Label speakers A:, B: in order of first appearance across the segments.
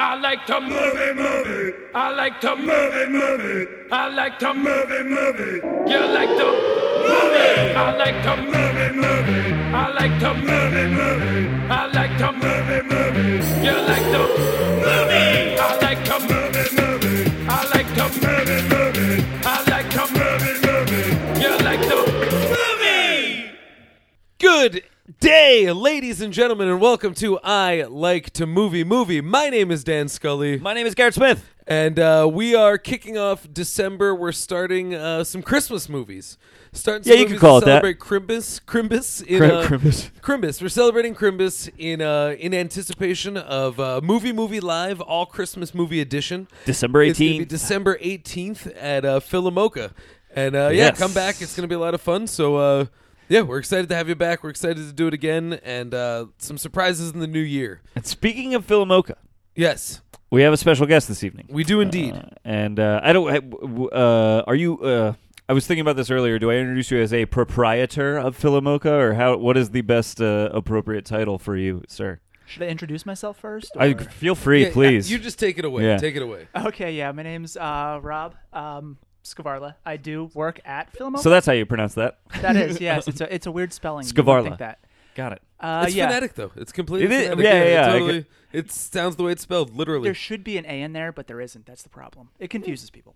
A: I like to move it, move it. I like to move it, move it. I like to move it, move it. You like to move it. I like to move it, move it. I like to move it, move it. I like to move it, move it. You like to move it. I like to move it, move it. I like to move it, move it. I like to move it, move it. You like to move it.
B: Good day, ladies and gentlemen, and welcome to I Like to Movie Movie. My name is Dan Scully,
C: My name is Garrett Smith.
B: and uh, we are kicking off December. We're starting uh, some Christmas movies. Starting some
C: Yeah, you can
B: movies
C: call
B: to
C: it that.
B: celebrate Crimbus. Crimbus in
C: Crim-
B: uh,
C: Crimbus.
B: Crimbus. We're celebrating Crimbus in uh, in anticipation of uh, Movie Movie Live All Christmas Movie Edition.
C: December
B: It's gonna be
C: 18th.
B: December 18th at uh, Philomoka. And uh,
C: Yes.
B: yeah, come back. It's going to be a lot of fun. So, uh, yeah, we're excited to have you back. We're excited to do it again and uh, some surprises in the new year.
C: and speaking of Philomoka,
B: Yes,
C: we have a special guest this evening.
B: we do indeed.
C: Uh, and uh, I don't. I, w- uh, are you? Uh, I was thinking about this earlier. Do I introduce you as a proprietor of Philomoka, or how? What is the best uh, appropriate title for you, sir?
D: Should I introduce myself first?
C: I
D: or-
C: feel free,
B: Yeah,
C: please.
B: You just take it away.
C: Yeah.
B: Take it away.
D: okay, yeah. My name's uh, Rob um, Scavarla. I do work at Philomo.
C: so that's how you pronounce that.
D: that is yes. It's a it's a weird spelling. You would
C: Scavarla.
D: think that.
C: Got it.
D: Uh,
B: it's
D: yeah.
B: phonetic, though. It's completely
C: It is-
B: phonetic.
C: yeah, yeah,
B: It,
C: yeah. I
B: totally, it sounds the way it's spelled, literally.
D: There should be an A in there, but there isn't. That's the problem. It confuses people.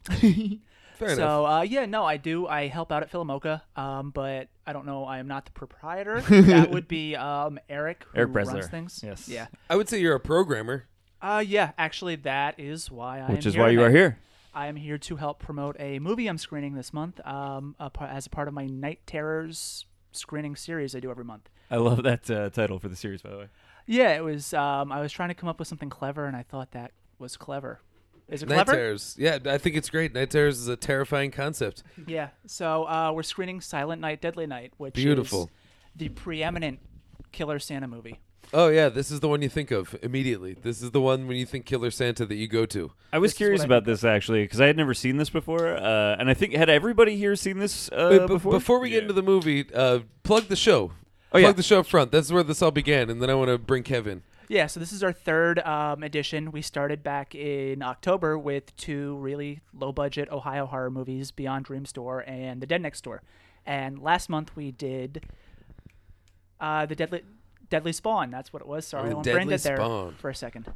B: Fair enough.
D: so uh, yeah, no, I do. I help out at Philomoka, um, but I don't know. I am not the proprietor. that would be um, Eric. Who
C: Eric
D: runs
C: Bressler.
D: things.
C: Yes.
D: Yeah.
B: I would say you're a programmer.
D: Uh, yeah. Actually, that is why I.
C: Which
D: am
C: is why you
D: tonight.
C: are here.
D: I am here to help promote a movie I'm screening this month um, a par- as a part of my Night Terrors screening series I do every month.
C: I love that uh, title for the series, by the way.
D: Yeah, it was. Um, I was trying to come up with something clever, and I thought that was clever. Is it
B: Night
D: clever?
B: Terrors. Yeah, I think it's great. Night Terrors is a terrifying concept.
D: Yeah. So uh, we're screening Silent Night, Deadly Night, which
B: Beautiful.
D: is the preeminent Killer Santa movie.
B: Oh, yeah, this is the one you think of immediately. This is the one when you think Killer Santa that you go to.
C: I was
D: This is
C: curious
D: what I
C: about this actually because I had never seen this before, uh, and I think had everybody here seen this uh,
B: Wait, b-
C: before?
B: we get into the movie, uh, plug the show.
C: Oh,
B: plug
C: yeah.
B: the show up front. That's where this all began, and then I want to bring Kevin.
D: Yeah, so this is our third um, edition. We started back in October with two really low budget Ohio horror movies, Beyond Dream Store and The Dead Next Door. And last month we did uh, The Deadly Deadly Spawn. That's what it was. Sorry,
B: The
D: I'm
B: Deadly
D: brain dead there
B: Spawn.
D: for a second.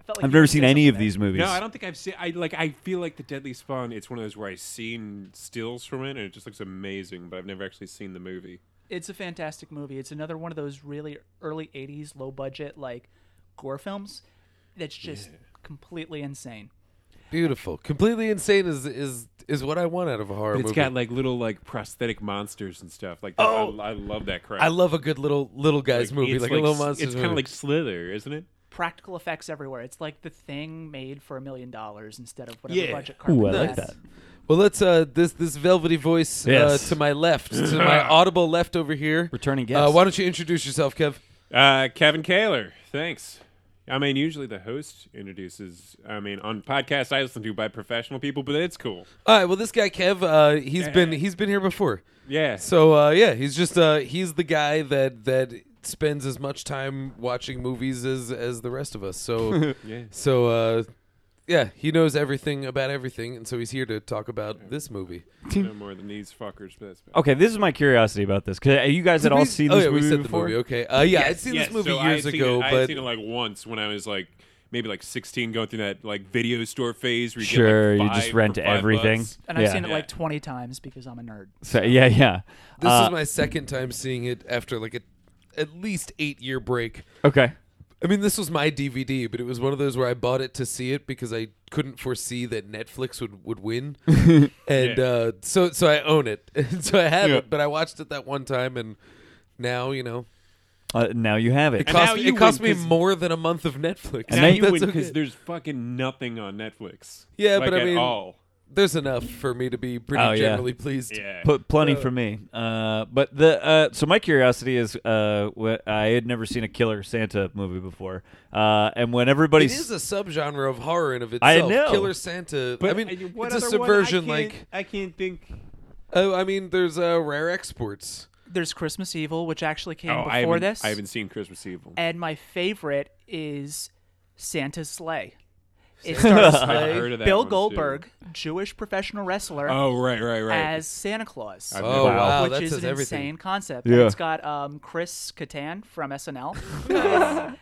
D: I felt like
C: I've
D: you were
C: never
D: gonna
C: seen
D: say
C: any
D: something
C: of
D: there.
C: these movies.
E: No, I don't think I've seen. I like. I feel like the Deadly Spawn. It's one of those where I've seen stills from it, and it just looks amazing. But I've never actually seen the movie.
D: It's a fantastic movie. It's another one of those really early 80s low budget like gore films that's just completely insane.
B: Beautiful, completely insane is is is what I want out of a horror
E: But it's
B: movie.
E: got like little like prosthetic monsters and stuff. Like, oh, I, I love that crap.
B: I love a good little little guys
E: Like,
B: movie,
E: it's
B: like, a little
E: s-
B: monster.
E: It's kind of like Slither, isn't it?
D: practical effects everywhere. It's like the thing made for a million dollars instead of whatever
B: Yeah.
D: budget
C: Ooh,
D: Carpenter
C: I like
D: had.
C: that.
B: Well, let's uh this this velvety voice uh,
C: Yes.
B: to my left, to my audible left over here.
C: Returning
B: Uh,
C: guest.
B: why don't you introduce yourself, Kev?
E: Uh, Kevin Kaler, thanks. I mean, usually the host introduces. I mean, on podcasts I listen to by professional people, but it's cool.
B: All right. Well, this guy Kev, uh, he's been he's been here before.
E: Yeah.
B: So uh, yeah, he's just uh, he's the guy that that spends as much time watching movies as as the rest of us. So
E: Yeah.
B: so uh, yeah, he knows everything about everything, and so he's here to talk about this movie.
E: no more than these fuckers, but that's
C: Okay, this is my curiosity about this. Cause uh, you guys had all seen
B: oh,
C: this
B: yeah,
C: movie
B: we said
C: before.
B: the movie. Okay, uh, yeah, I'd seen
E: Yes,
B: this movie
E: so I had
B: years
E: seen
B: ago,
E: it- I had
B: but
E: seen it like once when I was like maybe like 16, going through that like video store phase. Where you
C: Sure,
E: get, like,
C: you just
E: five
C: rent
E: for five
C: everything.
E: bucks.
D: And I've
C: Yeah.
D: seen it
E: Yeah.
D: like 20 times because I'm a nerd.
C: So, yeah, yeah.
B: this
C: Uh,
B: is my second time seeing it after like a at least eight year break.
C: okay.
B: I mean, this was my DVD, but it was one of those where I bought it to see it because I couldn't foresee that Netflix would, would win, and uh, so so I own it, so I have it. But I watched it that one time, and now you know
C: Uh, now you have it.
B: it
E: And now
B: cost,
E: you
B: it cost
E: win
B: me
E: 'cause-
B: more than a month of Netflix.
C: And
E: now
C: then-
E: you
B: That's
E: win because
B: okay.
E: there's fucking nothing on Netflix.
B: Yeah,
E: like,
B: but I
E: at
B: mean-
E: all.
B: there's enough for me to be pretty
C: Oh, yeah.
B: generally pleased.
E: Yeah.
C: Pl- plenty for me. Uh, but the uh, so my curiosity is uh, wh- I had never seen a Killer Santa movie before, uh, and when everybody
B: It is a subgenre of horror in of
C: I
B: itself.
C: know.
B: Killer Santa. I mean,
E: uh, what
B: it's a
E: other one? I
B: subversion.
E: can't-
B: Like,
E: I can't think.
B: oh, I mean, there's uh, rare exports.
D: There's Christmas Evil, which actually came
E: Oh, I
D: before
E: haven't-
D: this.
E: I haven't seen Christmas Evil.
D: And my favorite is Santa's Sleigh. It stars
E: I've heard of that
D: Bill
E: one, too.
D: Goldberg, Jewish professional wrestler,
E: Oh right, right, right.
D: as Santa Claus.
E: I've
B: Oh wow,
E: Wow.
B: wow
D: which
B: that
D: is
B: says
D: an
B: everything.
D: insane concept. And
C: Yeah.
D: It's got um, Chris Kattan from SNL,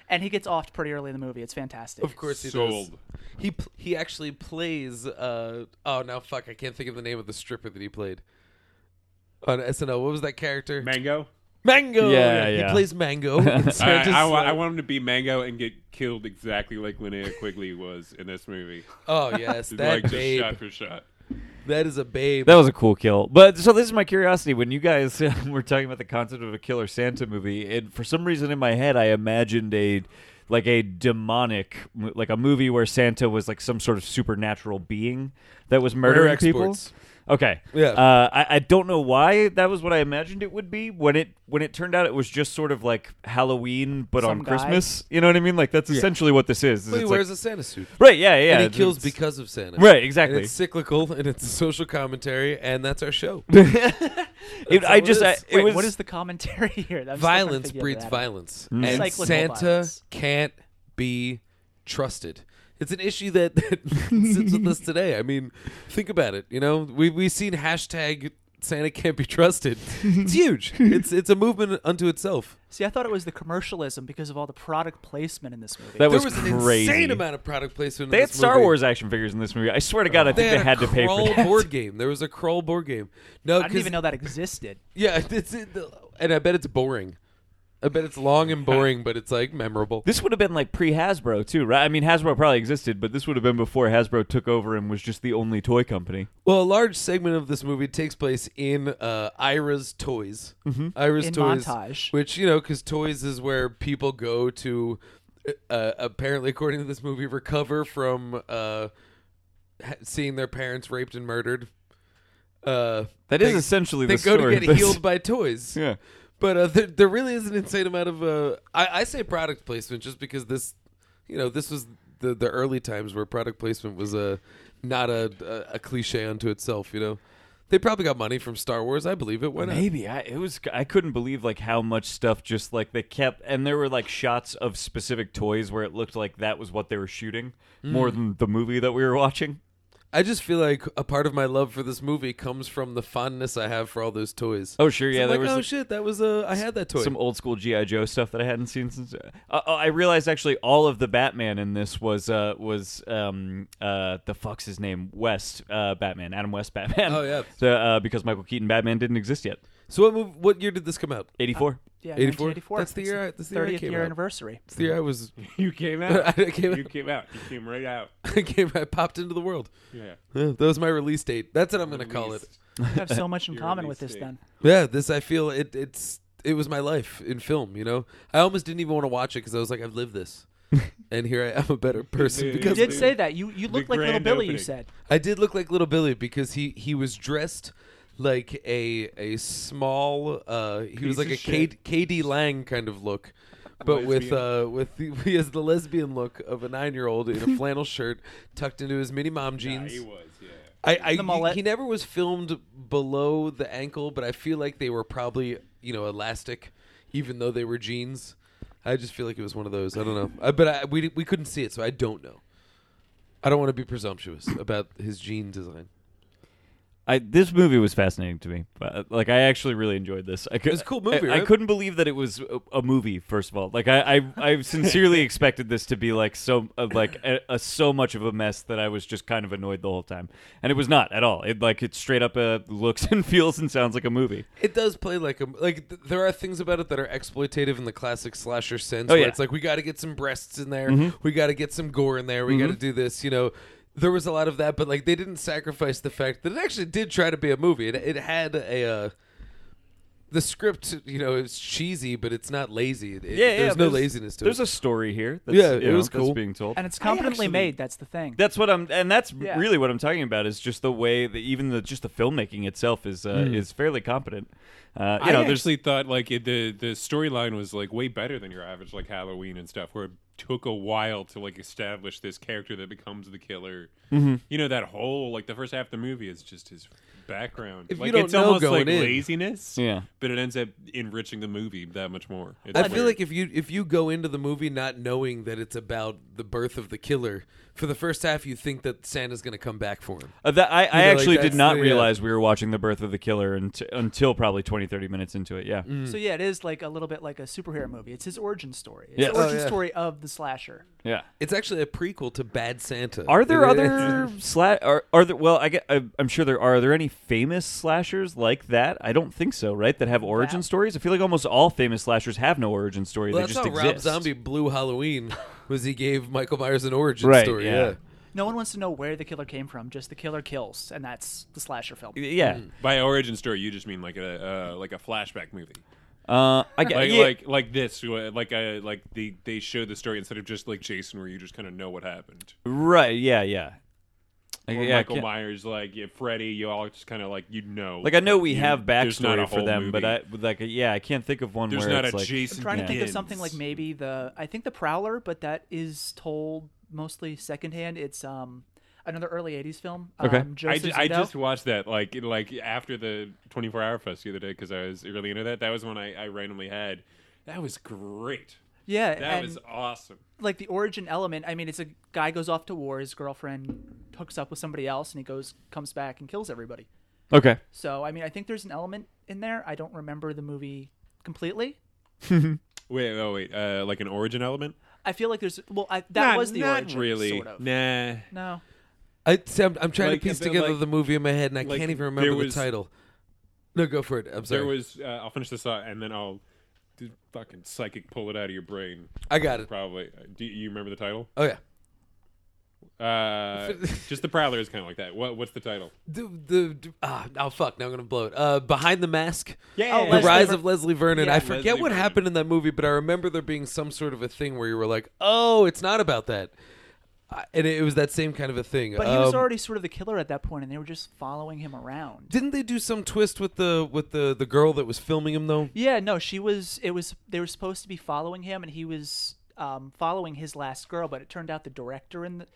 D: and he gets offed pretty early in the movie. It's fantastic.
B: Of course he
E: Sold.
B: does. He pl- he actually plays. Uh, oh now fuck! I can't think of the name of the stripper that he played on SNL. What was that character?
E: Mango.
B: Mango.
C: Yeah, yeah.
B: He plays Mango. in Santa's
E: I, I, wa-
B: Sleigh.
E: I want him to be Mango and get killed exactly like Linnea Quigley was in this movie.
B: oh yes,
E: Just
B: that
E: like just
B: babe.
E: shot for shot.
B: That is a babe.
C: That was a cool kill. But so this is my curiosity. When you guys were talking about the concept of a killer Santa movie, and for some reason in my head, I imagined a like a demonic, mo- like a movie where Santa was like some sort of supernatural being that was murdering people.
B: exports.
C: Okay.
B: Yeah.
C: Uh, I, I don't know why that was what I imagined it would be. When it when it turned out it was just sort of like Halloween, but
D: Some
C: on
D: guy.
C: Christmas. You know what I mean? Like that's essentially what this is. is
B: He
C: it's
B: wears
C: like,
B: a Santa suit.
C: right. Yeah. Yeah.
B: and he kills
C: it's-
B: because of Santa.
C: Right, exactly.
B: And it's cyclical, and it's a social commentary, and that's our show.
C: It,
B: all
C: I
B: it
C: just I,
B: is.
C: it
D: Wait,
C: was
D: what is the commentary here? I'm still trying to
B: violence
D: figure
B: breeds
D: that out.
B: violence,
C: Mm.
B: and
D: Cyclical
B: Santa
D: violence.
B: can't be trusted. It's an issue that, that sits with us today. I mean, think about it. You know, we we've seen hashtag Santa can't be trusted. It's huge. It's it's a movement unto itself.
D: See, I thought it was the commercialism because of all the product placement in this movie.
C: that was,
B: there was an
C: crazy.
B: insane amount of product placement.
C: They
B: in
C: had
B: this
C: Star
B: movie.
C: Wars action figures in this movie. I swear to God, I
B: They
C: think they
B: had,
C: had
B: a
C: to pay for
B: crawl
C: that.
B: board game. There was a crawl board game. No,
D: I didn't
B: 'cause-
D: even know that existed.
B: Yeah, it's it, and I bet it's boring. I bet it's long and boring, but it's like memorable.
C: This would have been like pre Hasbro too, right? I mean, Hasbro probably existed, but this would have been before Hasbro took over and was just the only toy company.
B: Well, a large segment of this movie takes place in uh, Ira's Toys.
C: Mm-hmm.
B: Ira's
D: In
B: Toys,
D: Montage.
B: which you know, because toys is where people go to, uh, apparently, according to this movie, recover from uh, ha- seeing their parents raped and murdered. Uh,
C: That is
B: they-
C: essentially
B: they
C: the
B: go
C: story.
B: to
C: of
B: get
C: this.
B: healed by toys.
C: Yeah.
B: But uh, there, there really is an insane amount of uh, I, I say product placement just because this, you know, this was the the early times where product placement was a not a a, a cliche unto itself. You know, they probably got money from Star Wars. I believe it. Why not?
C: Maybe I it was I couldn't believe like how much stuff just like they kept and there were like shots of specific toys where it looked like that was what they were shooting more
B: Mm.
C: than the movie that we were watching.
B: I just feel like a part of my love for this movie comes from the fondness I have for all those toys.
C: Oh sure,
B: So
C: yeah,
B: I'm
C: there
B: like,
C: was
B: oh
C: like,
B: shit, that was a I had that toy.
C: some old school GI Joe stuff that I hadn't seen since. Uh, oh, I realized actually all of the Batman in this was uh, was um, uh, the fuck's his name West uh, Batman Adam West Batman.
B: Oh, yeah.
C: So, uh, because Michael Keaton Batman didn't exist yet.
B: so what move, what year did this come out?
C: Eighty four.
D: Yeah,
B: 84?
D: 1984.
B: That's the
D: It's
B: year I- that's the year I
D: 30th
B: came
D: year
B: out.
D: anniversary.
B: It's the year I was
E: You came out.
B: I came
E: you
B: out.
E: came out. You came right out.
B: I came I popped into the world.
E: Yeah.
B: Yeah, that was my release date. That's what I'm gonna call it.
E: Released.
D: I have so much in
E: Your
D: common with
E: release
D: this.
E: date.
D: Then
B: Yeah, this I feel it. It's it was my life in film. You know, I almost didn't even want to watch it because I was like, I've lived this, and here I am a better person
E: You
D: you
B: because
E: Yes,
D: did
E: dude.
D: say that you you looked like little
E: grand
D: Billy. You
E: opening.
D: said
B: I did look like little Billy because he he was dressed like a a small uh he was
E: Piece
B: like
E: of
B: a K,
E: shit.
B: KD Lang kind of look. But with uh, with the, he has the lesbian look of a nine year old in a flannel shirt tucked into his mini mom
E: Yeah,
B: jeans.
E: he was. Yeah.
B: I, I
D: The
B: he,
D: mullet.
B: he never was filmed below the ankle, but I feel like they were probably you know elastic, even though they were jeans. I just feel like it was one of those. I don't know, I, but I, we we couldn't see it, so I don't know. I don't want to be presumptuous about his jean design.
C: I this movie was fascinating to me. But, uh, like I actually really enjoyed this. I could,
B: was a cool movie,
C: I, I
B: right?
C: couldn't believe that it was a, a movie. First of all, like I I, I sincerely expected this to be like so of like a, a, so much of a mess that I was just kind of annoyed the whole time, and it was not at all. It like it straight up uh, looks and feels and sounds like a movie.
B: It does play like a like. Th- there are things about it that are exploitative in the classic slasher sense.
C: Oh,
B: where
C: yeah. Mm-hmm.
B: it's like we got to get some breasts in there, we got to get some gore in there, we got to do this. You know, there was a lot of that, but like they didn't sacrifice the fact that it actually did try to be a movie. It, it had a uh, the script. You know, it's cheesy, but it's not lazy. It, it- there's no
C: there's-
B: laziness to
C: There's
B: it.
C: a story here. That's,
B: Yeah,
C: you
B: it
C: know,
B: was
C: that's
B: cool.
C: being told,
D: and it's
C: I
D: competently
C: actually-
D: made. That's the thing.
C: That's what I'm, and that's
D: Yeah.
C: really what I'm talking about. Is just the way that even the just the filmmaking itself is uh,
B: Hmm.
C: is fairly competent. Uh, you
E: I
C: know, there's
E: actually thought like it, the the storyline was like way better than your average like Halloween and stuff, where took a while to like establish this character that becomes the killer.
B: Mm-hmm.
E: You know that whole like the first half of the movie is just his background.
B: If you
E: like
B: don't
E: it's
B: know
E: almost
B: going
E: like
B: in.
E: laziness.
C: Yeah.
E: But it ends up enriching the movie that much more. It's
B: I feel
E: weird.
B: like if you if you go into the movie not knowing that it's about the birth of the killer, for the first half you think that Santa's going to come back for him.
C: Uh, that, I, I
B: know, like,
C: actually did
B: that's
C: not
B: the, uh,
C: realize we were watching The Birth of the Killer unt- until probably 20, 30 minutes into it. Yeah.
B: Mm. Hmm.
D: So yeah, it is like a little bit like a superhero movie. It's his origin story. It's
C: Yes.
D: the origin
B: Oh, yeah.
D: story of the slasher.
C: Yeah.
B: It's actually a prequel to Bad Santa.
C: Are there
B: It is.
C: other sla- are, are there well I get, I, I'm sure there are. Are there any famous slashers like that? I don't think so, right? That have origin
D: Wow.
C: stories? I feel like almost all famous slashers have no origin story.
B: Well,
C: they
B: that's
C: just
B: how
C: exist.
B: Rob Zombie blew Halloween. Was he gave Michael Myers an origin
C: Right,
B: story?
C: yeah.
D: No one wants to know where the killer came from. Just the killer kills, and that's the slasher film.
C: Yeah.
B: Mm.
E: by origin story you just mean like a uh, like a flashback movie.
C: Uh I get
E: Like
C: yeah.
E: like like this uh, like uh, like the they show the story instead of just like Jason where you just kind of know what happened.
C: right, yeah, yeah. I-
E: Or
C: yeah, I
E: Michael
C: can't-
E: Myers, like yeah, Freddy, you all just kind of like you know.
C: Like I know we
E: You-
C: have
E: there's not a
C: backstory for
E: whole
C: them, but
E: movie.
C: I like yeah, I can't think of one
E: there's
C: where
E: not
C: it's
E: a
C: like
E: Jason.
D: I'm trying to think of something like
E: Begins.
D: maybe the I think the Prowler, but that is told mostly secondhand. It's um another early '80s film.
C: Okay.
D: um, Joe
E: I, ju- I
D: Sizzito.
E: just watched that like it- like after the 24 hour fest the other day because I was really into that. That was one I, I randomly had. That was great.
D: yeah,
E: That
D: and
E: was awesome.
D: like the origin element. I mean, it's a guy goes off to war. His girlfriend hooks up with somebody else, and he goes comes back and kills everybody.
C: Okay.
D: So I mean, I think there's an element in there. I don't remember the movie completely.
E: Wait, oh wait, uh, like an origin element?
D: I feel like there's well, I, that
E: Not-
D: was the
E: not
D: origin,
E: really.
D: sort of.
E: Nah.
D: No,
B: I, see, I'm, I'm trying
E: Like,
B: to piece
E: but,
B: together
E: like,
B: the movie in my head, and I
E: like,
B: can't even
E: there
B: remember
E: was-
B: the title. No, go for it. I'm sorry.
E: There was. Uh, I'll finish this out and then I'll do fucking psychic pull it out of your brain.
B: I got it.
E: Probably. Uh, Do you remember the title?
B: Oh yeah,
E: Uh, just the Prowler is kind of like that. What What's the title?
B: the the d- ah oh fuck. Now I'm gonna blow it. Uh, Behind the Mask.
E: Yeah.
B: The
D: Leslie
B: Rise
D: Ver-
B: of Leslie Vernon.
D: Yeah.
B: I forget
E: Leslie
B: what
E: Vernon.
B: happened in that movie, but I remember there being some sort of a thing where you were like, "Oh, it's not about that," I- and it, it was that same kind of a thing.
D: but he was
B: Um,
D: already sort of the killer at that point, and they were just following him around.
B: Didn't they do some twist with the with the the girl that was filming him though?
D: Yeah, no, she was. It was they were supposed to be following him, and he was um, following his last girl. But it turned out the director in the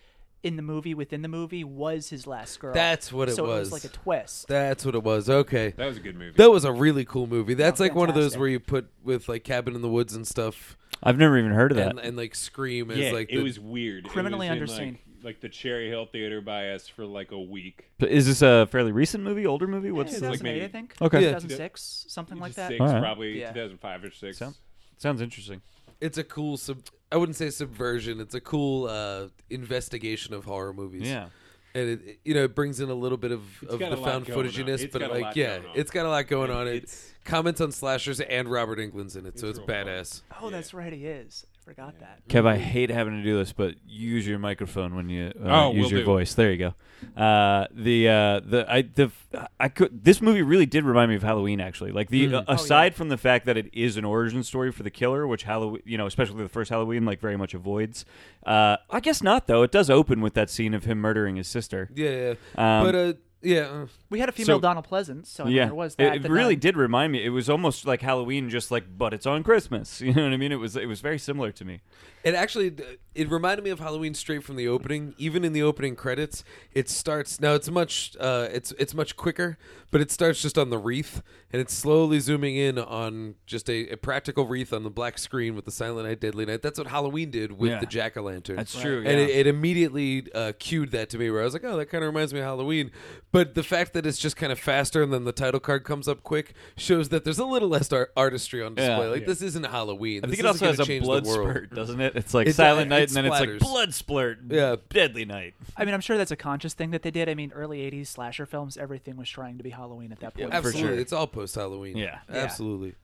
D: in the movie within the movie was his last girl.
B: That's what it
D: so
B: was.
D: So it was like a twist.
B: That's what it was. Okay.
E: That was a good movie.
B: That was a really cool movie. That's
D: Oh,
B: like one of those
D: fantastic.
B: where you put with like Cabin in the Woods and stuff,
C: I've never even heard of that.
B: and, and like Scream as
E: yeah,
B: like
E: it
B: the,
E: was weird. It
D: Criminally
E: was in,
D: underseen.
E: Like, like the Cherry Hill Theater by us for like a week.
C: But is this a fairly recent movie, older movie? What's
E: it's like
D: 2008,
E: maybe-
D: I think.
C: Okay. Yeah.
D: 2006, something like that.
E: Six,
C: All right.
E: probably
D: Yeah.
E: 2005 or six.
C: Sound- sounds interesting.
B: it's a cool sub. I wouldn't say subversion. It's a cool uh, investigation of horror movies.
C: Yeah.
B: and it, it- you know it brings in a little bit of, of
E: got a
B: the
E: lot
B: found
E: going on.
B: footaginess,
E: It's
B: but
E: got a
B: like
E: lot
B: yeah,
E: going on.
B: it's got a lot going on. It
E: it's-
B: comments on slashers and Robert Englund's in it, so it's badass.
D: Oh, that's right, he is. I forgot that.
C: Kev, I hate having to do this, but use your microphone when you uh,
E: Oh,
C: use
E: will
C: your
E: do.
C: voice. There you go. Uh, the uh, the I the I could this movie really did remind me of Halloween actually. Like
E: Mm.
C: the
E: Oh,
C: uh, aside from the fact that it is an origin story for the killer, which Halloween you know especially the first Halloween like very much avoids. Uh, I guess not though. It does open with that scene of him murdering his sister.
B: Yeah, yeah.
C: Um,
B: but uh, yeah, uh,
D: We had a female
C: So-
D: Donald Pleasance, so I mean,
C: yeah,
D: there was
C: It-
D: that.
C: It,
D: the
C: really
D: nun.
C: did remind me. It was almost like Halloween, just like but it's on Christmas. You know what I mean? It was it was very similar to me.
B: it actually it reminded me of Halloween straight from the opening. Even in the opening credits, it starts now. It's much uh, it's it's much quicker, but it starts just on the wreath, and it's slowly zooming in on just a, a practical wreath on the black screen with the Silent Night, Deadly Night. That's what Halloween did with
C: Yeah.
B: the jack o' lantern.
C: That's Right. true,
B: and
C: yeah.
B: it, it immediately uh, cued that to me where I was like, oh, that kind of reminds me of Halloween. But the fact that it's just kind of faster and then the title card comes up quick shows that there's a little less ar- artistry on display. like this isn't Halloween.
C: I think it also has a blood splurt, doesn't it? It's like
B: It-
C: Silent
B: it
C: Night, and then it's like
B: splatters.
C: blood splurt,
B: Yeah.
C: Deadly Night.
D: I mean, I'm sure that's a conscious thing that they did. I mean, early '80s slasher films, everything was trying to be Halloween at that point.
C: for
B: Absolutely,
C: sure.
B: it's all post Halloween.
C: Yeah. Yeah.
B: absolutely.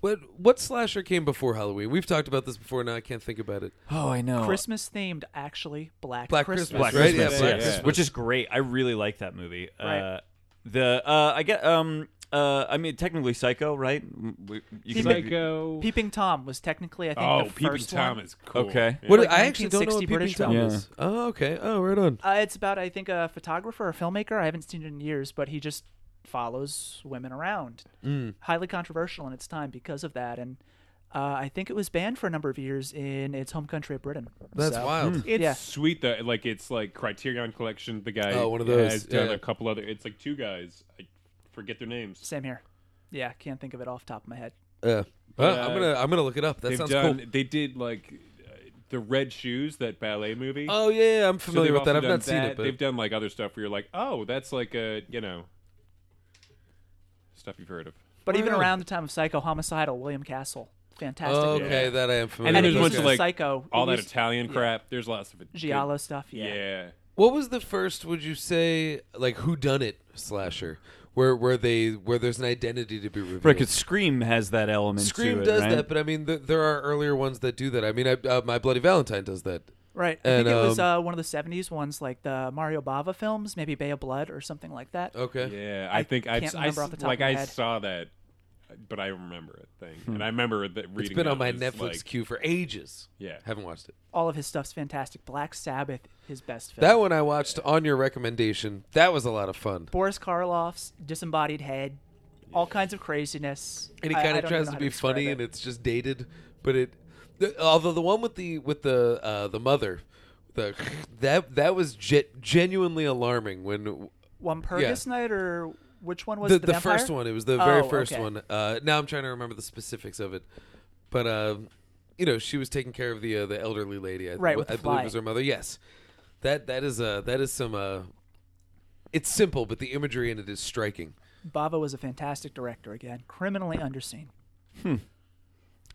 B: What what slasher came before Halloween? We've talked about this before. Now I can't think about it.
C: Oh, I know.
D: Christmas themed, actually. Black,
B: Black
D: Christmas.
C: Black
B: right?
C: Christmas,
B: Yeah, Black
C: yeah.
B: Christmas.
C: which is great. I really like that movie. Uh,
D: Right.
C: the uh, I get um uh, I mean technically Psycho, right? M- we- You
D: He's uh,
C: maybe-
E: Psycho.
D: Peeping Tom was technically, I think,
E: uh, oh,
D: the
E: Peeping
D: first
E: Tom
D: one.
E: is cool.
C: Okay.
E: Yeah.
B: What
D: Like
B: I actually don't know what
D: 1960 British
B: Peeping Tom
C: film.
B: is. Oh, okay. Oh, right on.
D: Uh, it's about, I think, a photographer or filmmaker. I haven't seen it in years, but he just follows women around. Highly controversial in its time because of that, and Uh, I think it was banned for a number of years in its home country of Britain.
B: That's
D: So-
B: wild.
E: It's
D: Yeah.
E: sweet that like it's like Criterion Collection. The guy
B: Oh, one of
E: has
B: those,
E: done
B: yeah.
E: a couple other. It's like two guys. I forget their names.
D: Same here. Yeah, can't think of it off the top of my head.
B: Yeah. Well,
E: Yeah.
B: I'm gonna I'm gonna look it up. That
E: They've
B: sounds
E: done.
B: cool.
E: They did like uh, the Red Shoes, that ballet movie.
B: Oh yeah, yeah, I'm
E: So they've
B: familiar with that.
E: also done
B: I've not seen
E: that.
B: it, but
E: They've done like other stuff where you're like, oh, that's like a you know stuff you've heard of.
D: But even
B: Wow.
D: around the time of Psycho Homicidal, William Castle, fantastic. movie.
B: okay,
E: Yeah.
B: that I am familiar.
E: And
D: And
E: then
D: it
B: with.
E: there's
D: used
E: ones
D: to
B: Okay.
E: like
D: Psycho.
E: all
D: it
E: that
D: used-
E: Italian crap. There's lots of it.
D: Giallo stuff. Yeah.
E: Yeah.
B: What was the first? Would you say like who done it slasher? Where where they where there's an identity to be revealed?
C: Right, 'cause Scream has that element.
B: Scream
C: to it,
B: does
C: right?
B: that, but I mean th- there are earlier ones that do that. I mean, I, uh, my Bloody Valentine does that.
D: Right. I
B: And,
D: think it was
B: um,
D: uh, one of the 70s ones, like the Mario Bava films, maybe Bay of Blood or something like that.
B: Okay.
E: Yeah, I,
D: I
E: think I,
D: can't
E: I
D: remember off the top
E: like
D: of my
E: I
D: head.
E: saw that, but I remember it thing, and I remember that reading.
B: Hmm. It's been on
E: it
B: my
E: was
B: Netflix
E: like-
B: queue for ages.
E: Yeah.
B: haven't watched it.
D: All of his stuff's fantastic. Black Sabbath, his best film.
B: That one I watched on your recommendation. That was a lot of fun.
D: Boris Karloff's disembodied head, all kinds of craziness.
B: and he
D: I- I
B: kind of
D: don't
B: tries
D: know
B: to
D: how
B: be
D: describe
B: funny,
D: it.
B: and it's just dated. But it, the, although the one with the with the uh, the mother, the that that was ge- genuinely alarming when
D: one Purgus Night or which one was
B: the,
D: the,
B: the
D: vampire?
B: first one. It was the very
D: Oh,
B: first
D: okay.
B: one. Uh, now I'm trying to remember the specifics of it, but uh, you know she was taking care of the uh, the elderly lady. I,
D: Right, with
B: I
D: the
B: believe
D: fly.
B: it was her mother. Yes, that that is uh, that is some. Uh, it's simple, but the imagery in it is striking.
D: Bava was a fantastic director again, criminally underseen.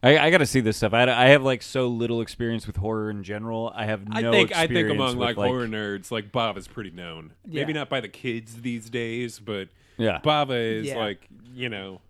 C: I, I got to see this stuff. I, I have like so little experience with horror in general. I have no
E: I think I think
C: experience
E: among
C: with,
E: like, horror nerds, like Bob is pretty known. Maybe
D: Yeah.
E: not by the kids these days, but
C: Yeah.
E: Bava is
D: Yeah.
E: like you know.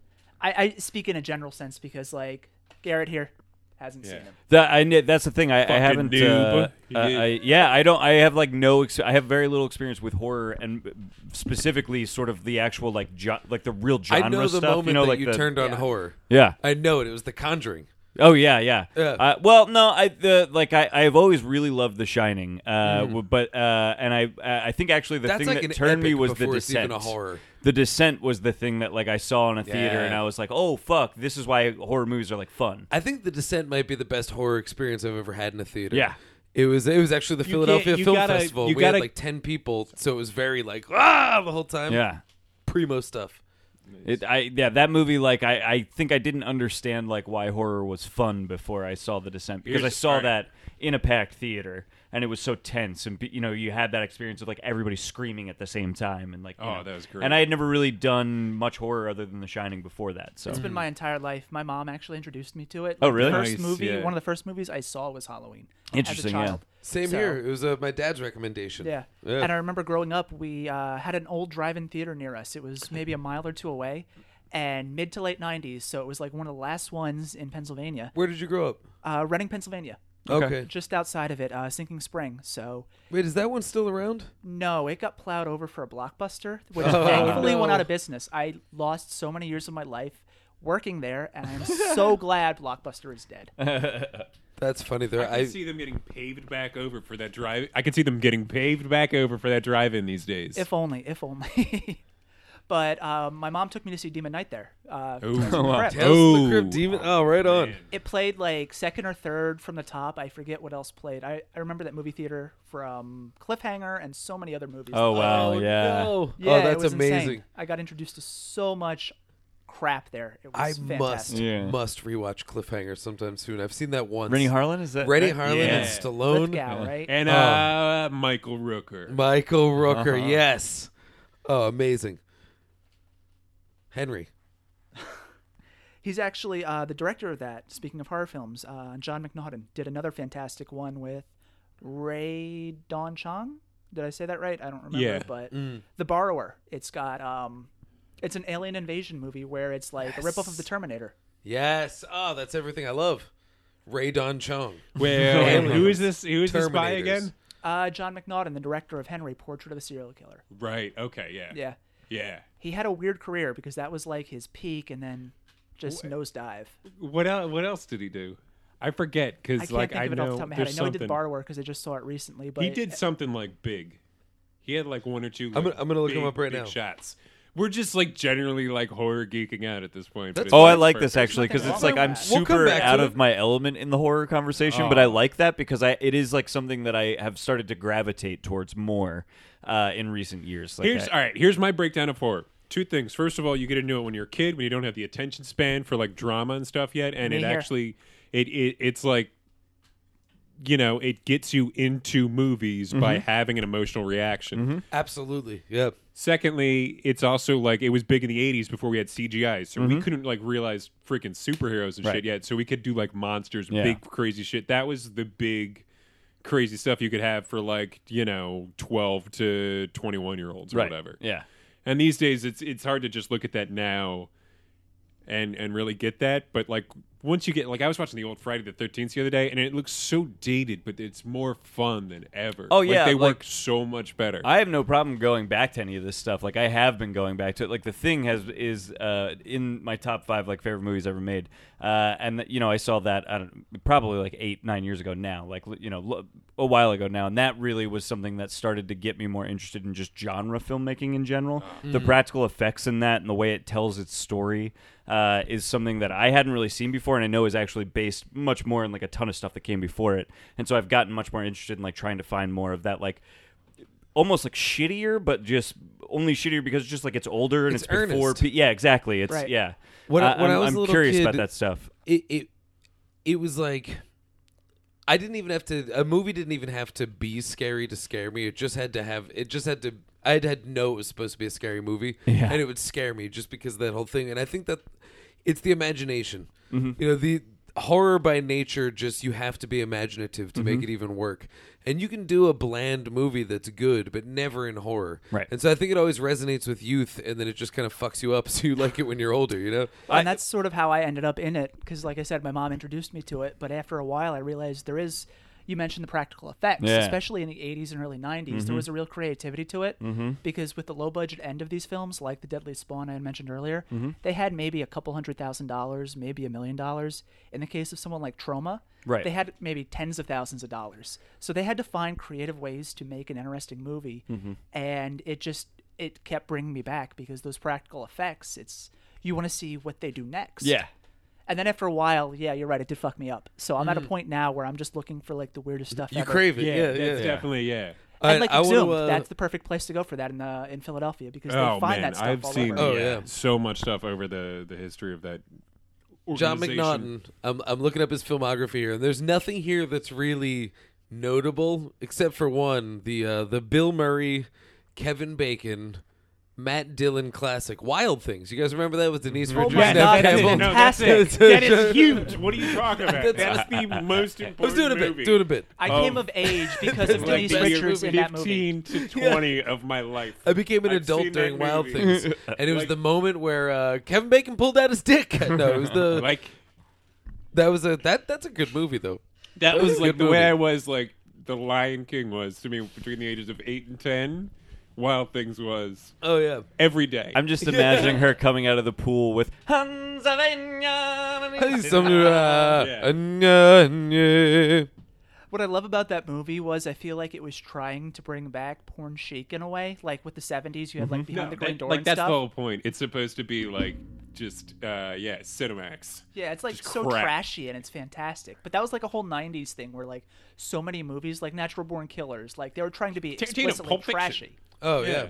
D: I, I speak in a general sense because like Garrett here hasn't seen
E: Yeah.
D: him.
C: That I kn- that's the thing. I, I
E: Fucking
C: haven't. Uh,
E: noob.
C: uh, I, yeah, I don't. I have like no. Ex- I have very little experience with horror and uh, specifically sort of the actual like jo- like the real genre
B: I know the
C: stuff.
B: moment
C: you know,
B: that
C: like
B: you
C: the,
B: turned on
D: yeah.
B: horror.
C: Yeah.
B: I know it. It was The Conjuring.
C: Oh yeah, yeah.
B: Yeah.
C: Uh, well, no, I the like I I have always really loved The Shining, uh, w- but uh, and I uh, I think actually the
B: Mm. That's
C: thing
B: like
C: that
B: an
C: turned me
B: epic
C: was The
B: before it's even
C: Descent.
B: a horror.
C: The Descent was the thing that like I saw in a theater,
B: Yeah.
C: and I was like, oh fuck, this is why horror movies are like fun.
B: I think The Descent might be the best horror experience I've ever had in a theater.
C: Yeah.
B: It was it was actually the
E: You
B: Philadelphia
E: can't- you
B: Film
E: gotta-
B: Festival.
E: you
B: we
E: gotta-
B: had like ten people, so it was very like ah the whole time.
C: Yeah.
B: primo stuff.
C: It, I yeah that movie like I, I think I didn't understand like why horror was fun before I saw The Descent because I
E: Here's-
C: saw
E: all right.
C: that in a packed theater and it was so tense and you know you had that experience of like everybody screaming at the same time and like you
E: Oh,
C: know.
E: that was great.
C: and I had never really done much horror other than The Shining before that so
D: It's been
B: Mm.
D: my entire life. My mom actually introduced me to it.
C: Oh,
D: Like, the
C: really?
D: first
E: Nice,
D: movie,
E: yeah.
D: one of the first movies I saw was Halloween.
C: Interesting,
D: As
C: yeah.
D: a child.
B: Same
D: So-
B: here. It was uh, my dad's recommendation.
D: Yeah. And I remember growing up, we uh, had an old drive-in theater near us. It was maybe a mile or two away, and mid to late '90s, so it was like one of the last ones in Pennsylvania,
B: Where did you grow up?
D: uh, Reading, Pennsylvania,
B: Okay.
D: just outside of it, uh, Sinking Spring. So
B: Wait, is that one still around?
D: no, it got plowed over for a blockbuster, which
B: Oh,
D: thankfully went
B: no.
D: out of business. I lost so many years of my life working there, and I'm so glad Blockbuster is dead.
B: That's funny. There,
E: I
B: I,
E: can see them getting paved back over for that drive. I can see them getting paved back over for that drive-in these days.
D: If only, if only. but um, my mom took me to see Demon Night there. Uh,
E: Ooh.
C: Oh, wow.
D: Prep.
B: House of the Crypt
E: Oh,
B: Demon. Oh, right on.
E: man.
D: It played like second or third from the top. I forget what else played. I, I remember that movie theater from Cliffhanger and so many other movies.
C: oh wow
B: Oh,
C: yeah
B: no.
D: Yeah,
B: oh,
D: it
B: that's
D: was insane.
B: amazing.
D: I got introduced to so much crap there. It was
B: I
D: fantastic.
B: must
C: Yeah.
B: must rewatch Cliffhanger sometime soon. I've seen that once.
C: Rennie Harlan is that
B: Rennie
C: right?
B: Harlan
E: Yeah.
B: and Stallone.
D: Lithgow, right?
B: Oh.
E: and uh, Michael Rooker.
B: Michael Rooker,
C: Uh-huh.
B: yes. Oh, amazing. Henry.
D: He's actually uh, the director of that. Speaking of horror films, uh, John McNaughton did another fantastic one with Ray Don Chong. Did I say that right? I don't remember.
E: Yeah.
D: But
B: Mm.
D: The Borrower. It's got um, it's an alien invasion movie where it's like a ripoff of The Terminator.
B: Yes. Oh, that's everything I love. Ray Don Chong.
E: Where and who is this? Who is this by
B: Terminators.
E: again?
D: Uh, John McNaughton, the director of Henry, Portrait of a Serial Killer.
E: Right. Okay. Yeah.
D: Yeah.
E: Yeah.
D: He had a weird career because that was like his peak and then just nosedive.
E: What else? What else did he do? I forget
D: I
E: because
D: can't
E: like
D: think
E: I
D: of it
E: know
D: off the top of my head. I
E: there's
D: know he did
E: something-
D: Borrower because I just saw it recently. But
E: He did something like big. He had like one or two.
B: I'm
E: like,
B: gonna- I'm gonna look him
E: big-
B: up right
E: big
B: now.
E: Shots, We're just like generally like horror geeking out at this point. but
B: That's
E: it's
C: Oh, I
E: not
C: like this
E: perfect.
C: actually because
D: Nothing
C: it's
D: wrong
C: like
D: with
C: I'm
D: that.
B: We'll come
C: super
B: back to
C: out
B: it.
C: of my element in the horror conversation,
E: Oh.
C: but I like that because I it is like something that I have started to gravitate towards more uh, in recent years. Like
E: Here's
C: I-
E: all right. Here's my breakdown of horror. Two things. First of all, you get into it when you're a kid, when you don't have the attention span for like drama and stuff yet, and
D: Me
E: it
D: here.
E: actually it, it it's like you know it gets you into movies by
C: Mm-hmm.
E: having an emotional reaction.
B: Absolutely. Yeah.
E: Secondly, it's also like it was big in the 80s before we had CGI, so we couldn't like realize freaking superheroes and
C: Mm-hmm. Right.
E: shit yet. So we could do like monsters,
C: Yeah.
E: big crazy shit. That was the big crazy stuff you could have for like, you know, 12 to 21 year olds or
C: right.
E: whatever.
C: Yeah,
E: And these days it's it's hard to just look at that now and and really get that, but like once you get like I was watching the old Friday the 13th the other day and it looks so dated, but it's more fun than ever.
C: Oh,
E: Like,
C: yeah,
E: they
C: like-
E: work so much better.
C: I have no problem going back to any of this stuff. Like I have been going back to it. Like the thing has is uh, in my top five like favorite movies ever made. Uh, and you know I saw that I don't, probably like eight nine years ago now. Like you know lo- a while ago now, and that really was something that started to get me more interested in just genre filmmaking in general. The practical effects in that and the way it tells its story. Uh, is something that I hadn't really seen before, and I know is actually based much more in like a ton of stuff that came before it, and so I've gotten much more interested in like trying to find more of that like almost like shittier, but just only shittier because just like it's older and it's,
B: It's
C: before.
B: earnest.
C: Pe- yeah, exactly. It's
D: Right.
C: yeah.
B: When I-
C: Uh,
B: when I
C: I'm,
B: was a
C: I'm
B: little
C: curious about
B: kid-
C: that stuff.
B: It it it was like I didn't even have to a movie didn't even have to be scary to scare me. It just had to have it just had to I'd had to know it was supposed to be a scary movie.
C: Yeah.
B: And it would scare me just because of that whole thing. And I think that it's the imagination.
C: Mm-hmm.
B: You know, the horror by nature just you have to be imaginative to
C: Mm-hmm.
B: make it even work. And you can do a bland movie that's good, but never in horror.
C: Right.
B: And so I think it always resonates with youth and then it just kind of fucks you up so you like it when you're older, you know?
D: and that's sort of how I ended up in it because, like I said, my mom introduced me to it. But after a while, I realized there is. You mentioned the practical effects,
C: Yeah. Mm-hmm.
D: especially in the 80s and early 90s. There was a real creativity to it because with the low budget end of these films, like the Deadly Spawn I had mentioned earlier,
C: Mm-hmm.
D: they had maybe a couple hundred thousand dollars, maybe a million dollars. In the case of someone like Trauma,
C: Right.
D: they had maybe tens of thousands of dollars. So they had to find creative ways to make an interesting movie, and it just it kept bringing me back because those practical effects. It's you want to see what they do next.
C: Yeah.
D: And then after a while, yeah, you're right. It did fuck me up. So I'm at a point now where I'm just looking for like the weirdest stuff.
B: You
D: ever.
B: crave it.
E: yeah,
B: Yeah, yeah.
E: that's definitely yeah.
D: And like
B: I- I wanna,
D: Exhumed,
B: uh,
D: that's the perfect place to go for that in uh, in Philadelphia because they
E: oh
D: find
E: man,
D: that stuff
E: I've
D: all
E: seen
D: over.
B: Oh,
E: yeah,
B: yeah.
E: so much stuff over the the history of that.
B: John
E: organization.
B: McNaughton. I'm I'm looking up his filmography here, and there's nothing here that's really notable except for one: the uh, the Bill Murray, Kevin Bacon, Matt Dillon classic, Wild Things. You guys remember that with Denise
D: Oh
B: Richards?
D: my
B: and Nev
D: God, that's
B: Campbell?
E: No, that's it.
D: fantastic.
E: that is huge. What are you talking about?
B: That's-
E: That's the most important.
B: Let's do it a
E: movie.
B: bit. Do it a bit.
D: I
E: Oh.
D: came of age because of
B: That's like
D: Denise
B: the year
D: Richards in that movie.
E: Fifteen to twenty of my life.
B: I became an
E: I've
B: adult
E: seen
B: during
E: that
B: Wild
E: movie.
B: Things, and it was
E: Like-
B: the moment where uh, Kevin Bacon pulled out his dick. no, it was the
E: like
B: that was a that that's a good movie though.
E: that was
B: a
E: like
B: good
E: the way
B: movie.
E: I was like the Lion King was to me between the ages of eight and ten. Wild Things was
B: Oh yeah.
E: every day.
C: I'm just imagining her coming out of the pool with Hanzavenya.
B: Some, uh,
E: Yeah.
B: anya, anya.
D: What I love about that movie was I feel like it was trying to bring back porn chic in a way, like with the '70s, you had like behind
E: No,
D: the green
E: that-
D: door
E: like
D: and
E: that's
D: stuff.
E: the whole point. It's supposed to be like just uh yeah, Cinemax.
D: Yeah, it's like
E: Just
D: so
E: crap.
D: trashy and it's fantastic. But that was like a whole '90s thing where like so many movies, like Natural Born Killers, like they were trying to be
E: Tarantino,
D: explicitly
E: Pulp Fiction.
D: trashy.
B: Oh yeah.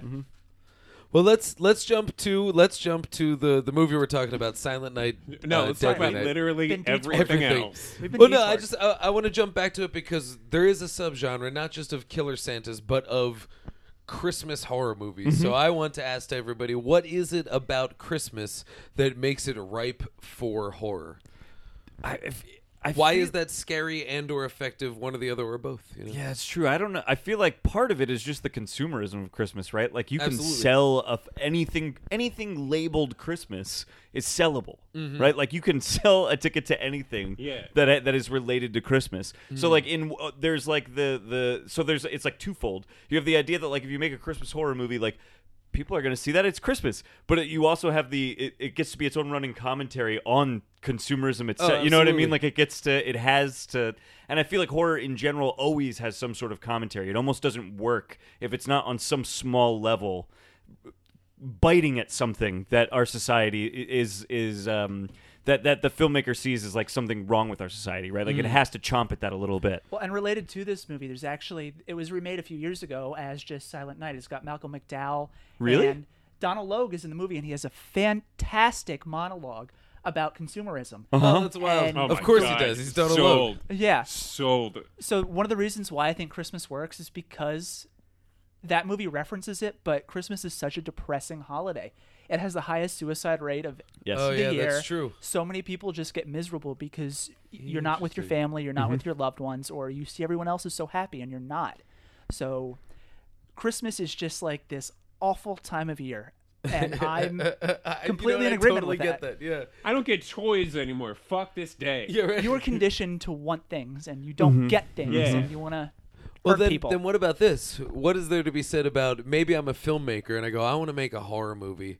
B: Well, let's let's jump to let's jump to the the movie we're talking about, Silent Night.
E: No,
B: uh,
E: let's talk
B: Deadly
E: about
B: Night.
E: literally
D: Been detour.
E: everything,
B: Everything.
E: else.
D: We've been
B: Well, no, I
D: detoured.
B: just I, I want to jump back to it because there is a subgenre, not just of killer Santas, but of Christmas horror movies. So I want to ask to everybody, what is it about Christmas that makes it ripe for horror?
C: I, I
B: Why
C: feel-
B: is that scary and or effective? One or the other, or both? You know?
C: Yeah, it's true. I don't know. I feel like part of it is just the consumerism of Christmas, right? Like you
B: Absolutely.
C: can sell a f- anything anything labeled Christmas is sellable,
B: Mm-hmm.
C: right? Like you can sell a ticket to anything
E: Yeah.
C: that that is related to Christmas.
B: Mm-hmm.
C: So like in uh, there's like the the so there's it's like twofold. You have the idea that like if you make a Christmas horror movie like people are going to see that it's Christmas, but it, you also have the it, it gets to be its own running commentary on consumerism itself. you know what I mean?
B: absolutely.
C: Like it gets to it has to and i feel like horror in general always has some sort of commentary it almost doesn't work if it's not on some small level biting at something that our society i- is is um, that that the filmmaker sees as like something wrong with our society, right? Like it has to chomp at that a little bit.
D: Well, and related to this movie, there's actually it was remade a few years ago as just Silent Night. It's got Malcolm McDowell.
C: Really?
D: And Donald Logue is in the movie, and he has a fantastic monologue about consumerism.
B: Oh, that's wild.
D: And-
E: Oh
B: of
E: my
B: course
E: God.
B: he does. He's done alone.
E: sold,
D: Yeah.
E: sold.
D: So one of the reasons why I think Christmas works is because that movie references it, but Christmas is such a depressing holiday. It has the highest suicide rate of
C: Yes.
B: Oh
D: the
B: yeah,
D: year.
B: that's true.
D: So many people just get miserable because you're not with your family, you're not with your loved ones, or you see everyone else is so happy and you're not. So Christmas is just like this awful time of year. And I'm
B: I- you
D: Completely
B: know,
D: in
B: I
D: agreement
B: totally
D: with
B: get
D: that.
B: Yeah.
E: I don't get toys anymore. Fuck this day.
B: Yeah. Right.
D: you were conditioned to want things and you don't get things
E: Yeah.
D: and you wanna
B: well,
D: hurt
B: then,
D: people.
B: then what about this? What is there to be said about maybe I'm a filmmaker and I go, I want to make a horror movie.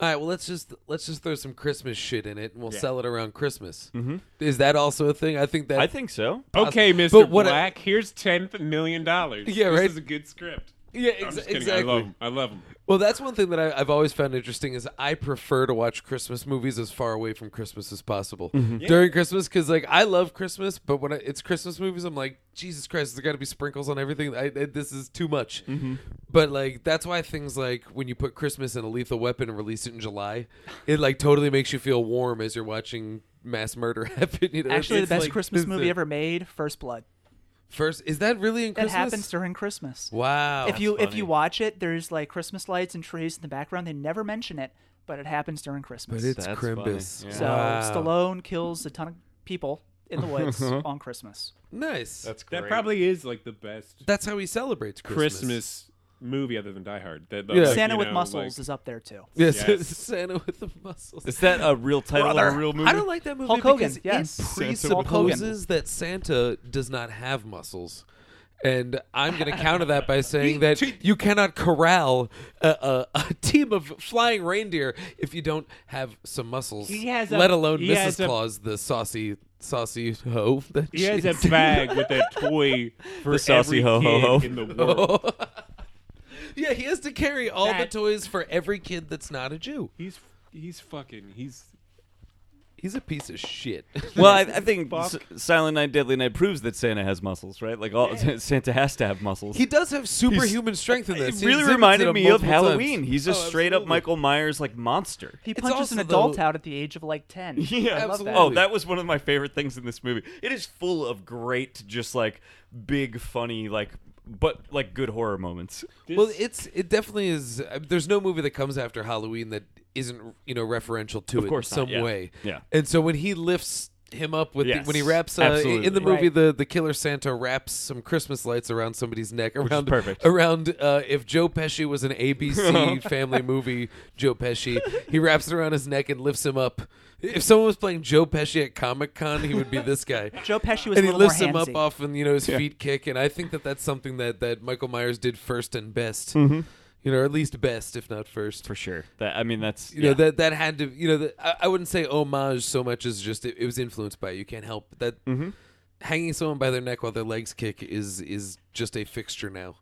B: All right, well let's just let's just throw some Christmas shit in it and we'll sell it around Christmas. Mm-hmm. Is that also a thing? I think that
C: I think so.
E: Okay,
B: uh, But
E: Mr.
B: what I-
E: Black, here's ten million dollars.
B: Yeah,
E: This
B: right.
E: is a good script.
B: yeah,
E: I'm
B: ex-
E: just kidding.
B: exactly.
E: I love him. I love him.
B: Well, that's one thing that I, I've always found interesting is I prefer to watch Christmas movies as far away from Christmas as possible during Christmas because like I love Christmas, but when I, it's Christmas movies, I'm like Jesus Christ, there's got to be sprinkles on everything. I, I- this is too much. But like that's why things like when you put Christmas in a Lethal Weapon and release it in July, it like totally makes you feel warm as you're watching mass murder happen. You know,
D: Actually, the
B: It's
D: best
B: like-
D: Christmas
B: it's
D: movie
B: the
D: ever made, First Blood.
B: First, is that really in
D: It
B: Christmas?
D: happens during Christmas.
B: wow.
D: if you if you watch it, there's like Christmas lights and trees in the background. They never mention it, but it happens during Christmas.
B: but it's
C: That's
B: Crimbus.
C: funny. Yeah.
D: so
B: Wow.
D: Stallone kills a ton of people in the woods on Christmas.
B: Nice.
E: That probably is like the best
B: That's how he celebrates Christmas.
E: Christmas, movie other than Die Hard. That,
B: Yeah.
E: like,
D: Santa
E: you
D: with
E: know,
D: muscles
E: like-
D: is up there too.
B: Yes,
E: Yes.
B: Santa with the muscles.
C: Is that a real title
D: Brother.
C: of a real movie?
B: I don't like that movie
D: Hulk Hogan,
B: because
D: yes.
B: it
D: Santa with
B: presupposes that Santa does not have muscles. And I'm going to counter that by saying that you cannot corral a, a, a team of flying reindeer if you don't have some muscles.
E: He has a-
B: let alone
E: he
B: Mrs.
E: has a-
B: Claus, the saucy saucy hoe. That
E: He has
B: she's-
E: a bag with a toy for
C: The saucy
E: every
C: ho, ho,
E: kid
C: ho.
E: in the world.
B: yeah, he has to carry all
E: That-
B: the toys for every kid that's not a Jew.
E: He's he's fucking he's
B: He's a piece of shit.
C: Well, I, I think S- Silent Night, Deadly Night proves that Santa has muscles, right? Like all Santa has to have muscles.
B: He does have superhuman strength in this.
C: it
B: He
C: really
B: exhibits
C: reminded
B: it
C: me of
B: multiple times.
C: Halloween. He's a
B: Oh,
C: straight up
B: absolutely.
C: Michael Myers like monster.
D: He
B: It's
D: punches
B: also
D: an
B: the-
D: adult out at the age of like ten.
C: Yeah,
D: I love that.
B: absolutely.
C: Oh, that was one of my favorite things in this movie. It is full of great, just like big, funny, like but like good horror moments.
B: Well, it's it definitely is. uh, There's no movie that comes after Halloween that isn't you know referential to it
C: course
B: in
C: not,
B: some
C: yeah.
B: way.
C: Yeah.
B: And so when he lifts him up with
C: Yes,
B: the, when he wraps uh, in- in the
C: absolutely.
B: movie
D: Right.
B: the the killer Santa wraps some Christmas lights around somebody's neck around
C: perfect.
B: around uh, if Joe Pesci was an ABC family movie Joe Pesci he wraps it around his neck and lifts him up. If someone was playing Joe Pesci at Comic Con, he would be this guy.
D: Joe Pesci
B: and
D: was a
B: he
D: little
B: lifts
D: more
B: him up
D: handsy.
B: off and you know his feet kick and i think that that's something that that michael myers did first and best you know or at least best if not first
C: Mm-hmm. For sure. That I mean that's
B: you
C: yeah.
B: know that that had to you know that I, I wouldn't say homage so much as just it, it was influenced by it. you can't help that
C: Mm-hmm.
B: hanging someone by their neck while their legs kick is is just a fixture now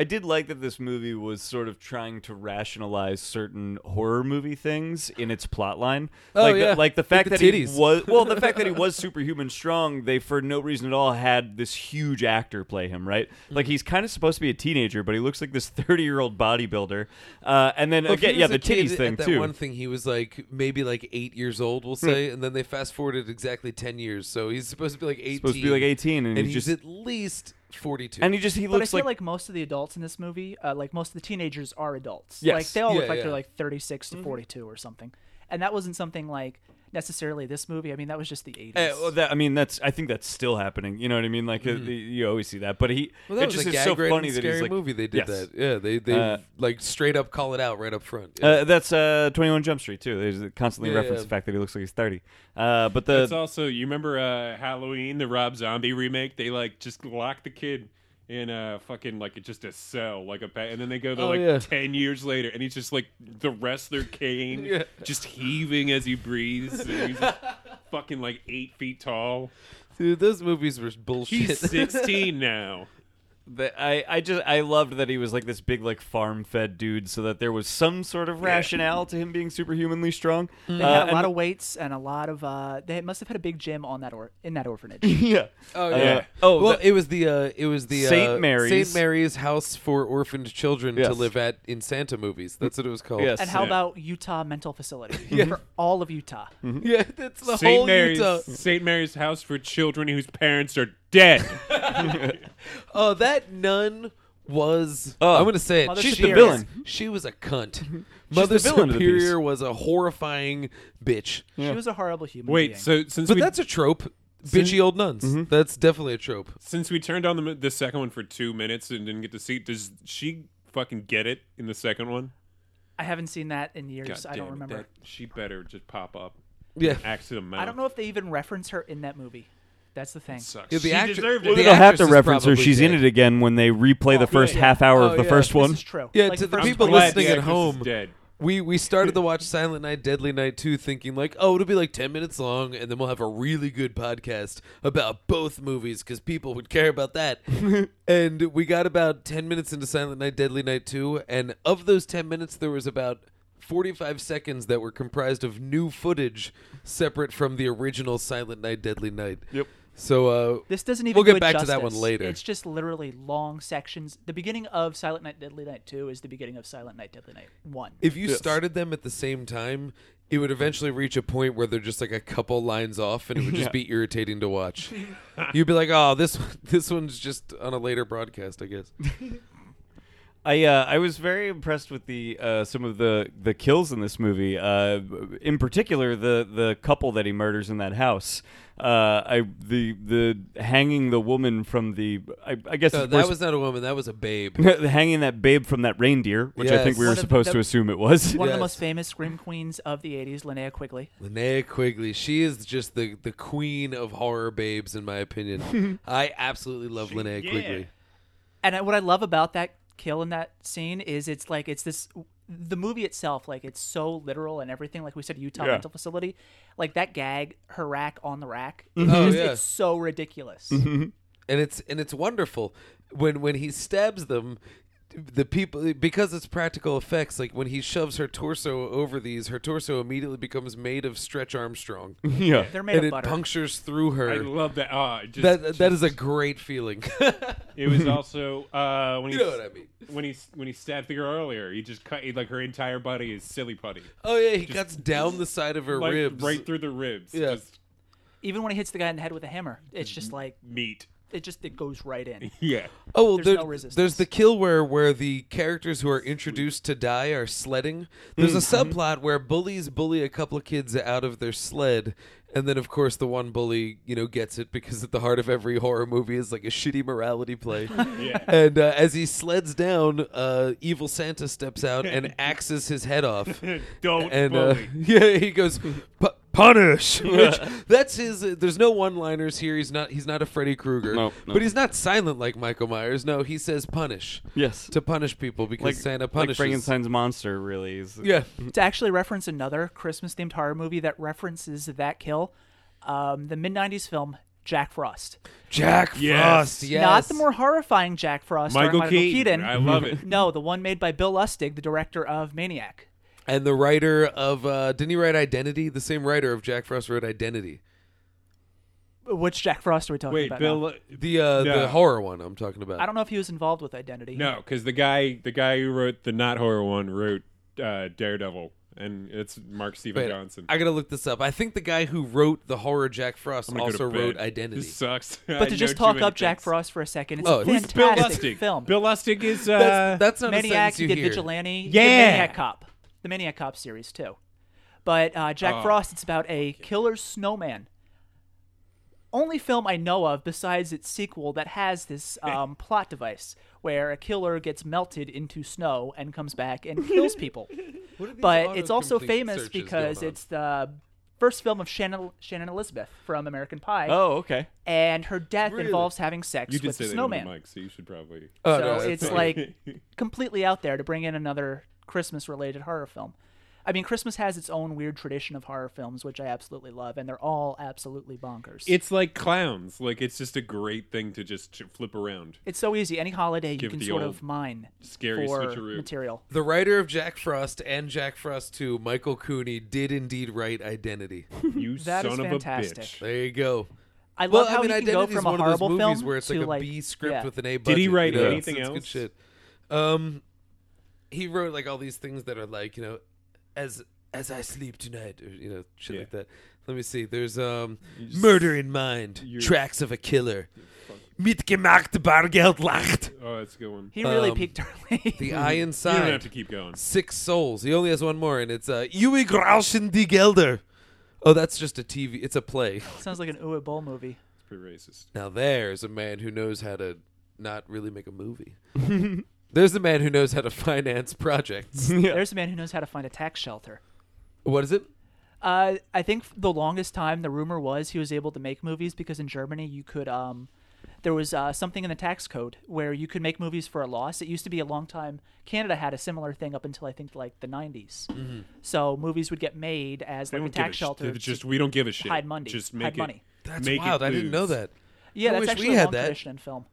C: I did like that this movie was sort of trying to rationalize certain horror movie things in its plot line.
B: Oh,
C: like
B: yeah.
C: the, like the
B: Like
C: fact
B: the
C: that he
B: titties.
C: was well, the fact that he was superhuman strong, they for no reason at all had this huge actor play him, right? Like
B: Mm-hmm.
C: he's kind of supposed to be a teenager, but he looks like this 30-year-old bodybuilder. Uh, and then
B: Well, if
C: again,
B: he
C: yeah,
B: was a
C: the
B: kid
C: titties thing
B: at that
C: too. Hmm.
B: One thing he was like maybe like eight years old, we'll say, and then they fast forwarded exactly ten years, so he's supposed to be like eighteen.
C: Supposed to be like 18 and,
B: and
C: he
B: he's
C: just
B: at least forty-two.
C: and he just he
D: But I
C: looks
D: feel like,
C: like
D: most of the adults in this movie, uh, like most of the teenagers, are adults.
C: Yes.
D: Like they all
B: Yeah,
D: look like
B: yeah.
D: they're like 36 to 42 or something, and that wasn't something like necessarily this movie. I mean, that was just the 80s.
C: Eh, well, that, I mean, that's. I think that's still happening. You know what I mean? Like uh, the- you always see that, but he.
B: Mm-hmm. Well, that
C: it
B: was
C: just
B: a
C: is
B: gag
C: so
B: right
C: funny
B: in
C: that
B: scary
C: he's like
B: movie. They did
C: yes.
B: that. Yeah, they they
C: Uh,
B: like straight up call it out right up front. Yeah.
C: Uh, that's uh, Twenty One Jump Street too. There's constantly
B: Yeah,
C: reference
B: yeah.
C: the fact that he looks like he's thirty. Uh, but the
E: It's also you remember uh, Halloween, the Rob Zombie remake. They like just lock the kid in a fucking like just a cell, like a pa- and then they go to
B: Oh,
E: like
B: yeah.
E: ten years later, and he's just like the wrestler Kane,
B: Yeah.
E: just heaving as he breathes. And he's just fucking like eight feet tall.
B: Dude, those movies were bullshit.
E: He's sixteen now.
C: The, I, I just I loved that he was like this big like farm fed dude, so that there was some sort of rationale to him being superhumanly strong.
B: Mm.
C: Uh,
D: They had a lot of weights and a lot of. Uh, they must have had a big gym on that or in that orphanage.
C: yeah.
B: Oh
C: yeah. oh,
B: well,
C: the-
B: it was the uh, it was the
C: Saint
B: uh,
C: Mary's.
B: Saint Mary's house for orphaned children to
C: Yes.
B: live at in Santa movies. That's what it was called.
C: Yes.
D: and how
E: Yeah.
D: about Utah Mental Facility for all of Utah?
C: Mm-hmm.
B: yeah, that's the
E: St.
B: whole
E: Mary's
B: Utah.
E: St. Mary's house for children whose parents are dead.
B: Oh, that nun was.
C: Oh.
B: I'm gonna say it.
D: Mother
B: She's
D: Superior.
B: the
C: villain.
B: She was a cunt. Mother
C: villain of Mm-hmm. the piece. Mm-hmm.
B: Superior was a horrifying bitch.
D: She was a horrible human.
E: Wait,
D: being.
E: so since
B: But
E: we
B: that's a trope. Bitchy old nuns.
C: Mm-hmm.
B: That's definitely a trope.
E: since we turned on the the second one for two minutes and didn't get to see, does she fucking get it in the second one?
D: I haven't seen that in years.
E: God
D: I don't
E: damn it,
D: remember.
E: that- uh, she better just pop up.
B: Yeah.
E: Axe to the mouth.
D: I don't know if they even reference her in that movie. That's the thing.
E: Sucks.
B: Yeah, the
E: she
B: actor-
E: deserved
B: Well,
E: it.
B: the
C: they'll have to
B: actress is
C: reference her.
B: probably
C: She's in
B: dead.
C: it again when they replay the first half hour
B: Oh,
C: of the
B: yeah.
C: first one.
D: This is true.
B: Yeah,
D: Like,
B: to the
D: first
B: people
D: one-
E: glad
B: listening
E: the
B: at
E: actress is
B: home,
E: dead.
B: we we started to watch Silent Night, Deadly Night 2 thinking like, oh, it'll be like 10 minutes long and then we'll have a really good podcast about both movies cuz people would care about that. and we got about 10 minutes into Silent Night, Deadly Night 2 and of those 10 minutes there was about 45 seconds that were comprised of new footage separate from the original Silent Night, Deadly Night. Yep. So uh
D: This doesn't even.
B: We'll
D: do
B: get
D: it
B: back to that
D: justice.
B: one later.
D: It's just literally long sections. The beginning of Silent Night, Deadly Night Two is the beginning of Silent Night, Deadly Night One.
B: if you started them at the same time, it would eventually reach a point where they're just like a couple lines off, and it would just be irritating to watch. You'd be like, "Oh, this one- this one's just on a later broadcast, I guess." Uh,
C: I uh, I was very impressed with the uh, some of the the kills in this movie. Uh, in particular, the the couple that he murders in that house. Uh, I the the hanging the woman from the I, I guess
B: No,
C: it's
B: that
C: worse-
B: was not a woman; that was a babe.
C: hanging that babe from that reindeer, which I
B: Yes.
C: think we were
D: One of
C: supposed
D: the-
C: to assume it was.
D: One of
B: Yes.
D: the most famous scream queens of the '80s, Linnea Quigley.
B: Linnea Quigley, she is just the the queen of horror babes, in my opinion. I absolutely love Linnea Quigley.
D: and I, what I love about that kill in that scene is it's like it's this the movie itself like it's so literal and everything like we said Utah mental facility like that gag her rack on the rack it's,
B: Oh,
D: just-
B: yeah. Mm-hmm.
D: it's so ridiculous
B: and it's and it's wonderful when when he stabs them the people because it's practical effects like when he shoves her torso over these her torso immediately becomes made of stretch armstrong
C: yeah,
D: they're made
B: and
D: of
B: it
D: butter
B: punctures through
E: I
B: her
E: love that. Ah, just,
B: that
E: just-
B: that is a great feeling
E: It was also uh, when he
B: You know what I mean.
E: when he when he stabbed the girl earlier. He just cut he, like her entire body is silly putty,
B: oh yeah he cuts down the side of her
E: like
B: ribs
E: right through the ribs.
B: Yeah.
E: Just
D: even when he hits the guy in the head with a hammer it's just like
E: meat.
D: it just it goes right in
E: Yeah,
B: Oh, well,
D: There's
B: there-
D: no resistance.
B: there's the kill where where the characters who are introduced to die are sledding. There's a
D: Mm-hmm.
B: subplot where bullies bully a couple of kids out of their sled, and then of course the one bully you know gets it because at the heart of every horror movie is like a shitty morality play. And uh, as he sleds down, uh, evil Santa steps out and axes his head off.
E: Don't
B: and
E: bully.
B: Uh, yeah, he goes. "Pu- Punish, which that's his. uh, there's no one-liners here. He's not. He's not a Freddy Krueger.
C: No, no.
B: But he's not silent like Michael Myers. No, he says punish.
C: yes,
B: To punish people because Santa
C: like
B: punishes.
C: Frankenstein's monster really is.
B: Yeah.
D: to actually reference another Christmas themed horror movie that references that kill um, the mid 90s film Jack Frost
B: Jack
E: Yes.
B: Frost. Yes.
D: not the more horrifying Jack Frost starring
E: Michael
D: Michael
E: Keaton. I love it.
D: No, the one made by Bill Lustig, the director of Maniac.
B: And the writer of uh, didn't he write Identity? The same writer of Jack Frost wrote Identity.
D: Which Jack Frost are we talking
E: Wait,
D: about?
E: Bill.
D: now?
B: The uh,
E: No.
B: the horror one I'm talking about.
D: I don't know if he was involved with Identity.
E: No, because the guy the guy who wrote the not horror one wrote uh, Daredevil, and it's Mark Steven
B: Wait,
E: Johnson.
B: I gotta look this up. I think the guy who wrote the horror Jack Frost
E: I'm gonna go
B: also
E: to bed.
B: wrote Identity.
E: This sucks.
D: But to just talk up Jack Frost for a second, it's
B: Oh,
D: a
B: who's
D: fantastic
E: Bill Lustig.
D: film.
E: Bill Lustig is uh,
B: that's, that's not
D: Maniac,
B: a sentence
D: he
B: you
D: did
B: hear.
D: Vigilante. he did
E: Yeah.
D: Maniac Cop. The Maniac Cop series, too. But uh, Jack
B: Oh.
D: Frost, it's about a killer snowman. Only film I know of besides its sequel that has this um, plot device where a killer gets melted into snow and comes back and kills people.
B: What are these
D: but it's also
B: autocomplete
D: famous
B: searches going
D: because
B: on?
D: it's the first film of Shannon, Shannon Elizabeth from American Pie,
C: Oh, okay.
D: and her death
B: Really?
D: involves having sex
E: you did
D: with
E: say
D: the
E: that
D: snowman.
E: in the mic, so you should probably.
B: Oh,
D: so
B: no, that's
D: it's
B: fine.
D: like completely out there to bring in another Christmas-related horror film. I mean, Christmas has its own weird tradition of horror films, which I absolutely love, and they're all absolutely bonkers.
E: It's like clowns. Like it's just a great thing to just ch- flip around.
D: It's so easy. Any holiday you
E: Give
D: can
E: the
D: sort
E: old
D: of mine
E: scary
D: for
E: switcheroo.
D: material.
B: The writer of Jack Frost and Jack Frost 2, Michael Cooney, did indeed write Identity.
E: You
D: That is
E: son of a
D: fantastic.
E: bitch.
B: There you go.
D: I love
B: Well,
D: how
B: I mean,
D: he can go
B: Identity is
D: from a
B: one of
D: horrible
B: those
D: film
B: movies where it's
D: to
B: like a B
D: like
B: script
D: yeah.
B: with an A budget.
E: Did he write
B: you know?
E: anything
B: It's- it's
E: else?
B: Good shit. Um, he wrote like all these things that are like you know, as as I sleep tonight, or, you know, shit like that. Let me see. There's um, murder in mind, tracks of a killer, mitgemacht Bargeld lacht.
E: Oh, that's a good one.
D: He really
B: Um,
D: peaked early.
B: The eye
E: You don't have
B: inside.
E: to keep going.
B: Six Souls. He only has one more, and it's uh, Uwe Grauschen die Gelder. Oh, that's just a TV. It's a play.
D: Sounds like an Uwe Boll movie.
E: It's pretty racist.
B: Now there's a man who knows how to not really make a movie. there's a man who knows how to finance projects.
D: There's a man who knows how to find a tax shelter.
B: what is it?
D: Uh, I think f- the longest time the rumor was he was able to make movies because in Germany you could um, there was uh, something in the tax code where you could make movies for a loss. It used to be a long time. Canada had a similar thing up until I think like the 90s. So movies would get made as
E: We
D: like a
E: don't give
D: tax
E: a
D: shelter.
E: shit.
D: to
E: Just we don't give a shit.
D: hide money.
E: Just
D: Hide
E: make it.
D: money.
B: That's
E: make it
B: wild. I didn't know
E: lose.
B: that.
D: Yeah,
B: I
D: that's
B: wish
D: actually
B: we
D: a
B: had
D: long
B: that.
D: tradition in film.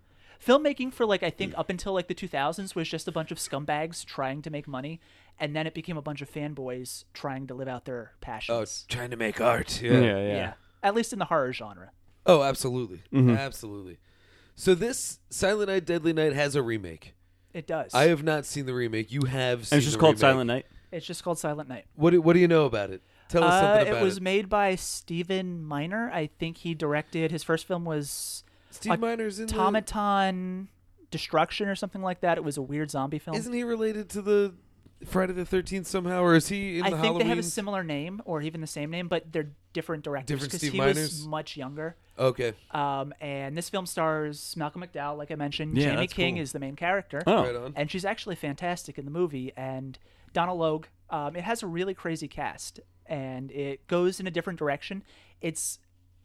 D: Filmmaking for like I think up until like the 2000s was just a bunch of scumbags trying to make money, and then it became a bunch of fanboys trying to live out their
B: Oh,
D: passions.
B: it's trying to make art. Yeah.
C: yeah, yeah.
D: yeah. at least in the horror genre.
B: Oh, absolutely,
C: Mm-hmm.
B: absolutely. So this Silent Night, Deadly Night has a remake.
D: It does.
B: I have not seen the remake. You have. Seen
C: And it's just
B: the
C: called
B: remake.
C: Silent Night.
D: It's just called Silent Night.
B: What do, What do you know about it? Tell us
D: Uh,
B: something
D: it
B: about
D: was
B: it.
D: made by Steven Miner. I think he directed his first film was
B: Steve Miner's in the-
D: Automaton Destruction or something like that. It was a weird zombie film.
B: Isn't he related to the Friday the Thirteenth somehow, or is he in
D: I
B: the
D: think
B: Halloween?
D: they have a similar name or even the same name, but they're different directors
B: Different
D: because
B: Steve
D: he
B: Miners?
D: was much younger.
B: okay.
D: Um, and this film stars Malcolm McDowell, like I mentioned.
C: Yeah,
D: Jamie
C: that's
D: King
C: cool.
D: is the main character.
C: Oh.
B: Right on.
D: and she's actually fantastic in the movie. And Donna Logue, um, it has a really crazy cast, and it goes in a different direction. It's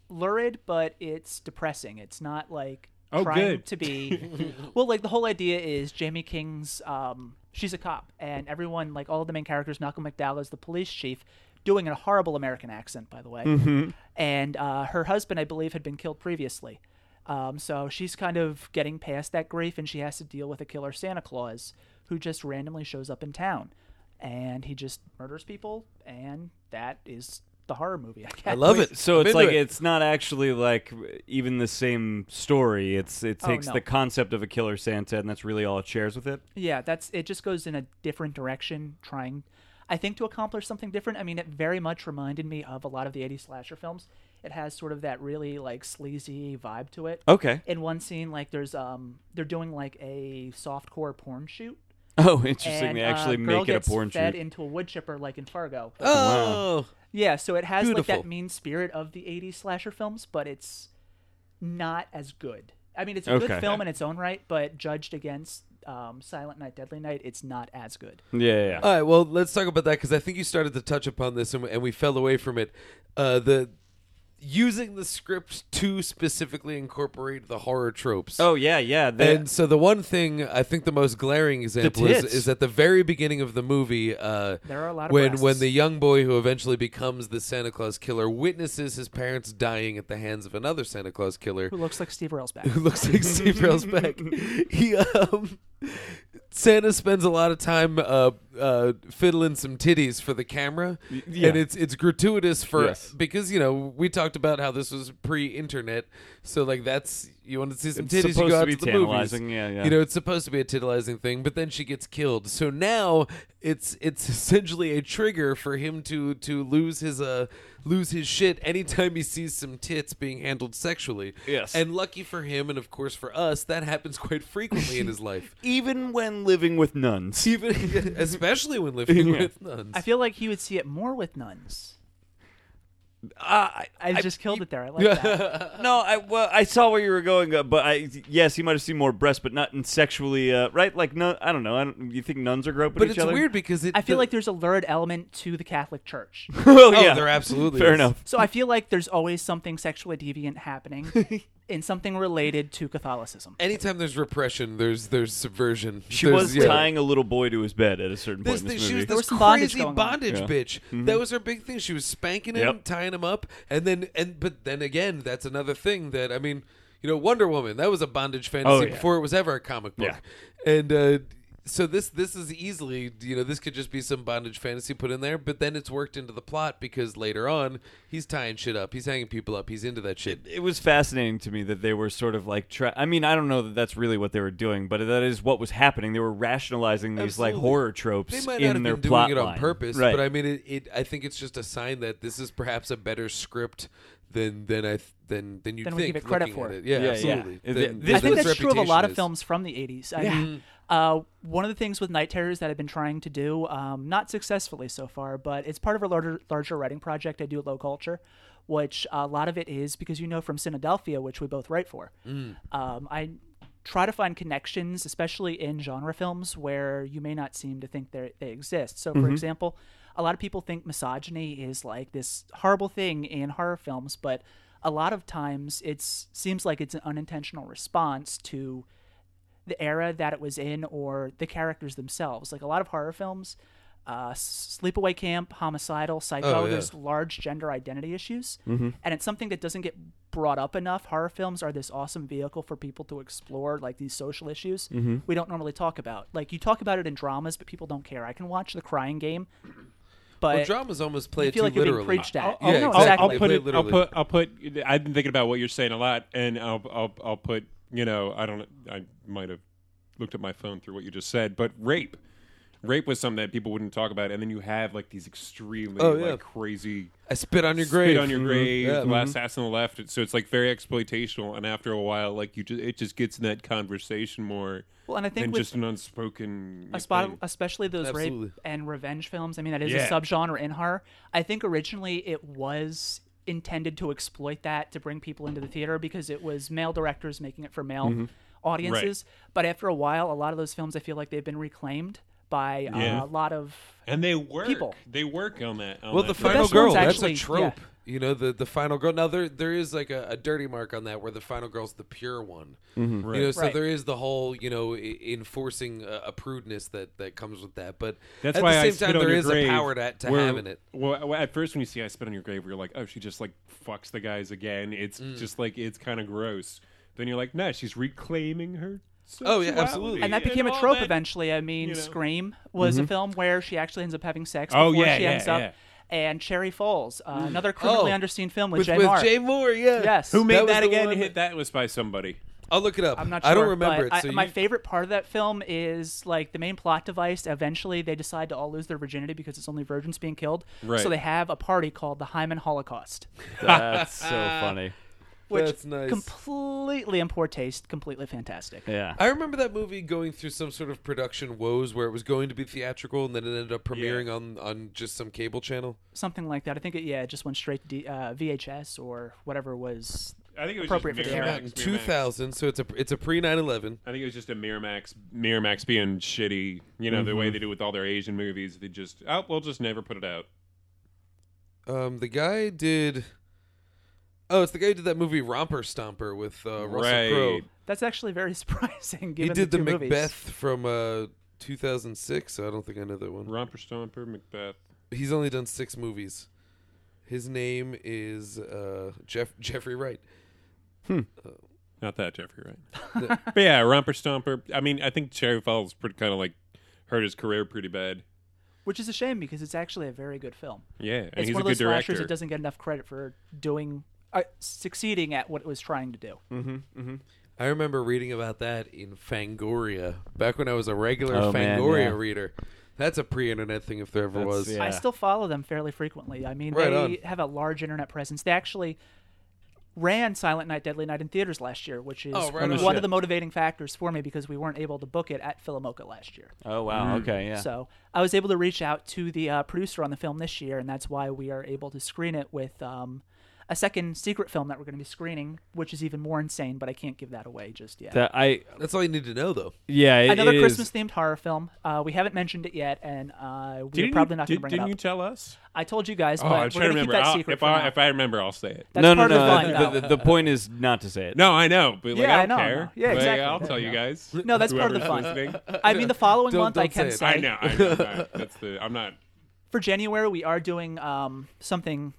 D: lurid, but it's depressing. It's not like
E: Oh,
D: trying
E: good.
D: to be. well, like the whole idea is Jamie King's. Um, she's a cop, and everyone, like all the main characters, Malcolm McDowell is the police chief. Doing a horrible American accent, by the way,
E: Mm-hmm.
D: and uh, her husband, I believe, had been killed previously. Um, so she's kind of getting past that grief, and she has to deal with a killer Santa Claus who just randomly shows up in town, and he just murders people, and that is the horror movie. I, guess.
B: I love it.
C: So
B: I'm
C: it's
B: into
C: like
B: it.
C: it's not actually like even the same story. It's it takes
D: Oh, no.
C: the concept of a killer Santa, and that's really all it shares with it.
D: Yeah, that's it. Just goes in a different direction, trying, I think, to accomplish something different. I mean, it very much reminded me of a lot of the '80s slasher films. It has sort of that really like sleazy vibe to it.
C: Okay.
D: In one scene, like there's um, they're doing like a softcore porn shoot.
C: Oh, interesting.
D: and,
C: they
D: uh,
C: actually
D: girl
C: make it a
D: gets
C: porn
D: fed
C: shoot.
D: into a wood chipper like in Fargo.
B: Oh,
D: Yeah, so it has like
B: Beautiful.
D: that mean spirit of the 80s slasher films, but it's not as good. I mean, it's a
C: Okay.
D: good film in its own right, but judged against um, Silent Night, Deadly Night, it's not as good.
C: yeah, yeah, yeah.
B: All right, well, let's talk about that because I think you started to touch upon this and, and we fell away from it. Uh, the using the script to specifically incorporate the horror tropes.
C: oh, yeah, yeah. The,
B: And so the one thing I think the most glaring example is,
C: tits.
B: is at the very beginning of the movie, uh,
D: There are a lot of
B: when when
D: breasts.
B: the young boy who eventually becomes the Santa Claus killer witnesses his parents dying at the hands of another Santa Claus killer
D: Who looks like Steve
B: who
D: Railsback.
B: looks like Steve Railsback. He um, Santa spends a lot of time uh, uh, fiddling some titties for the camera, and it's it's gratuitous for
C: Yes.
B: because you know we talked about how this was pre-internet, so like that's you want to see some
C: It's
B: titties, you
C: supposed
B: go
C: to
B: out
C: be
B: to, the movies.
C: tantalizing, yeah, yeah.
B: You know, it's supposed to be a tantalizing thing, but then she gets killed. So now it's it's essentially a trigger for him to to lose his uh lose his shit anytime he sees some tits being handled sexually.
C: Yes.
B: And lucky for him and of course for us, that happens quite frequently in his life.
C: even when living with nuns.
B: Even especially when living
C: Yeah.
B: with nuns.
D: I feel like he would see it more with nuns.
C: Uh, I,
D: I, just killed it there. I like that.
C: no, I well, I saw where you were going, uh, but I yes, you might have seen more breasts, but not in sexually uh, right. Like no, I don't know. I don't, you think nuns are groping
B: but
C: each
B: it's
C: other?
B: weird because it
D: I feel
B: the-
D: like there's a lurid element to the Catholic Church.
C: well,
B: Oh,
C: yeah,
B: there absolutely
C: fair
B: is.
C: enough.
D: So I feel like there's always something sexually deviant happening in something related to Catholicism.
B: Anytime there's repression, there's there's subversion.
C: She
B: There's-
C: was
B: yeah.
C: tying a little boy to his bed at a certain
B: This,
C: point in
B: thing,
C: this
B: she was
C: movie.
B: this
D: There was some bondage
B: crazy
D: going on.
B: bondage
C: Yeah. Mm-hmm.
B: bitch. That was her big thing. She was spanking him,
C: Yep.
B: tying him up, and then and but then again, that's another thing that I mean, you know, Wonder Woman. That was a bondage fantasy
C: Oh, yeah.
B: before it was ever a comic book. And uh, so this this is easily you know this could just be some bondage fantasy put in there, but then it's worked into the plot because later on he's tying shit up, he's hanging people up, he's into that shit.
C: it was fascinating to me that they were sort of like try- I mean I don't know that that's really what they were doing but that is what was happening they were rationalizing these like
B: Absolutely.
C: horror tropes
B: They might
C: in
B: not have
C: their
B: been doing
C: plot
B: it on
C: line.
B: purpose,
C: right.
B: but I mean, it, it. I think it's just a sign that this is perhaps a better script than than I th- than than you
D: Than
B: think.
D: we give it credit
B: looking
D: for.
B: at Yeah,
C: Yeah, yeah.
B: absolutely.
C: Is
B: Than-
C: it-
B: than
D: I think
B: its
D: that's true of a lot
B: reputation
D: of
B: is.
D: films from the 80s. I mean, uh, one of the things with Night Terrors that I've been trying to do, um, not successfully so far, but it's part of a larger, larger writing project I do at Low Culture, which a lot of it is because you know from Cynadelphia, which we both write for. Um, I try to find connections, especially in genre films where you may not seem to think they they exist. So, for example, a lot of people think misogyny is like this horrible thing in horror films, but a lot of times it seems like it's an unintentional response to the era that it was in or the characters themselves. Like a lot of horror films, uh, S- Sleepaway Camp, Homicidal, Psycho,
B: Oh, yeah. Mm-hmm.
D: there's large gender identity issues. And it's something that doesn't get brought up enough. Horror films are this awesome vehicle for people to explore like these social issues
B: Mm-hmm.
D: we don't normally talk about. Like you talk about it in dramas, but people don't care. I can watch The Crying Game, but
B: Well, dramas almost play
D: you
B: it
D: uh, feel
B: too
D: like you're
B: literally.
D: being preached at.
B: I'll-
D: Yeah,
B: I'll-
D: no,
B: I'll-
D: exactly.
B: They
E: Oh, I'll put
B: play
E: it. I'll
B: literally.
E: put. I'll put. I've been thinking about what you're saying a lot, and I'll. I'll. I'll put. You know, I don't. I might have looked at my phone through what you just said, but rape. Rape was something that people wouldn't talk about, and then you have like these extremely
B: Oh, yeah.
E: like crazy
B: I spit on your
E: spit
B: grave. Mm-hmm.
E: on your grave,
B: Yeah.
E: the last assassin on the left. So it's like very exploitational, and after a while, like you, just, it just gets in that conversation more.
D: Well, and I think
E: than
D: with
E: just an unspoken.
D: a spot,
E: thing.
D: especially those
B: Absolutely.
D: rape and revenge films. I mean, that is
E: Yeah.
D: a subgenre in horror. I think originally it was intended to exploit that to bring people into the theater because it was male directors making it for male
B: Mm-hmm.
D: audiences. But after a while, a lot of those films, I feel like they've been reclaimed by uh,
E: Yeah.
D: a lot of.
E: and they work.
D: people.
E: They work on that. on
B: Well,
E: that
B: the
E: thing.
B: final
D: best
B: girl.
D: ones
B: That's
D: actually-
B: a
D: yeah.
B: trope. You know, the the final girl. Now there there is like a, a dirty mark on that where the final girl's the pure one.
E: Mm-hmm.
B: You know, so
D: Right.
B: there is the whole you know I- enforcing a, a prudeness that that comes with that. But
E: That's
B: at
E: why
B: the
E: I
B: same
E: spit
B: time,
E: on
B: there
E: your
B: is
E: grave,
B: a power to, to
E: where-
B: having it.
E: Well, well, at first when you see I spit on your grave, you're like, oh, she just like fucks the guys again. It's
B: Mm.
E: just like it's kind of gross. Then you're like, no, she's reclaiming her.
B: Oh, yeah,
E: sexuality
B: absolutely.
D: And that became
E: all
D: a trope
E: that-
D: eventually. I mean,
E: you know.
D: Scream was
B: Mm-hmm.
D: a film where she actually ends up having sex before
E: Oh, yeah,
D: she
E: yeah,
D: ends
E: yeah.
D: up. And Cherry Falls, uh, another criminally
B: Oh.
D: underseen film with,
B: With,
D: Jay
B: with
D: Marr.
B: Jay Moore, yeah.
D: Yes.
E: Who made that,
B: was the
E: again?
B: one
E: Hit that was by somebody.
B: I'll look it up.
D: I'm not sure.
B: I don't remember
D: but
B: it.
D: I-
B: so
D: my
B: you-
D: favorite part of that film is like the main plot device. Eventually, they decide to all lose their virginity because it's only virgins being killed.
E: Right.
D: So they have a party called the Hyman Holocaust,
C: that's so funny
D: which
B: That's nice.
D: completely in poor taste, completely fantastic.
C: yeah
B: I remember that movie going through some sort of production woes where it was going to be theatrical and then it ended up premiering on, on just some cable channel.
D: Something like that. I think it, yeah, it just went straight to D, uh, VHS or whatever was.
E: I think it was
D: Appropriate for
E: just
D: the era.
B: Back in
E: Miramax. Miramax.
B: 2000, so it's a it's a pre 9/11.
E: I think it was just a Miramax, Miramax being shitty. You know the
B: Mm-hmm.
E: way they do with all their Asian movies. They just oh, we'll just never put it out.
B: Um, the guy did. Oh, it's the guy who did that movie Romper Stomper with uh, Russell
E: Right.
B: Crowe.
D: That's actually very surprising.
B: He
D: Given
B: did the,
D: two
B: Macbeth
D: Movies.
B: from uh, 2006. I don't think I know that one.
E: Romper Stomper, Macbeth.
B: He's only done six movies. His name is uh, Jeff Jeffrey Wright.
E: Not that Jeffrey Wright. but yeah, Romper Stomper. I mean, I think Cherry Falls pretty kind of like hurt his career pretty bad.
D: Which is a shame because it's actually a very good film.
E: Yeah, and
D: it's
E: he's
D: one
E: a
D: of those
E: good director.
D: slashers that doesn't get enough credit for doing, uh, succeeding at what it was trying to do.
B: I remember reading about that in Fangoria back when I was a regular
C: Oh, man,
B: Fangoria
C: yeah.
B: reader. That's a pre-internet thing if there ever
C: That's-
B: was.
C: yeah.
D: I still follow them fairly frequently. I mean,
B: Right
D: they
B: on.
D: have a large internet presence. They actually ran Silent Night, Deadly Night in theaters last year, which is
B: Oh, right
D: one
B: on.
D: of the motivating factors for me because we weren't able to book it at Philomoka last year.
C: oh wow okay yeah
D: Mm. So I was able to reach out to the uh, producer on the film this year, and that's why we are able to screen it with um, a second secret film that we're going to be screening, which is even more insane, but I can't give that away just yet.
C: That I
B: That's all you need to know, though.
C: yeah. it-
D: Another
C: it is-
D: Christmas themed horror film. Uh, we haven't mentioned it yet, and uh, we're
E: you-
D: probably not
E: did-
D: going to bring it
E: didn't
D: up.
E: you tell us?
D: I told you guys,
E: Oh,
D: but
E: I'm trying
D: we're
E: to
D: going to keep
E: remember.
D: that
E: I'll-
D: secret
E: if
D: for
E: I
D: now.
E: if I remember, I'll say it.
D: That's
C: no, no,
D: part
C: no.
D: of the fun,
C: the,
D: though.
C: the, the point is not to say it.
E: No, I know, but like
D: Yeah,
E: I
D: I
E: don't
D: know, I
E: care.
D: know. Yeah,
E: Like,
D: exactly.
E: I'll tell you guys.
D: No, that's part of the
E: Whoever's
D: fun.
E: listening.
D: I mean, the following
B: Don't-
D: month I
B: don't
D: can
B: say it.
D: say.
E: I know. I know. I- That's the. I'm not.
D: for January, we are doing um, something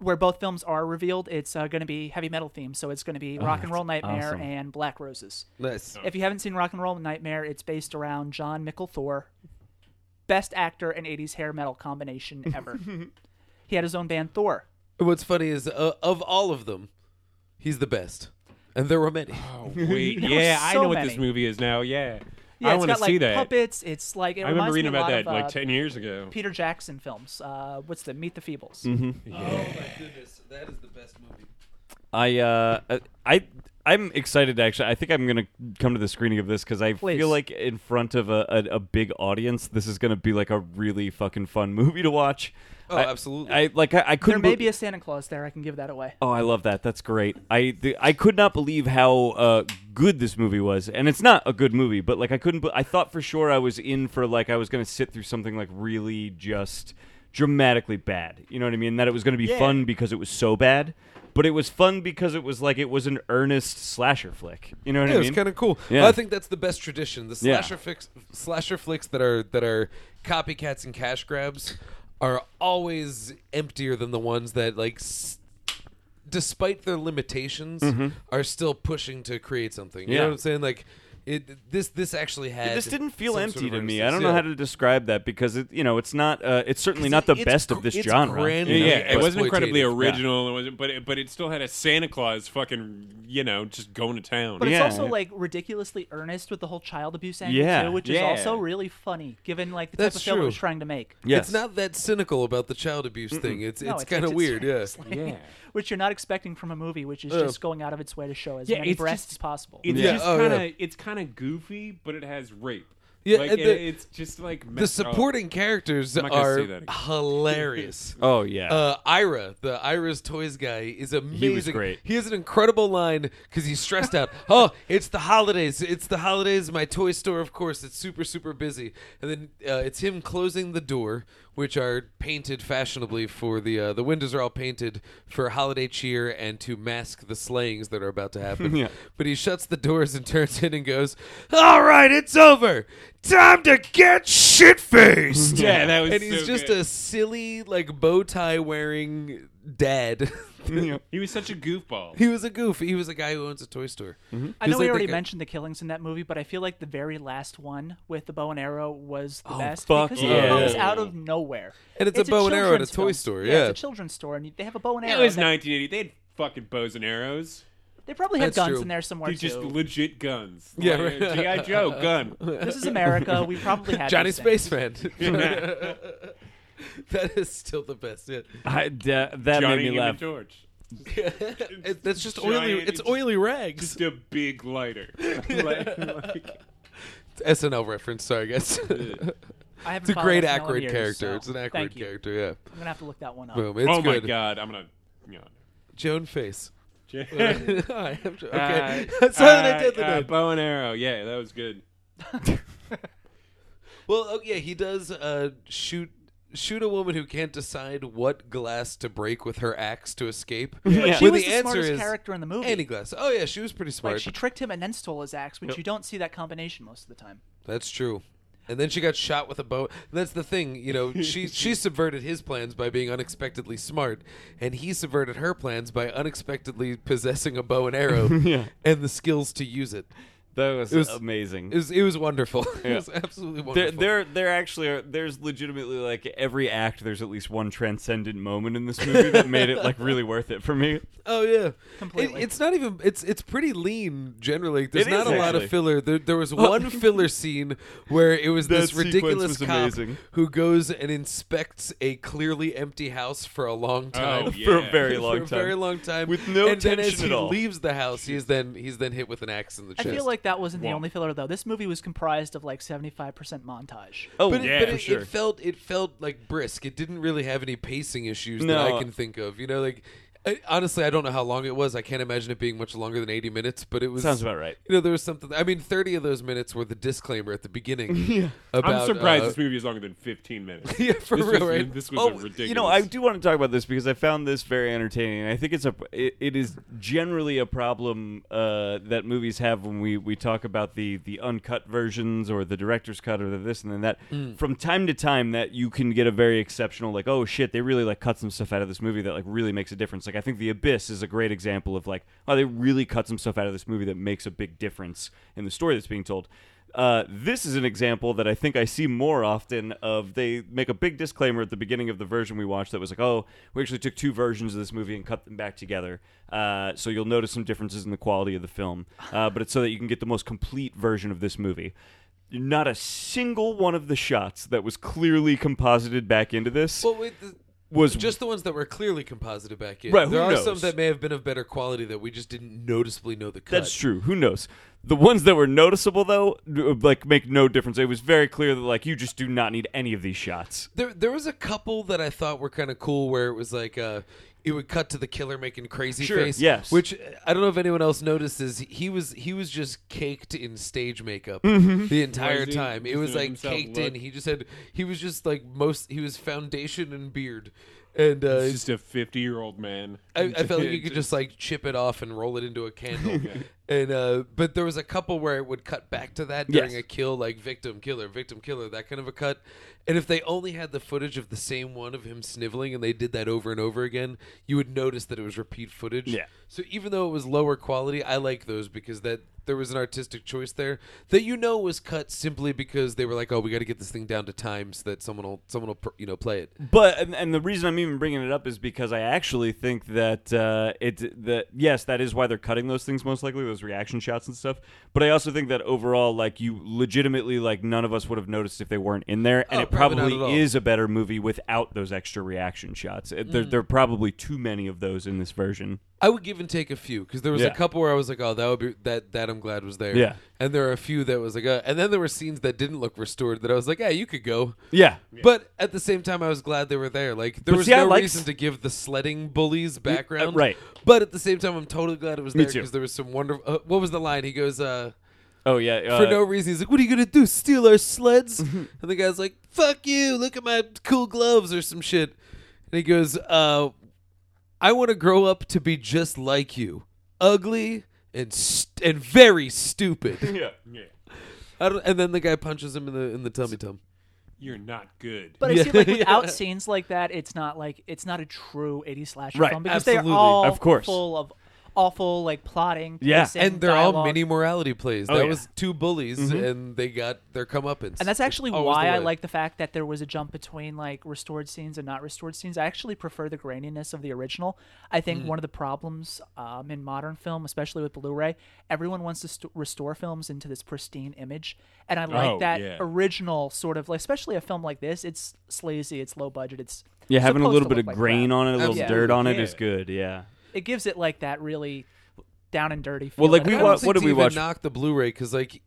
D: where both films are revealed. It's uh, going to be heavy metal themed, so it's going to be Rock and Roll Nightmare
C: Oh, awesome.
D: and Black Roses.
B: Nice.
D: If you haven't seen Rock and Roll Nightmare, it's based around John Micklethor, best actor and 80s hair metal combination ever. he had his own band, Thor.
B: What's funny is uh, of all of them, he's the best, and there were many.
E: Oh wait, yeah, I
D: so
E: know what this
D: many.
E: movie is now. Yeah,
D: Yeah,
E: I
D: it's
E: want to
D: got
E: see
D: like
E: that.
D: puppets. It's like it
E: I remember
D: reminds
E: reading
D: me a
E: about
D: lot
E: that
D: of,
E: like
D: uh,
E: ten years ago.
D: Peter Jackson films. Uh, what's the Meet the Feebles?
B: Oh my goodness, that is the best movie.
C: I uh, I I'm excited actually. I think I'm gonna come to the screening of this because I
D: Please.
C: feel like in front of a, a, a big audience, this is gonna be like a really fucking fun movie to watch.
B: Oh,
C: I-
B: absolutely.
C: I like I, I
D: There
C: couldn't
D: may
C: be-
D: be a Santa Claus there. I can give that away.
C: Oh, I love that. That's great. I the, I could not believe how uh, good this movie was, and it's not a good movie, but like I couldn't. be- I thought for sure I was in for like I was going to sit through something like really just dramatically bad. You know what I mean? That it was going to be fun because it was so bad, but it was fun because it was like it was an earnest slasher flick. You know what
B: Yeah,
C: I
B: it's
C: mean?
B: kind of cool.
C: Yeah.
B: I think that's the best tradition. The
C: Yeah.
B: slasher flicks, slasher flicks that are that are copycats and cash grabs, are always emptier than the ones that like, s- despite their limitations, are still pushing to create something. You
C: Mm-hmm. Yeah.
B: know what I'm saying? Like, it this this actually had
C: this didn't feel
B: some
C: empty
B: sort of
C: to me.
B: earnestness.
C: I don't know
B: Yeah.
C: how to describe that because it, you know, it's not. Uh, it's certainly not the
B: It's
C: best
B: gr-
C: of this
B: it's
C: genre.
B: grand-
E: Yeah,
B: you know,
E: yeah, it wasn't
B: exploitative.
E: incredibly
B: Yeah.
E: original, it wasn't, but it, but it still had a Santa Claus fucking, you know, just going to town.
D: But it's
C: Yeah.
D: also like ridiculously earnest with the whole child abuse angle
C: Yeah.
D: too, which is
C: Yeah.
D: also really funny given like the
B: That's
D: type of film it
B: true.
D: was trying to make.
C: Yes.
B: It's not that cynical about the child abuse thing. It's
D: No,
B: it's kind of
D: it's-
B: weird. Yeah.
D: it's like- Which you're not expecting from a movie, which is
B: Uh.
D: just going out of its way to show as
E: Yeah,
D: many
E: it's
D: breasts
E: just-
D: as possible.
E: It's
B: Yeah.
E: just
B: Oh,
E: kind of
B: yeah.
E: it's kind of goofy, but it has rape.
B: Yeah,
E: like,
B: and
E: it-
B: the-
E: it's just like
B: The
E: messed up.
B: supporting characters
E: not gonna
B: are
E: say that again.
B: hilarious.
C: Oh yeah.
B: Uh, Ira, the Ira's Toys guy, is amazing.
C: was great.
B: He has an incredible line because he's stressed out. Oh, it's the holidays. It's the holidays. My toy store, of course, it's super, super busy. And then uh, it's him closing the door, which are painted fashionably for the uh, the windows are all painted for holiday cheer and to mask the slayings that are about to happen.
C: Yeah.
B: But he shuts the doors and turns in and goes, "All right, it's over. Time to get shit faced."
E: Yeah, that was
B: and he's
E: so
B: just
E: good.
B: a silly like bow tie wearing dad.
E: He was such a goofball.
B: he was a goof. He was a guy who owns a toy store.
E: Mm-hmm.
D: I know
B: He's
D: we
B: like the
D: already
B: guy-
D: mentioned the killings in that movie, but I feel like the very last one with the bow and arrow was the best
C: fuck
D: because
C: yeah.
D: it comes out of nowhere.
B: Oh, And it's a bow and arrow at a
D: children's
B: toy
D: film.
B: store, yeah.
D: it's a children's store, and they have a bow and
E: It
D: arrow.
E: was
D: that-
E: 1980. They had fucking bows and arrows.
D: They probably had
B: That's
D: guns
B: true.
D: in there somewhere
E: Dude, just
D: too.
E: legit guns.
B: Yeah,
E: Like,
B: right.
E: GI Joe gun.
D: this is America. We probably had
B: Johnny
D: these things.
B: Spaceman. that is still the best. Yeah.
C: I, that that
E: Johnny
C: made me
E: Human
C: laugh.
E: Torch.
B: It, that's just
E: giant-
B: oily. It's
E: it's-
B: oily rags.
E: Just a big lighter. like, like,
B: SNL reference. Sorry, guys. it's
D: I haven't
B: a
D: followed
B: great
D: SNL in
B: Ackroyd
D: years,
B: character.
D: so
B: it's an
D: thank
B: Ackroyd
D: you.
B: character. Yeah.
D: I'm gonna have to look that one up.
B: Boom. It's
E: oh my
B: good.
E: god, I'm gonna. You know.
B: Joan Face.
E: J-
B: Uh, I am Jo- okay.
E: Uh,
B: That's how they
E: uh,
B: did the
E: uh,
B: name.
E: bow and arrow. Yeah, that was good.
B: Well, oh yeah, he does uh, shoot shoot a woman who can't decide what glass to break with her axe to escape.
C: Yeah.
D: She
B: Where
D: was
B: the
D: the
B: answer
D: smartest
B: is
D: character in the movie.
B: Any glass. Oh yeah, she was pretty smart.
D: Like she tricked him and then stole his axe, which you don't see that combination most of the time.
B: That's true. And then she got shot with a bow. That's the thing, you know. She she subverted his plans by being unexpectedly smart, and he subverted her plans by unexpectedly possessing a bow and arrow and the skills to use it.
C: That was,
B: It was-
C: amazing.
B: It was it was wonderful. it was absolutely
C: There,
B: wonderful.
C: there, there actually are. There's legitimately like every act. There's at least one transcendent moment in this movie that made it like really worth it for me.
B: Oh yeah,
D: Completely.
B: It, it's not even. It's it's pretty lean generally. There's
C: It
B: not
C: is,
B: a lot
C: actually.
B: of filler. There, there was
D: Oh.
B: one filler scene where it was
C: That
B: this
C: sequence
B: ridiculous
C: was
B: cop
C: amazing.
B: who goes and inspects a clearly empty house for a long time.
E: Oh, yeah.
C: For a very long
B: for a
C: time.
B: very long time,
C: With no
B: and then as
C: tension
B: he
C: at all.
B: leaves the house, he's then he's then hit with an axe in the
D: I
B: chest.
D: feel like that wasn't the
E: Whoa.
D: only filler though. This movie was comprised of like 75% montage.
C: Oh
B: but,
C: yeah,
B: it, but
C: for
B: it,
C: sure.
B: it felt it felt like brisk. It didn't really have any pacing issues
C: No.
B: that I can think of. You know, like I, honestly, I don't know how long it was. I can't imagine it being much longer than 80 minutes, but it was.
C: Sounds about right.
B: You know, there was something. I mean, 30 of those minutes were the disclaimer at the beginning. about,
E: I'm surprised
B: uh,
E: this movie is longer than 15 minutes.
B: yeah, for
E: this
B: real,
E: was,
B: right? Oh,
E: This was a ridiculous.
C: Oh, You know, I do want to talk about this because I found this very entertaining. And I think it's a it, it is generally a problem uh, that movies have when we, we talk about the the uncut versions or the director's cut or the this and then that. From time to time, that you can get a very exceptional like, oh shit, they really like cut some stuff out of this movie that like really makes a difference. Like I think The Abyss is a great example of like, oh, they really cut some stuff out of this movie that makes a big difference in the story that's being told. Uh, this is an example that I think I see more often of they make a big disclaimer at the beginning of the version we watched that was like, oh, we actually took two versions of this movie and cut them back together. Uh, so you'll notice some differences in the quality of the film, uh, but it's so that you can get the most complete version of this movie. Not a single one of the shots that was clearly composited back into this
B: Well, wait, the,
C: was
B: just the ones that were clearly composited back in.
C: Right, who
B: there are
C: knows?
B: some that may have been of better quality that we just didn't noticeably know the cut.
C: That's true. Who knows? The ones that were noticeable though, like make no difference. It was very clear that like you just do not need any of these shots.
B: There, there was a couple that I thought were kind of cool, where it was like, uh, it would cut to the killer making crazy
C: Sure,
B: face.
C: yes.
B: which uh, I don't know if anyone else notices. He was he was just caked in stage makeup
C: Mm-hmm.
B: the entire
E: Was he?
B: time. It
E: Just
B: was
E: doing
B: like
E: himself
B: caked in.
E: look.
B: He just had he was just like most. He was foundation and beard, and uh,
E: It's just a 50 year old man.
B: I, I felt like you could just like chip it off and roll it into a candle. And uh, but there was a couple where it would cut back to that during
C: Yes.
B: a kill, like victim killer, victim killer, that kind of a cut. And if they only had the footage of the same one of him sniveling, and they did that over and over again, you would notice that it was repeat footage.
C: Yeah.
B: So even though it was lower quality, I like those because that there was an artistic choice there that you know was cut simply because they were like, oh, we got to get this thing down to time so that someone will someone will pr- you know play it.
C: But and, and the reason I'm even bringing it up is because I actually think that uh, it that yes, that is why they're cutting those things most likely those reaction shots and stuff. But I also think that overall, like you legitimately like none of us would have noticed if they weren't in there, and
B: Oh,
C: it
B: probably not
C: probably
B: at all.
C: is a better movie without those extra reaction shots. It,
B: Mm.
C: there, there are probably too many of those in this version.
B: I would give and take a few because there was
C: Yeah.
B: a couple where I was like, "Oh, that would be that. That I'm glad was there."
C: Yeah.
B: and there are a few that was like, uh, and then there were scenes that didn't look restored that I was like, "Yeah, you could go."
C: Yeah,
B: But at the same time, I was glad they were there. Like there
C: But
B: was
C: see, I
B: no
C: liked-
B: reason to give the sledding bullies background,
C: right.
B: But at the same time, I'm totally glad it was
C: Me
B: there
C: too.
B: because there was some wonderful. Uh, what was the line? He goes, uh,
C: Oh yeah, uh, Mm-hmm.
B: "For no reason." He's like, "What are you gonna do? Steal our sleds?" and the guy's like, "Fuck you! Look at my cool gloves or some shit." And he goes, uh, I want to grow up to be just like you, ugly and st- and very stupid.
E: Yeah. yeah.
B: I don't, and then the guy punches him in the in the tummy tum.
E: You're not good.
D: But I
B: Yeah.
D: see, like without
B: Yeah.
D: scenes like that, it's not like it's not a true 80s slasher
C: Right,
D: film because
B: absolutely.
D: they're all
C: Of course.
D: full of awful like plotting.
C: Yeah.
D: pacing,
B: And they're all
D: dialogue.
B: mini morality plays. that
C: Oh, yeah. Mm-hmm.
B: was two bullies, and they got their comeuppance.
D: And that's actually
B: It's always
D: why
B: the
D: I
B: way.
D: like the fact that there was a jump between like restored scenes and not restored scenes. I actually prefer the graininess of the original. I think one of the problems um, in modern film, especially with Blu-ray, everyone wants to st- restore films into this pristine image, and I like
E: Oh,
D: that
E: yeah.
D: original sort of like, especially a film like this. It's sleazy, it's low budget, it's
C: yeah, having a
D: supposed
C: little
D: to
C: bit
D: look
C: of
D: like
C: grain
D: crap.
C: on it, a little
B: Absolutely.
C: dirt on it is
E: Yeah.
C: good. Yeah,
D: It gives it like that really down and dirty.
C: Well, like, we
D: feeling.
B: I
D: I don't
C: wa-
B: don't
D: see-
B: think
C: what did
B: to
C: we
B: even
C: watch?
B: knock the Blu-ray because like.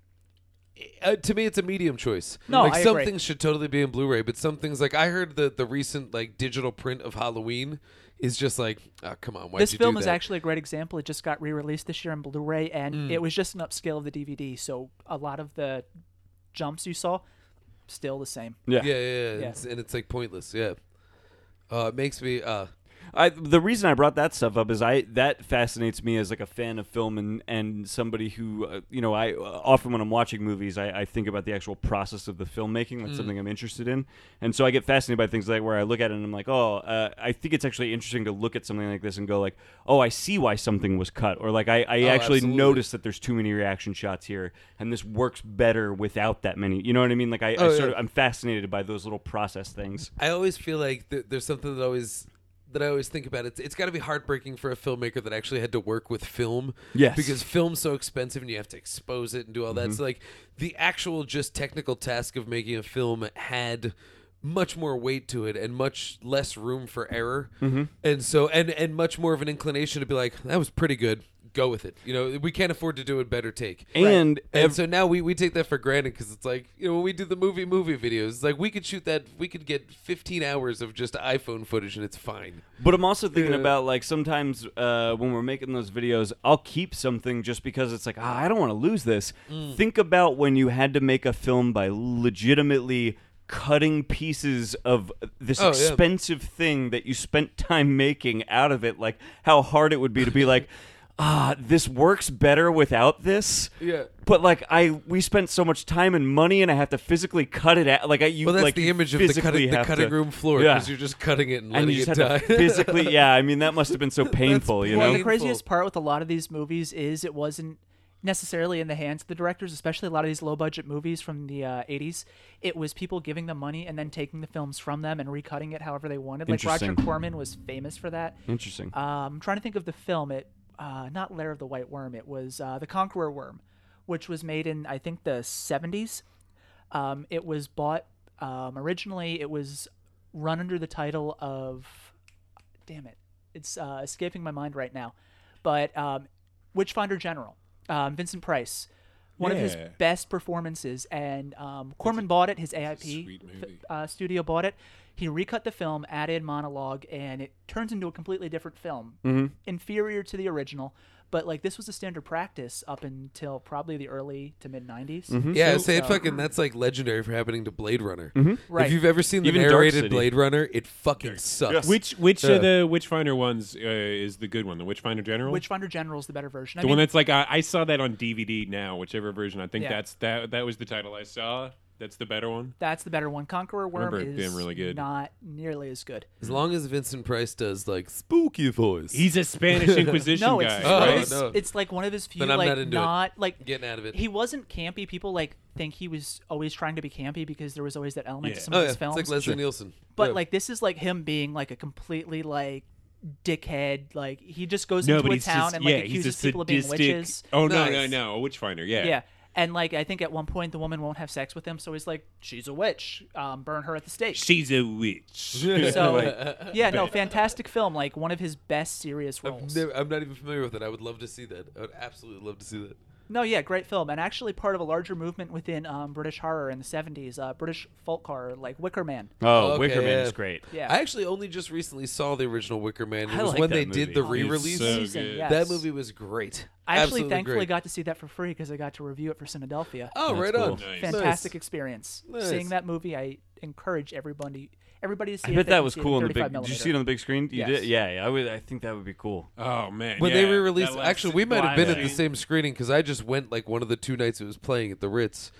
B: Uh, to me, it's a medium choice.
D: No,
B: like
D: I
B: some
D: agree.
B: things should totally be in Blu-ray, but some things like I heard that the recent like digital print of Halloween is just like, oh, come on, why
D: This
B: you
D: film
B: do
D: is
B: that? Hmm.
D: actually a great example. It just got re-released this year on Blu-ray, and it was just an upscale of the DVD. So a lot of the jumps you saw, still the same.
C: yeah.
B: yeah, yeah, yeah. And
D: Yeah.
B: It's, and it's like pointless. Yeah, uh, it makes me. Uh,
C: I, the reason I brought that stuff up is I that fascinates me as like a fan of film and and somebody who uh, you know I uh, often when I'm watching movies I, I think about the actual process of the filmmaking
B: Mm.
C: that's something I'm interested in and so I get fascinated by things like where I look at it and I'm like oh uh, I think it's actually interesting to look at something like this and go like oh I see why something was cut or like I, I actually
B: Oh, absolutely.
C: noticed that there's too many reaction shots here and this works better without that many you know what I mean like I, I
B: Oh,
C: sort
B: yeah.
C: of I'm fascinated by those little process things
B: I always feel like th- there's something that always that I always think about. It's it's got to be heartbreaking for a filmmaker that actually had to work with film.
C: Yes. Mm-hmm.
B: because film's so expensive and you have to expose it and do all that. So like the actual just technical task of making a film had much more weight to it and much
C: Mm-hmm.
B: less room for error. And so and and much more of an inclination to be like that was pretty good. go with it. You know, we can't afford to do a better take.
C: And
B: And so now we, we take that for granted because it's like you know when we do the movie movie videos, it's like we could shoot that we could get 15 hours of just iPhone footage and it's fine.
C: But I'm also thinking about like sometimes uh, when we're making those videos, I'll keep something just because it's like ah, I don't want to lose this.
B: Mm.
C: Think about when you had to make a film by legitimately cutting pieces of this
B: Oh, yeah.
C: expensive thing that you spent time making out of it, like how hard it would be to be like. Ah, this works better without this.
B: Yeah.
C: but like I, we spent so much time and money, and I have to physically cut it out. Like I, you
B: Well, that's
C: like
B: the
C: you
B: image of the
C: physically
B: cutting, the
C: have to-
B: cutting room floor
C: Yeah.
B: because you're just cutting it and letting
C: And you
B: it
C: just
B: die.
C: had to physically, yeah. I mean, that must have been so painful, you
B: Well,
C: know.
D: the
B: Painful.
D: craziest part with a lot of these movies is it wasn't necessarily in the hands of the directors, especially a lot of these low budget movies from the uh, 80s. It was people giving them money and then taking the films from them and recutting it however they wanted. Like Roger
C: Interesting.
D: Corman was famous for that.
C: Interesting.
D: Um, I'm trying to think of the film. It uh, not Lair of the White Worm. It was uh, the Conqueror Worm, which was made in I think the 70s. Um, it was bought um, originally. It was run under the title of, damn it, it's uh, escaping my mind right now, but um, Witchfinder General, um, Vincent Price. One of his
E: Yeah.
D: best performances, and um, Corman bought it. His AIP
E: sweet
D: f-
E: movie.
D: uh, studio bought it. He recut the film, added monologue, and it turns into a completely different film,
E: Mm-hmm.
D: inferior to the original. But like this was a standard practice up until probably the early to mid '90s.
E: Mm-hmm.
B: Yeah, say it fucking. That's like legendary for happening to Blade Runner.
D: Right.
B: If you've ever seen the
C: Mm-hmm. Even Dark
B: narrated
C: City.
B: Blade Runner, it fucking sucks.
E: Which which of the Witchfinder ones uh, is the good one? The Witchfinder General.
D: Witchfinder General is the better version. I
E: the
D: mean,
E: one that's like I, I saw that on DVD now, whichever version. I think
D: Yeah.
E: that's that that was the title I saw. That's the better one.
D: that's the better one. Conqueror Worm
E: remember it
D: is
E: being really good.
D: not nearly as good.
B: As long as Vincent Price does like spooky voice,
E: He's a Spanish Inquisition
D: No,
E: guy.
D: it's,
B: Oh,
E: right?
D: it's,
B: no.
D: it's like one of his few
B: Then I'm
D: like
B: not into it.
D: like
B: Getting out of it.
D: He wasn't campy. People like think he was always trying to be campy because there was always that
E: Yeah.
D: element to some
B: oh
D: of
B: yeah,
D: his
B: it's
D: films.
B: like Leslie Nielsen.
D: But
B: Yeah.
D: like this is like him being like a completely like dickhead. Like he just goes
E: No,
D: into
E: but
D: a
E: he's
D: town
E: just
D: and like
E: yeah, he's a
D: accuses people of being
E: sadistic-
D: witches.
E: Oh no, no,
B: Nice.
E: no, a Witchfinder. Yeah,
D: Yeah. And like I think at one point the woman won't have sex with him, so he's like, She's a witch. Um, burn her at the stake.
E: She's a witch.
D: so yeah, no, fantastic film, like one of his best serious
B: I've
D: roles.
B: never, I'm not even familiar with it. I would love to see that. I would absolutely love to see that.
D: No, yeah, great film, and actually part of a larger movement within um, British horror in the '70s, uh, British folk horror, like Wicker Man.
C: Oh,
B: Okay,
C: Wicker Man
B: yeah.
C: is great.
D: Yeah,
B: I actually only just recently saw the original Wicker Man. It
C: I
B: was
C: like
B: when
C: that
B: they
C: movie.
B: did the
E: It's
B: re-release.
E: so
D: Season,
E: good.
D: yes.
B: That movie was great.
D: I actually
B: Absolutely
D: thankfully
B: great.
D: got to see that for free because I got to review it for Cinedelphia.
B: Oh, right on.
E: cool. Nice.
D: fantastic experience.
B: Nice.
D: Seeing that movie, I encourage everybody everybody to see.
C: I
D: it if
C: bet
D: they
C: that
D: can
C: was
D: see
C: cool
D: It
C: on
D: in
C: the big.
D: 35
C: Did you see it
D: millimeter.
C: on the big screen? You
D: Yes.
C: did? Yeah, yeah, I would. I think that would be cool.
E: Oh man,
B: When
E: yeah,
B: they re-released,
E: that last-
B: actually, we might have been at the
E: scene.
B: same screening because I just went like one of the two nights it was playing at the Ritz,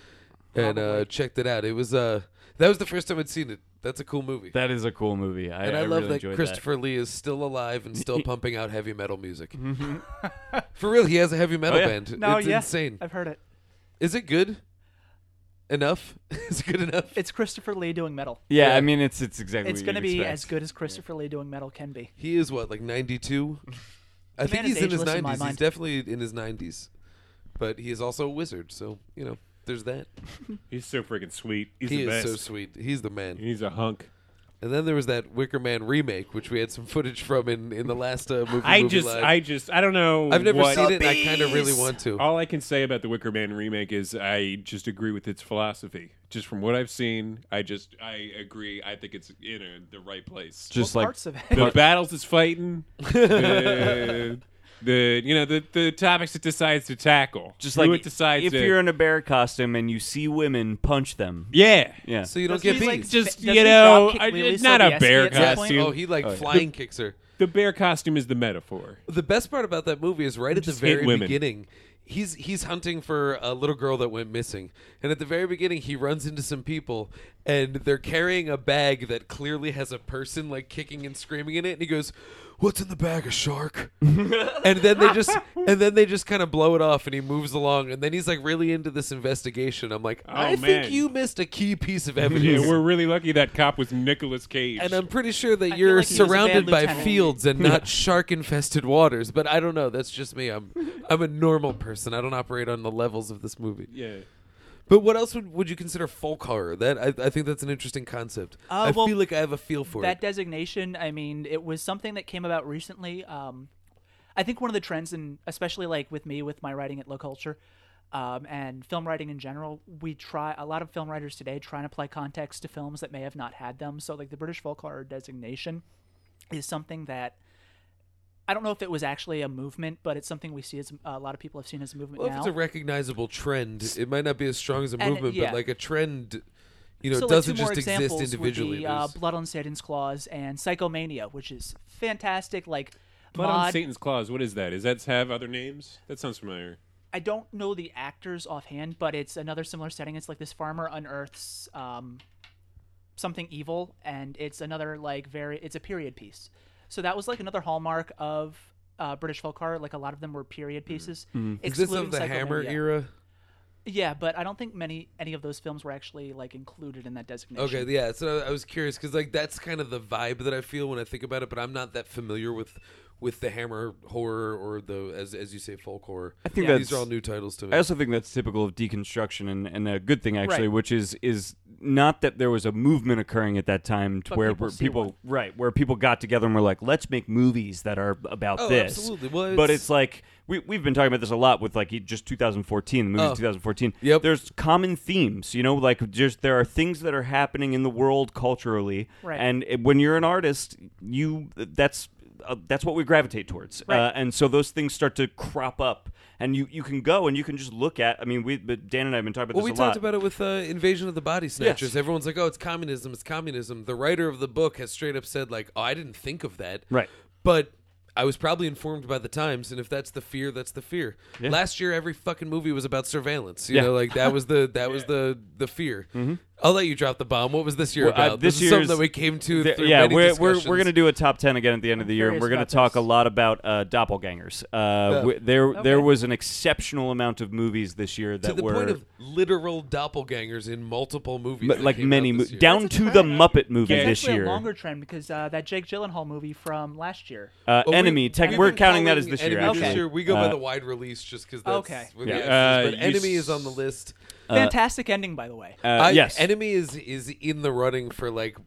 B: and uh, checked it out. It was uh, that was the first time I'd seen it. That's a cool movie,
C: That is a cool movie. I,
B: and I,
C: I
B: love
C: really
B: that
C: enjoyed
B: Christopher Lee is still alive and still pumping out heavy metal music. For real, he has a heavy metal
C: Mm-hmm. Oh, yeah.
B: band.
D: No,
B: it's
D: yeah,
B: insane.
D: I've heard it.
B: Is it good? Enough? is it good enough?
D: It's Christopher Lee doing metal.
C: that. Yeah, I mean, it's it's exactly.
D: It's
C: going to
D: be as good as Christopher Lee doing metal can be.
B: He is what, like ninety two? I think
D: man is
B: he's in his
D: ageless in my
B: nineties. He's
D: mind.
B: definitely in his nineties. But he is also a wizard, so you know, there's that.
E: He's so freaking sweet. He's
B: he
E: the
B: is
E: best.
B: so sweet. He's the man.
E: He's a hunk.
B: And then there was that Wicker Man remake, which we had some footage from in, in the last uh, movie.
E: I
B: movie
E: just,
B: live.
E: I Oh. just, I don't know.
B: I've never
E: what-
B: seen it. and I kind of really want to.
E: All I can say about the Wicker Man remake is I just agree with its philosophy. Just from what I've seen, I just I agree. I think it's in a, the right place.
C: Just like
D: Parts of it.
E: the battles it's fighting, the, the you know the the topics it decides to tackle.
C: just
E: who
C: like
E: it decides
C: if
E: to,
C: you're in a bear costume and you see women, punch them.
E: yeah
C: Yeah.
B: So you don't
D: Doesn't
B: get
D: he,
B: beat.
D: like,
E: Just,
D: doesn't
E: you
D: he
E: know,
D: dropkick
E: I-
D: Lily
E: it's not a
D: Sobieski
E: bear
D: at some
B: yes.
E: costume.
D: point?
B: Oh, he like flying kicks her.
E: the bear costume is the metaphor.
B: The best part about that movie is right at the
E: Just hit
B: very
E: women.
B: beginning. He's he's hunting for a little girl that went missing, and at the very beginning, he runs into some people, and they're carrying a bag that clearly has a person like kicking and screaming in it, and he goes, "What's in the bag? A shark?" and then they just and then they just kind of blow it off, and he moves along, and then he's like really into this investigation. I'm like, I
E: Oh, man.
B: think you missed a key piece of
E: Yeah,
B: evidence.
E: we're really lucky that cop was Nicolas Cage.
B: and I'm pretty sure that
D: feel
B: you're
D: like he was a bad
B: surrounded by
D: lieutenant.
B: fields and not shark-infested waters. But I don't know. That's just me. I'm I'm a normal person. I don't operate on the levels of this movie.
E: yeah.
B: But what else would, would you consider folk horror? That I, I think that's an interesting concept.
D: Uh,
B: I
D: well,
B: feel like I have a feel for
D: that
B: it.
D: designation i mean it was something that came about recently um I think one of the trends, and especially like with me with my writing at Low Culture, um, and film writing in general, we try a lot of film writers today trying to apply context to films that may have not had them. So like the British folk horror designation is something that. I don't know if it was actually a movement, but it's something we see as a lot of people have seen as a movement
B: Well, if
D: now.
B: it's a recognizable trend, it might not be as strong as a
D: And,
B: movement,
D: yeah.
B: but like a trend, you know,
D: so,
B: it
D: like,
B: doesn't
D: two more
B: just exist
D: examples would
B: individually.
D: Be, uh,
B: There's-
D: Blood on Satan's Claws and Psychomania, which is fantastic. Like
E: Blood
D: mod,
E: on Satan's claws. What is that? Is that have other names? That sounds familiar.
D: I don't know the actors offhand, but it's another similar setting. It's like this farmer unearths um, something evil, and it's another like very. It's a period piece, so that was like another hallmark of uh, British folk horror. Like a lot of them were period pieces.
B: Mm-hmm. is this of
D: excluding
B: the Hammer
D: Psychomania.
B: era?
D: Yeah, but I don't think many any of those films were actually like included in that designation.
B: Okay, yeah. So I was curious because like that's kind of the vibe that I feel when I think about it, but I'm not that familiar with with the Hammer horror or the as as you say folk horror. I
C: think
B: these
C: that's-
B: are all new titles to me.
C: I also think that's typical of deconstruction and, and a good thing actually,
D: Right.
C: which is is not that there was a movement occurring at that time to
D: But
C: where
D: people
C: where
D: see
C: people
D: one.
C: right where people got together and were like, let's make movies that are about
B: Oh,
C: this.
B: absolutely. Well,
C: but
B: it's-
C: it's like we we've been talking about this a lot with like e, just 2014, the movies
B: Oh.
C: 2014.
B: Yep.
C: There's common themes, you know, like just there are things that are happening in the world culturally,
D: Right.
C: and it- when you're an artist, you that's uh, that's what we gravitate towards, uh,
D: Right.
C: and so those things start to crop up, and you you can go and you can just look at. I mean, we but Dan and I have been talking about
B: well, we
C: this a
B: talked
C: lot.
B: about it with uh, Invasion of the Body Snatchers. Everyone's like, "Oh, it's communism, it's communism." The writer of the book has straight up said, "Like, oh, I didn't think of that."
C: Right.
B: But I was probably informed by the times, and if that's the fear, that's the fear. Last year, every fucking movie was about surveillance. You
C: Yeah. Mm-hmm.
B: know, like that was the that was the the fear. I'll let you drop the bomb. What was this year
C: Well, uh,
B: about?
C: this
B: is something
C: year's-
B: that we came to.
C: Th-
B: through
C: yeah,
B: many
C: we're, we're, we're
B: discussions.
C: going to do a top 10 again at the end of the year, and
D: curious
C: we're going
D: about
C: to talk
D: this.
C: a lot about uh, doppelgangers. Uh, w- there, there was an exceptional amount of movies this year that
B: to the
C: were
B: point of literal doppelgangers in multiple movies,
C: but
B: that
C: like
B: came out
C: many mo-
B: this year.
C: down
D: That's
C: to
D: a
C: the
D: trend.
C: Muppet movie
D: It's
C: this
D: actually
C: year.
D: a longer trend because uh, that Jake Gyllenhaal movie from last year.
C: uh,
B: Well, we-
C: enemy, tech,
B: we've
C: we're
B: been
C: counting that as
B: calling
C: this year.
B: Enemy
C: actually.
B: This year we go by
C: Uh,
B: the wide release just because that's
D: Okay.
B: with the
E: Yeah.
B: extras,
E: Uh,
B: but
E: you
B: Enemy
E: s-
B: is on the list.
D: Fantastic ending, by the way.
C: uh,
B: I-
C: yes.
B: Enemy is is in the running for like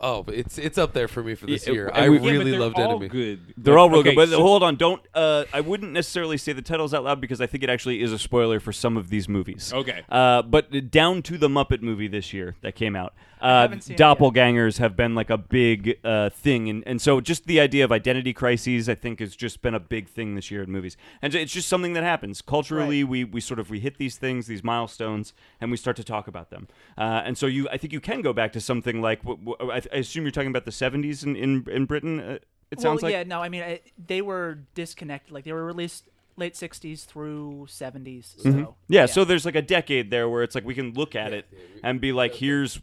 B: oh it's it's up there for me for this
C: Yeah,
B: year.
C: and
B: I
C: we-
E: Yeah, but
B: really
E: they're
B: loved
E: all
B: Enemy.
E: Good.
C: They're all real
E: Okay,
C: good, but
E: so-
C: hold on. Don't. Uh, I wouldn't necessarily say the titles out loud because I think it actually is a spoiler for some of these movies.
E: Okay.
C: Uh, but down to the Muppet movie this year that came out. Uh,
D: haven't seen it yet.
C: doppelgangers have been like a big uh, thing, and and so just the idea of identity crises, I think, has just been a big thing this year in movies, and it's just something that happens culturally. We we sort of we hit these things, these milestones, and we start to talk about them, uh, and so you, I think you can go back to something like. wh- wh- I, I assume you're talking about the '70s in in, in Britain. Uh, it sounds
D: well,
C: like
D: yeah, no, I mean I, they were disconnected. Like they were released late '60s through '70s. So
C: Mm-hmm. Yeah, so there's like a decade there where it's like we can look at it and be like, here's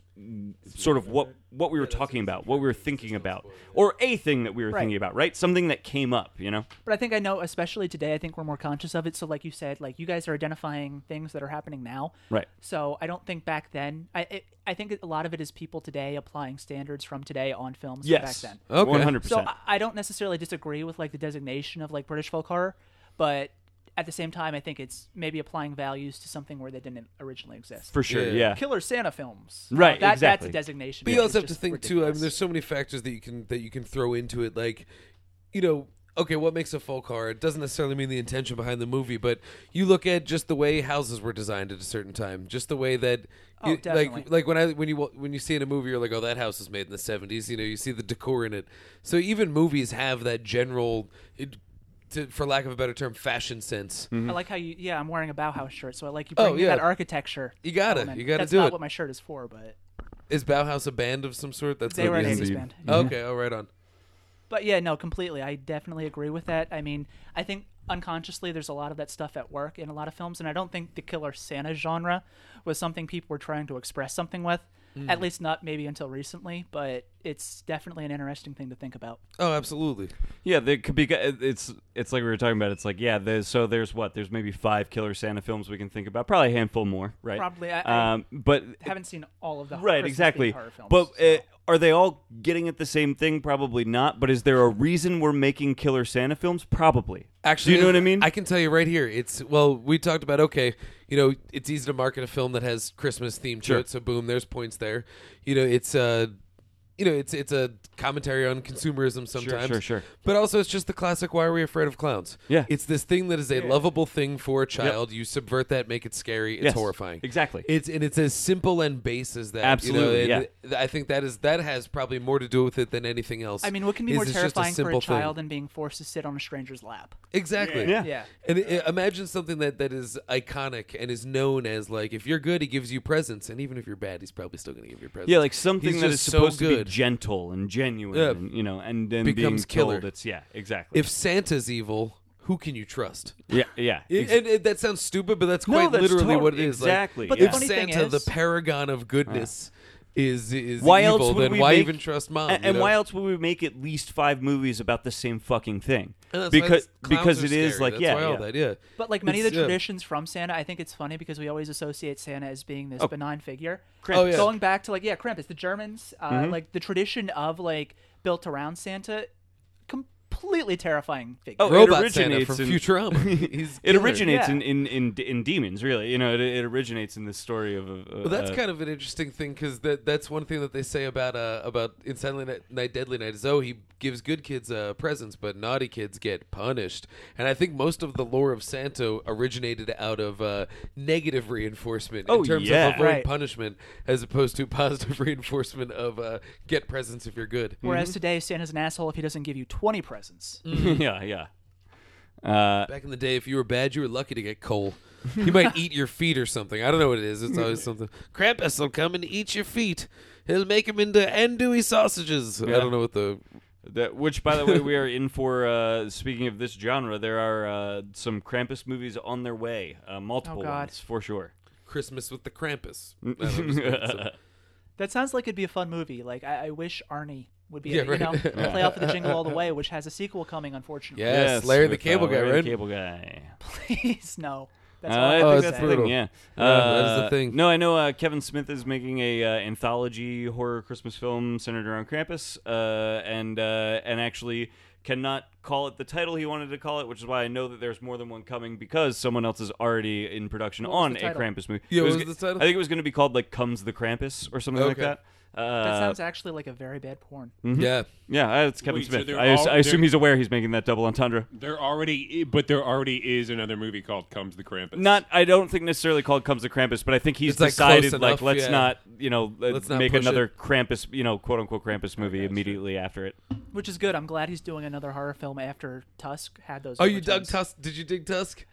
C: sort of what what we were talking about, what we were thinking about, or a thing that we were
D: Right.
C: thinking about, right? Something that came up, you know?
D: but I think I know, especially today, I think we're more conscious of it. So, like you said, like you guys are identifying things that are happening now.
C: Right.
D: So I don't think back then. I it, I think a lot of it is people today applying standards from today on films from
C: Yes,
D: back then.
B: Okay.
C: one hundred
D: So uh,
C: percent.
D: I, I don't necessarily disagree with like the designation of like British folk horror, but at the same time, I think it's maybe applying values to something where they didn't originally exist.
C: For sure,
B: Yeah.
C: yeah.
D: Killer Santa films. Uh,
C: Right,
D: That, That's
C: exactly.
D: a designation.
B: But
D: that
B: you also
D: is
B: have to
D: just
B: think too. I mean,
D: ridiculous.
B: there's so many factors that you can that you can throw into it. Like, you know, okay, what makes a folk horror? It doesn't necessarily mean the intention behind the movie, but you look at just the way houses were designed at a certain time, just the way that,
D: Oh,
B: you-
D: definitely.
B: like, like when I when you wa- when you see in a movie, you're like, oh, that house was made in the '70s. You know, you see the decor in it. So even movies have that general. It, to, for lack of a better term, fashion sense.
D: I like how you. Yeah, I'm wearing a Bauhaus shirt, so I like you bring
B: Oh,
D: me that
B: yeah.
D: architecture.
B: You gotta-
D: element.
B: you gotta
D: That's
B: do
D: not
B: it.
D: what my shirt is for, but
B: Is Bauhaus a band of some sort? That's
D: they were
B: what
D: an
B: it is.
D: 80s band.
B: Okay, oh, right on.
D: But yeah, no, completely. I definitely agree with that. I mean, I think unconsciously there's a lot of that stuff at work in a lot of films, and I don't think the killer Santa genre was something people were trying to express something with.
B: Hmm.
D: At least not maybe until recently, but it's definitely an interesting thing to think about.
B: Oh, absolutely.
C: Yeah, there could be. uh, It's it's like we were talking about. It's like yeah. There's, so there's what there's maybe five Killer Santa films we can think about. Probably a handful more, right?
D: Probably, I- I
C: um, but
D: Haven't seen all of the
C: right,
D: Christmas
C: exactly.
D: Eve horror films,
C: But
D: so-
C: uh, are they all getting at the same thing? Probably not. But is there a reason we're making Killer Santa films? Probably.
B: Actually,
C: do you know what I mean?
B: I can tell you right here. It's well, we talked about okay, you know, it's easy to market a film that has Christmas theme to
C: Sure.
B: it, so boom, there's points there. You know, it's uh you know, it's it's a commentary on consumerism sometimes.
C: sure, sure.
B: But also, it's just the classic "Why are we afraid of clowns?"
C: Yeah.
B: it's this thing that is a lovable thing for a child. You subvert that, make it scary. It's
C: Yes,
B: horrifying.
C: exactly.
B: It's and it's as simple and base as that. you know,
C: Absolutely,
B: and
C: yeah.
B: th- I think that is that has probably more to do with it than anything else.
D: I mean, what can be
B: is
D: more
B: it's just
D: terrifying for
B: simple
D: a
B: thing.
D: child than being forced to sit on a stranger's lap?
B: Exactly.
C: Yeah.
D: Yeah.
B: And i imagine something that, that is iconic and is known as like if you're good, he gives you presents, and even if you're bad, he's probably still going to give you presents.
C: Yeah, like something
B: He's
C: that
B: just
C: is supposed
B: so
C: to
B: good.
C: be gentle and genuine,
B: Yeah.
C: and, you know, and then
B: Becomes
C: being told
B: killer.
C: It's yeah, exactly.
B: if Santa's evil, who can you trust?
C: yeah, yeah,
B: It, and, and that sounds stupid, but that's quite
C: that's
B: literally
C: tot-
B: what it is. Like,
C: exactly,
D: But
C: yeah.
D: the funny
B: if
D: thing
B: Santa,
D: is-
B: the paragon of goodness, is is
C: uh, why
B: evil,
C: else would
B: then
C: we
B: why
C: make-
B: even trust mom?
C: A-
B: you
C: And,
B: know?
C: why else would we make at least five movies about the same fucking thing?
B: And that's why
C: because
B: clowns
C: because
B: are
C: it is
B: scary.
C: like
B: That's
C: yeah,
B: why all
C: yeah.
B: that, yeah.
D: But like many of
B: It's-
D: the
B: yeah.
D: traditions from Santa, I think it's funny because we always associate Santa as being this benign figure.
B: Krampus. Oh, yeah. Mm-hmm.
D: Going back to like yeah, Krampus, the Germans, uh, like the tradition of like built around Santa, completely terrifying figure.
C: Oh, it
B: Robot Santa
C: originates
B: from
C: in-
B: Futurama. He's
C: It
B: killer.
C: originates
D: Yeah.
C: in, in, in in demons, really. You know, it, it originates in this story of. a- a-
B: Well, that's
C: a-
B: kind of an interesting thing because that that's one thing that they say about uh about in Silent Night- Night, Deadly Night is oh he gives good kids uh, presents but naughty kids get punished, and I think most of the lore of Santo originated out of uh, negative reinforcement
C: Oh,
B: in terms
C: yeah.
B: of avoid
D: Right.
B: punishment as opposed to positive reinforcement of uh, get presents if you're good.
D: Whereas today, Santa's an asshole if he doesn't give you twenty presents.
C: yeah, yeah. Uh,
B: Back in the day, if you were bad, you were lucky to get coal. He might eat your feet or something. I don't know what it is. It's always something. Krampus will come and eat your feet. He'll make them into andouille sausages. I don't know what the
C: That, which, by the way, we are in for. Uh, speaking of this genre, there are uh, some Krampus movies on their way, uh, multiple
D: God.
C: ones for sure.
B: Christmas with the Krampus. I don't understand. So-
D: That sounds like it'd be a fun movie. Like I, I wish Arnie would be
B: Yeah,
D: in it, you
B: right.
D: know play off of the Jingle All the Way, which has a sequel coming, unfortunately.
B: yes, Larry the
C: with, uh,
B: Cable Guy,
C: Larry
B: right?
C: the Cable Guy.
D: Please no. That's
C: Uh,
D: all I
B: Oh,
C: I think
B: it's
C: that's
D: have
C: the
D: to say.
B: brutal.
C: thing. Yeah,
B: Yeah, that is the thing.
C: No, I know uh, Kevin Smith is making a uh, anthology horror Christmas film centered around Krampus, uh, and uh, and actually cannot call it the title he wanted to call it, which is why I know that there's more than one coming because someone else is already in production
D: was
C: on
D: the
C: a
D: title?
C: Krampus movie.
B: Yeah,
C: It
B: what was the title?
C: I think it was going to be called like "Comes the Krampus" or something like
B: Okay.
C: that. Uh,
D: That sounds actually like a very bad porn.
B: Yeah.
C: yeah, uh, it's Kevin
E: Wait, so
C: Smith.
E: they're
C: I, as-
E: all-
C: I assume
E: they're-
C: he's aware he's making that double entendre.
E: There already, i- but there already is another movie called "Comes the Krampus."
C: Not, I don't think necessarily called comes to Krampus, but I think he's
B: It's, like, close
C: decided like
B: enough,
C: let's
B: yeah.
C: not, you know, let-
B: Let's not
C: make
B: push
C: another Krampus, you know, quote unquote Krampus movie immediately after it.
D: Which is good. I'm glad he's doing another horror film after Tusk had those.
B: Oh, you dug
D: overtones.
B: Tusk? Did you dig Tusk?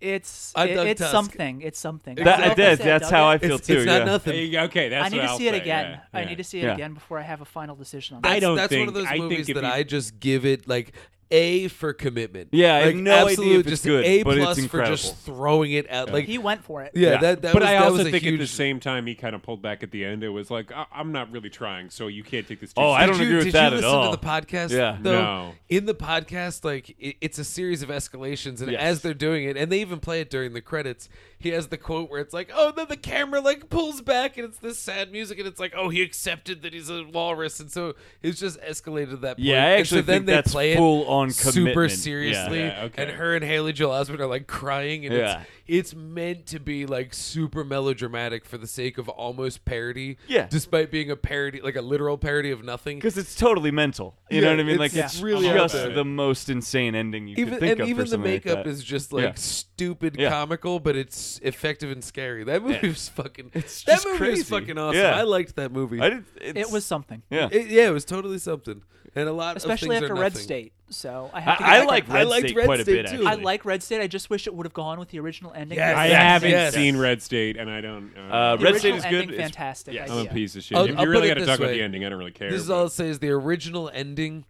D: It's
B: I
D: it-
B: dug
D: it's
B: Tusk.
D: something. It's something.
C: That, I
D: That's
C: did.
D: said,
C: That's
D: dug
C: how
D: it.
C: I feel
B: it's,
C: too.
B: it's not
C: yeah.
B: nothing.
E: Hey, Okay, that's.
D: I need
E: what
D: to
E: I'll
D: see it
E: say,
D: again.
E: yeah,
D: I
E: yeah.
D: need to see it
C: Yeah.
D: again before I have a final decision on
E: I
D: that.
E: don't
B: that's
E: think-
B: one of those
E: I think
B: movies
E: if
B: that
E: you-
B: I just give it like A for commitment.
C: Yeah, I have
B: like,
C: no idea
B: absolute
C: if it's
B: just
C: good,
B: A
C: but it's
B: plus for just
C: incredible.
B: throwing it out. Like,
D: He went for it.
B: yeah,
C: Yeah.
B: that that
E: but
B: was
E: I
B: that
E: also
B: was a
E: think at the
B: huge-
E: same time he kind of pulled back at the end. It was like I- I'm not really trying, so you can't take this. Too
C: Oh, I
E: seriously.
C: don't
B: did you,
C: agree with
B: did
C: that
B: you
C: at
B: listen
C: all.
B: to the podcast?
C: Yeah.
B: though?
E: No.
B: In the podcast, like it, it's a series of escalations, and
C: Yes.
B: as they're doing it, and they even play it during the credits. He has the quote where it's like, "Oh, then the camera like pulls back, and it's this sad music, and it's like, oh, he accepted that he's a walrus, and so it's just escalated to that point."
C: Yeah, I
B: And
C: actually
B: so then
C: think
B: they
C: that's
B: play it
C: full-on
B: super
C: commitment. Yeah.
B: seriously,
E: Yeah, okay.
B: and her and Haley Joel Osment are like crying, and
C: Yeah.
B: it's it's meant to be like super melodramatic for the sake of almost parody,
C: Yeah.
B: despite being a parody, like a literal parody of nothing.
C: Because it's totally mental. You know
B: Yeah,
C: what I mean? Like
B: it's-
C: it's
B: yeah. really
C: just
B: out there.
C: the most insane ending you
B: even
C: could think
B: and
C: of.
B: even
C: for
B: the
C: something
B: makeup
C: like that.
B: is just like
C: Yeah.
B: stupid
C: Yeah.
B: comical, but it's effective and scary. That movie was fucking.
C: It's
B: that
C: just
B: movie
C: crazy.
B: was fucking awesome.
C: Yeah.
B: I liked that movie.
C: I did, it's-
D: It was something.
C: Yeah.
B: It- yeah, it was totally something, and a lot.
D: Especially
B: of things
D: after
B: are
D: Red
B: nothing.
D: State. So I have to
C: I, I
D: get
C: like
D: back on-
C: Red
B: liked
C: State
B: Red
C: quite
B: State,
C: a bit.
B: too.
C: Actually.
D: I like Red State. I just wish it would have gone with the original ending.
B: Yes.
E: I
B: Yes.
E: haven't
B: Yes.
E: seen Red State, and I don't.
C: Uh,
E: Uh,
D: The
C: Red State
D: original
C: is
D: ending,
C: good. It's-
D: Fantastic.
C: yes.
E: I'm a
D: idea.
E: piece of shit.
B: I'll-
E: you
B: I'll put
E: really
B: it
E: got to
B: this
E: talk about
B: way.
E: the ending. I don't really care.
B: This is
E: but-
B: all it says. The original ending,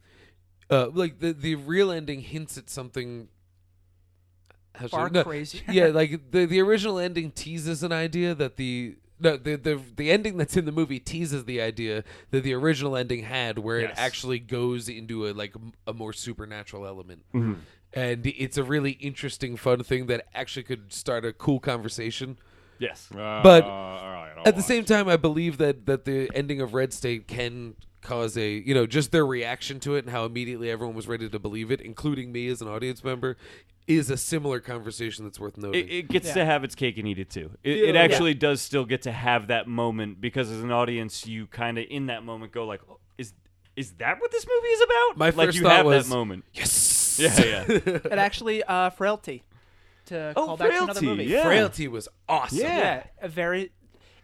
B: uh, like the the real ending, hints at something. How should I-
D: Far
B: no,
D: crazier.
B: yeah, like the the original ending teases an idea that the no the, the the ending that's in the movie teases the idea that the original ending had, where it actually goes into a like m- a more supernatural element. And it's a really interesting, fun thing that actually could start a cool conversation.
C: Yes.
E: Uh,
B: but
E: all right, I'll
B: At the
E: watch.
B: same time, I believe that that the ending of Red State can cause a you know just their reaction to it and how immediately everyone was ready to believe it, including me as an audience member, is a similar conversation that's worth noting.
C: It, it gets
D: Yeah.
C: to have its cake and eat it too. It, it
B: Yeah.
C: actually does still get to have that moment because as an audience, you kind of in that moment go like, "Oh, "Is is that what this movie is about?
B: My
C: like
B: first
C: you
B: thought
C: have
B: was-
C: that moment.
B: Yes.
C: Yeah, yeah.
D: And actually, uh, Frailty. To
C: Oh,
D: call back to another
C: Frailty,
D: movie.
C: yeah.
B: Frailty was awesome.
C: Yeah.
D: Yeah, a very.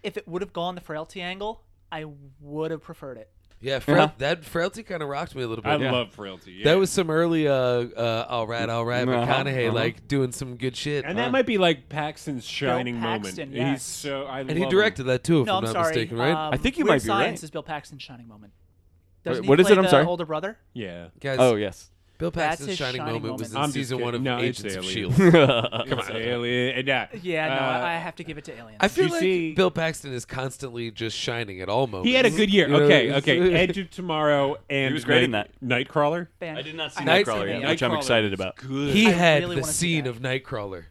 D: If it would have gone the frailty angle, I would have preferred it.
B: Yeah, frail,
C: Yeah.
B: that frailty kind of rocked me a little bit.
E: I
B: Yeah.
E: love frailty. Yeah.
B: That was some early, uh, uh, all right, all right,
C: Uh-huh,
B: McConaughey,
C: uh-huh.
B: like doing some good shit.
E: and that might be like Paxton's shining
D: Paxton,
E: moment.
D: yes.
E: He's so I
B: And he directed that too, if I'm
D: no, I'm,
B: not
D: sorry.
B: mistaken, right?
D: um,
C: I think you
D: Weird
C: might be right.
D: Science is Bill Paxton's shining moment. Doesn't
C: what
D: he
C: is
D: play
C: it? I'm
D: the
C: sorry.
D: Older brother.
E: Yeah.
B: Guys,
C: Oh yes.
B: Bill
D: that's
B: Paxton's
D: his
B: shining,
D: shining
B: moment was in
D: moment.
E: I'm just
B: season
E: kidding.
B: one of
E: No, it's
B: Agents of
E: Alien.
B: Shield.
E: Come on, alien. And, uh,
D: Yeah, no,
E: uh,
D: I I have to give it to Aliens.
B: I feel
E: You
B: like
E: see-
B: Bill Paxton is constantly just shining at all moments.
E: He had a good year.
B: You know,
E: Okay,
B: it's-
E: okay. Edge of Tomorrow and
C: was great in
E: Night- Nightcrawler.
D: Fan-
C: I did not see
D: haven't
C: Nightcrawler
D: seen
C: yet,
D: it
C: which I'm
E: Nightcrawler
C: excited
E: is
C: about.
E: Good.
B: He
D: I
B: had
D: really
B: the
D: wanna see
B: scene
D: that.
B: of Nightcrawler,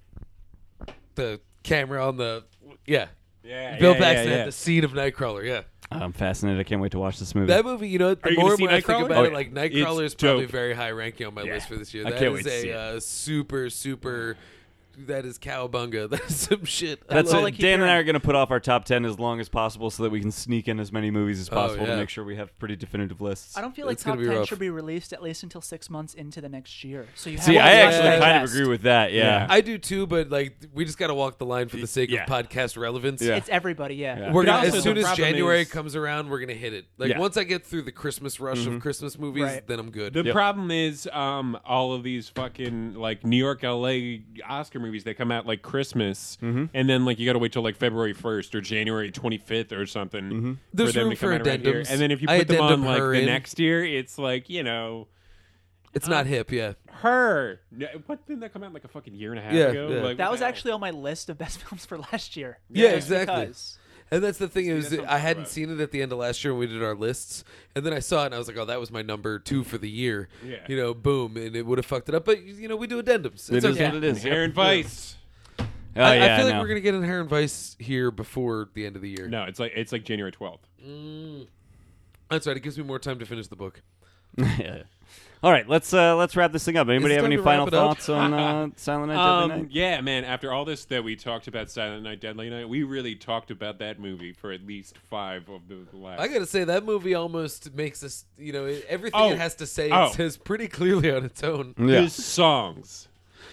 B: the camera on the yeah.
E: yeah,
B: Bill
E: yeah,
B: Paxton
E: yeah, yeah.
B: had the scene of Nightcrawler. Yeah,
C: I'm fascinated. I can't wait to watch this movie.
B: that movie. You know, the
E: Are you gonna
B: more and
E: see
B: more I think
E: Nightcrawler?
B: about
E: Oh,
B: it, like Nightcrawler
E: it's
B: is probably
E: dope.
B: very high ranking on my list for this year.
C: I
B: That is
C: can't wait to
B: a
C: see it.
B: Uh, super super. That is cowbunga. That's some shit. I
C: That's
B: love
C: it.
D: all I keep
C: Dan and I
D: hearing.
C: are going to put off our top 10 as long as possible so that we can sneak in as many movies as possible
B: Oh, yeah.
C: to make sure we have pretty definitive lists.
D: I don't feel like
B: It's gonna
D: top
B: be
D: ten
B: rough.
D: should be released at least until six months into the next year. So you have
C: See,
D: one
C: I
D: more
C: actually
D: to
C: kind of
D: digest.
C: agree with that. Yeah.
B: I do too, but like we just got to walk the line for the sake
C: Yeah.
B: of podcast relevance.
C: Yeah.
D: It's everybody, yeah.
C: Yeah.
B: We're
E: But
B: gonna,
E: also
B: as soon
E: the
B: as
E: problem
B: January
E: is-
B: comes around, we're gonna hit it. Like
C: Yeah.
B: once I get through the Christmas rush of Christmas movies,
D: Right.
B: then I'm good.
E: Mm-hmm. The problem is um, all of these fucking like New York, L.A. Oscar movies that come out like Christmas,
C: Mm-hmm.
E: and then like you got to wait till like February first or January twenty fifth or something
C: Mm-hmm.
E: for
B: There's
E: them
B: room
E: to come
B: for
E: out around here.
B: addendums.
E: And then if you
B: I
E: put them on
B: addendum
E: like
B: her
E: the
B: in.
E: next year, it's like you know
B: it's not hip, yeah.
E: her. No, What didn't that come out like a fucking year and a half
B: Yeah,
E: ago?
B: yeah.
E: Like,
D: That
E: what
D: was
E: the hell?
D: actually on my list of best films for last year.
B: Yeah,
D: Just
B: exactly.
D: because.
B: And that's the thing
E: that's
B: is,
E: what I'm
B: I
E: talking
B: hadn't
E: about.
B: seen it at the end of last year when we did our lists, and then I saw it and I was like, "Oh, that was my number two for the year."
E: Yeah.
B: You know, boom, and it would have fucked it up. But you know, we do addendums.
C: It
B: It's
C: is
B: okay.
C: what it is.
E: Inherent Vice.
C: Oh,
B: I, I
C: yeah,
B: feel like
C: no.
B: we're gonna get Inherent Vice here before the end of the year.
E: No, it's like it's like January twelfth.
B: That's right. It gives me more time to finish the book.
C: Yeah. All right, let's uh, let's wrap this thing up. Anybody
B: It's
C: have
B: time
C: any
B: to wrap
C: final
B: it up.
C: thoughts on uh, Silent Night, Deadly
E: Um,
C: Night?
E: yeah, man. After all this that we talked about, Silent Night, Deadly Night, we really talked about that movie for at least five of the last.
B: I gotta say that movie almost makes us. You know, it- everything
E: Oh.
B: it has to say
E: Oh.
B: it says pretty clearly on its own.
C: Yeah.
E: his songs.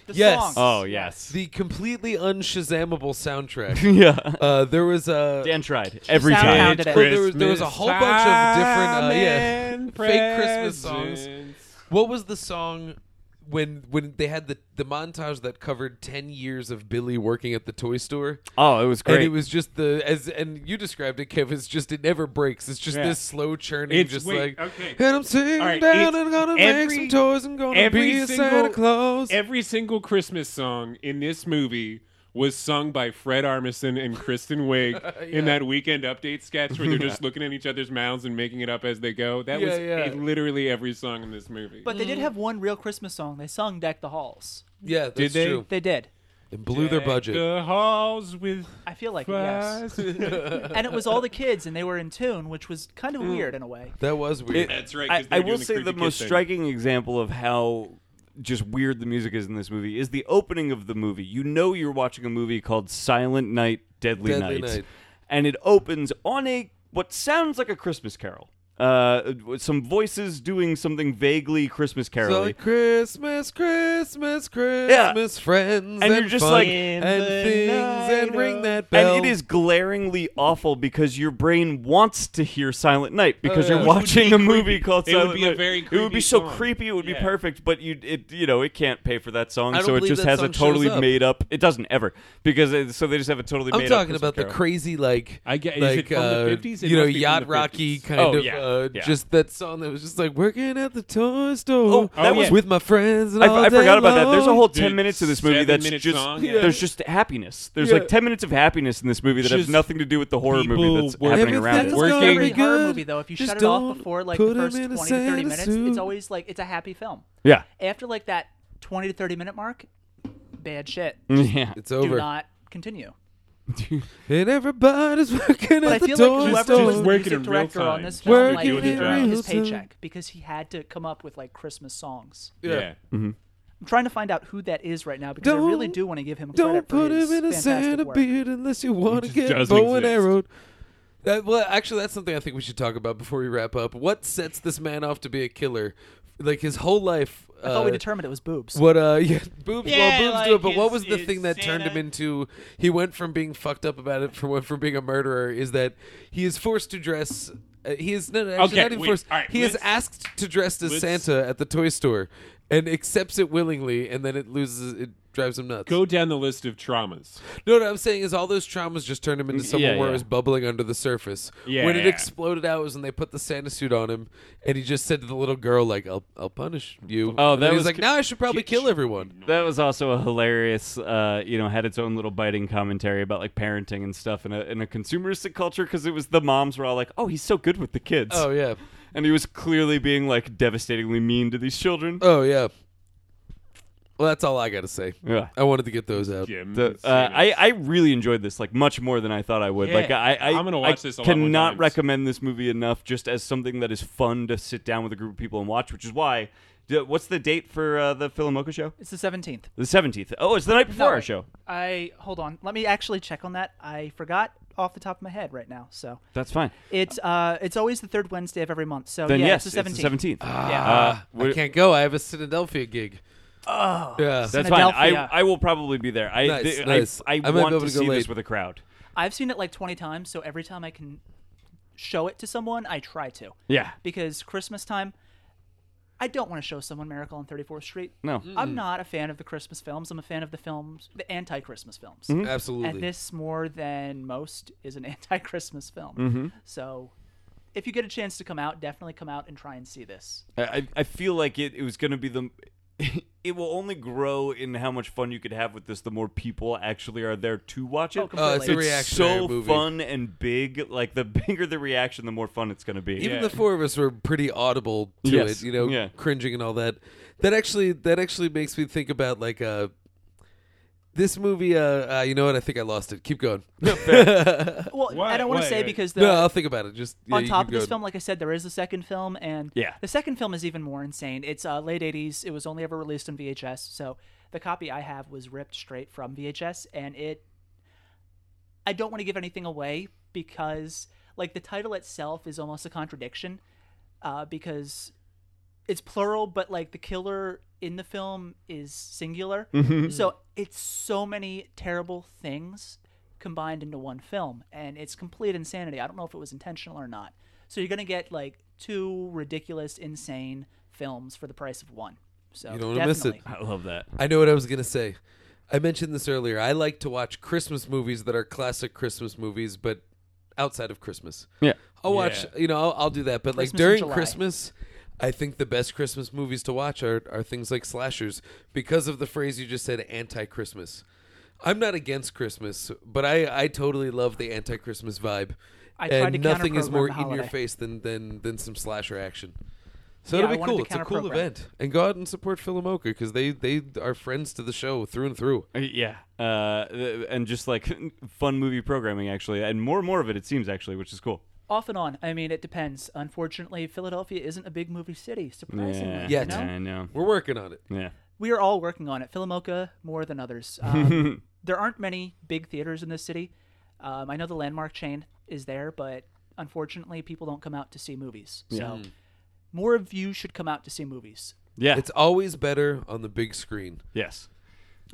D: The
B: Yes.
D: songs.
C: Oh yes.
B: The completely unshazamable soundtrack.
C: yeah.
B: uh, there was a
C: Dan tried every
D: Sound
C: time.
D: hounded it.
B: Well, there was- there was a whole bunch of different, uh, yeah,
E: Simon
B: fake Christmas songs.
E: presents.
B: What was the song when when they had the the montage that covered ten years of Billy working at the toy store?
C: Oh, it was great.
B: And it was just the as and you described it, Kev. It's just it never breaks. It's just
E: Yeah.
B: this slow churning,
E: It's-
B: just
E: wait,
B: like
E: okay.
B: And I'm sitting
E: All right,
B: down
E: it's
B: and gonna
E: every-
B: make some toys and gonna
E: every
B: be a
E: single-
B: Santa Claus.
E: Every single Christmas song in this movie was sung by Fred Armisen and Kristen Wiig in that Weekend Update sketch where they're just looking at each other's mouths and making it up as they go. That
B: Yeah,
E: was
B: yeah.
E: literally every song in this movie.
D: But they did have one real Christmas song. They sung Deck the Halls.
B: yeah, that's
E: Did they-
B: true.
D: They did.
B: It blew their
E: Deck
B: budget.
E: The halls with
D: I feel like it, yes.
E: flies. That's
D: And it was all the kids, and they were in tune, which was kind of
E: Mm.
D: weird in a way.
B: That was weird.
E: right. 'cause
C: I,
E: they
C: I
E: were doing
C: will say
E: creepy
C: the
E: kid
C: most
E: thing.
C: striking example of how just weird the music is in this movie is the opening of the movie. You know you're watching a movie called Silent Night, Deadly,
B: Deadly Night.
C: and it opens on a what sounds like a Christmas carol. Uh, with some voices doing something vaguely Christmas
B: So
C: carol.
B: like Christmas, Christmas, Christmas, friends,
C: And you're just
B: fun
C: like-
B: and
E: In the
B: things, and oh."
E: night
B: ring
E: of-
B: that bell.
C: And it is glaringly awful because your brain wants to hear Silent Night because
B: yeah.
C: you're
B: Which would
C: watching
E: be
C: a movie
E: creepy.
C: called
E: It would
C: Silent
E: be a
C: Night.
E: very
C: it would
E: creepy
C: be so
E: song.
C: creepy. It would be
E: Yeah.
C: perfect, but you it you know it can't pay for that song,
B: I don't
C: so it
B: believe
C: just
B: that
C: has a
B: song shows
C: totally
B: up.
C: made up. It doesn't ever because it, so they just have a totally.
B: I'm
C: made
B: talking
C: up
B: about the
C: Christmas
B: crazy, like
E: I get- is it
B: like
E: from the
B: uh,
E: 50s? It
B: you know,
E: must be from
B: yacht
E: the
B: rocky
E: 50s.
B: kind
C: Oh,
B: of,
C: yeah,
B: uh,
C: yeah.
B: just that song that was just like working at the toy store.
C: Oh, that
E: was-
B: with my friends. And
C: carol.
B: all
C: I, I
B: day
C: forgot about that. There's a
B: long.
C: whole ten
E: Dude,
C: minutes of this movie that's
E: seven-minute
C: just
E: song, yeah.
C: there's just happiness. There's
B: Yeah.
C: like ten minutes of happiness in this movie that have
E: Just
C: nothing to do with the horror movie
E: people
C: that's
E: were-
C: happening around
B: Everything
D: That's
C: it.
B: is
D: almost
E: Working-
B: gonna
D: every
B: be
D: horror
B: good.
D: movie, though. If you
B: Just
D: shut it off
B: don't
D: before like
B: put
D: the
B: 'em
D: first
B: in a
D: 20 to 30
B: Santa
D: minutes,
B: suit.
D: it's always like it's a happy film.
C: Yeah,
D: After like that 20 to 30 minute mark, bad shit.
C: yeah.
B: It's
D: Do
B: over.
D: not continue.
B: And everybody's working
D: But I
B: at the
D: feel like
B: toy
D: whoever
E: Just
D: was the
B: store.
E: working
D: music
E: in real
D: director on
E: time.
D: this film like
B: Working
E: in
D: earned
B: real
D: his
B: time.
D: paycheck because he had to come up with like Christmas songs.
E: Yeah.
D: I'm trying to find out who that is right now because I really
B: Don't-
D: do want to give him credit
B: Don't
D: for
B: put him
D: his
B: in a
D: fantastic
B: Santa
D: work.
B: beard unless you want to
E: just
B: get
E: doesn't
B: bow and
E: exist.
B: arrowed. Uh, well, actually, that's something I think we should talk about before we wrap up. What sets this man off to be a killer? Like his whole life.
D: I
E: Uh,
D: thought we determined it was boobs.
B: What uh yeah, boobs well
F: Yeah,
B: boobs
F: like
B: do it, but what
F: his-
B: was the
F: his
B: thing that turned him
F: Santa-
B: into he went from being fucked up about it from from being a murderer is that he is forced to dress uh, he is no, no actually
E: Okay,
B: not even
E: wait,
B: forced
E: all right,
B: he is
E: let's-
B: asked to dress as
E: let's-
B: Santa at the toy store and accepts it willingly and then it loses it drives him nuts.
E: Go down the list of traumas.
B: No, what I'm saying is all those traumas just turned him into someone
C: Mm, yeah,
B: where it
C: yeah.
B: was bubbling under the surface.
E: Yeah,
B: when it
E: yeah.
B: exploded out was when they put the Santa suit on him, and he just said to the little girl, "Like I'll, I'll punish you."
C: Oh,
B: and
C: that
B: then he
C: was
B: like
C: ki-
B: now I should probably kill everyone.
C: That was also a hilarious, uh, you know, had its own little biting commentary about like parenting and stuff in a, in a consumeristic culture because it was the moms were all like, oh, he's so good with the kids.
B: Oh yeah,
C: And he was clearly being like devastatingly mean to these children.
B: oh yeah. Well, that's all I got to say.
C: Yeah.
B: I wanted to get those out.
E: Yeah,
C: The- uh, I, I really enjoyed this like much more than I thought I would.
E: Yeah.
C: Like I, I
E: I'm gonna watch
C: I
E: this a lot more
C: cannot
E: times.
C: recommend this movie enough, just as something that is fun to sit down with a group of people and watch. Which is why, d- what's the date for uh, the Philomoka show?
D: It's the seventeenth.
C: The seventeenth. Oh, it's the night before
D: No,
C: our
D: wait.
C: show.
D: I hold on. Let me actually check on that. I forgot off the top of my head right now. So
C: That's fine.
D: it's uh it's always the third Wednesday of every month. So
E: Oh,
C: Then
D: yeah,
C: yes,
D: it's the seventeenth.
C: seventeenth.
D: yeah.
C: Uh,
B: Ah, I can't go. I have a Philadelphia gig. Oh, yeah.
C: that's fine. I,
D: Philadelphia.
C: I will probably be there. I
B: Nice,
C: th- I-
B: nice.
C: I,
B: I might be
C: want
B: able
C: to
B: to go
C: see this
B: late.
C: with a crowd.
D: I've seen it like twenty times, so every time I can show it to someone, I try to.
C: Yeah.
D: Because Christmas time I don't want to show someone Miracle on 34th Street.
C: No.
B: Mm.
D: I'm not a fan of the Christmas films. I'm a fan of the films, the anti-Christmas films.
B: Absolutely.
D: And this, more than most, is an anti-Christmas film.
B: Mm-hmm.
D: So, if you get a chance to come out, definitely come out and try and see this.
C: I- I, I feel like it, it was going to be the. It will only grow in how much fun you could have with this the more people actually are there to watch it.
D: Oh, completely. Oh, it's a
B: reactionary
C: so
B: movie.
C: fun and big. Like, the bigger the reaction, the more fun it's going to be.
B: Even the four of us were pretty audible to
C: Yes.
B: it, you know,
C: Yeah.
B: cringing and all that. That actually that actually makes me think about like uh this movie uh, uh you know what I think I lost it. Keep going. No,
D: Well, I
E: Why-
D: don't want
E: why-
D: to say because the,
B: I'll think about it. Just Uh, yeah,
D: on
B: you
D: top of
B: keep
D: this
B: going.
D: film, like I said, there is a second film, and
C: Yeah.
D: the second film is even more insane. It's uh, late '80s. It was only ever released on VHS, so the copy I have was ripped straight from VHS, and it. I don't want to give anything away because, like, the title itself is almost a contradiction, uh, because it's plural, but like the killer in the film is singular.
B: Mm-hmm.
D: So it's so many terrible things combined into one film, and it's complete insanity. I don't know if it was intentional or not. So you're gonna get like two ridiculous, insane films for the price of one. So
B: You don't wanna miss it.
D: definitely.
C: I love that.
B: I know what I was gonna say. I mentioned this earlier. I like to watch Christmas movies that are classic Christmas movies, but outside of Christmas.
C: Yeah.
B: I'll watch. You know, I'll, I'll do that. But
D: Christmas
B: like
D: in
B: during
D: July.
B: Christmas, I think the best Christmas movies to watch are are things like slashers because of the phrase you just said, anti-Christmas. I'm not against Christmas, but I I totally love the anti-Christmas vibe.
D: I tried to
B: and nothing is
D: counterprogram
B: more
D: the
B: in your
D: holiday.
B: face than than than some slasher action. So
D: Yeah, I
B: it'll be
D: wanted
B: cool.
D: to
B: It's a cool
D: counterprogram.
B: event, and go out and support Philomoka because they they are friends to the show through and through.
C: Uh, Yeah. Uh, th- and just like fun movie programming, actually. And more and more of it, it seems, actually, which is cool.
D: Off and on. I mean, it depends. Unfortunately, Philadelphia isn't a big movie city. Surprisingly,
C: Yeah.
D: you
B: Yet.
D: know?
C: I know.
B: We're working on it.
C: Yeah.
D: we are all working on it. Philomoka more than others. Um, there aren't many big theaters in this city. Um, I know the landmark chain is there, but unfortunately, people don't come out to see movies. So more of you should come out to see movies.
C: Yeah.
B: It's always better on the big screen.
C: yes.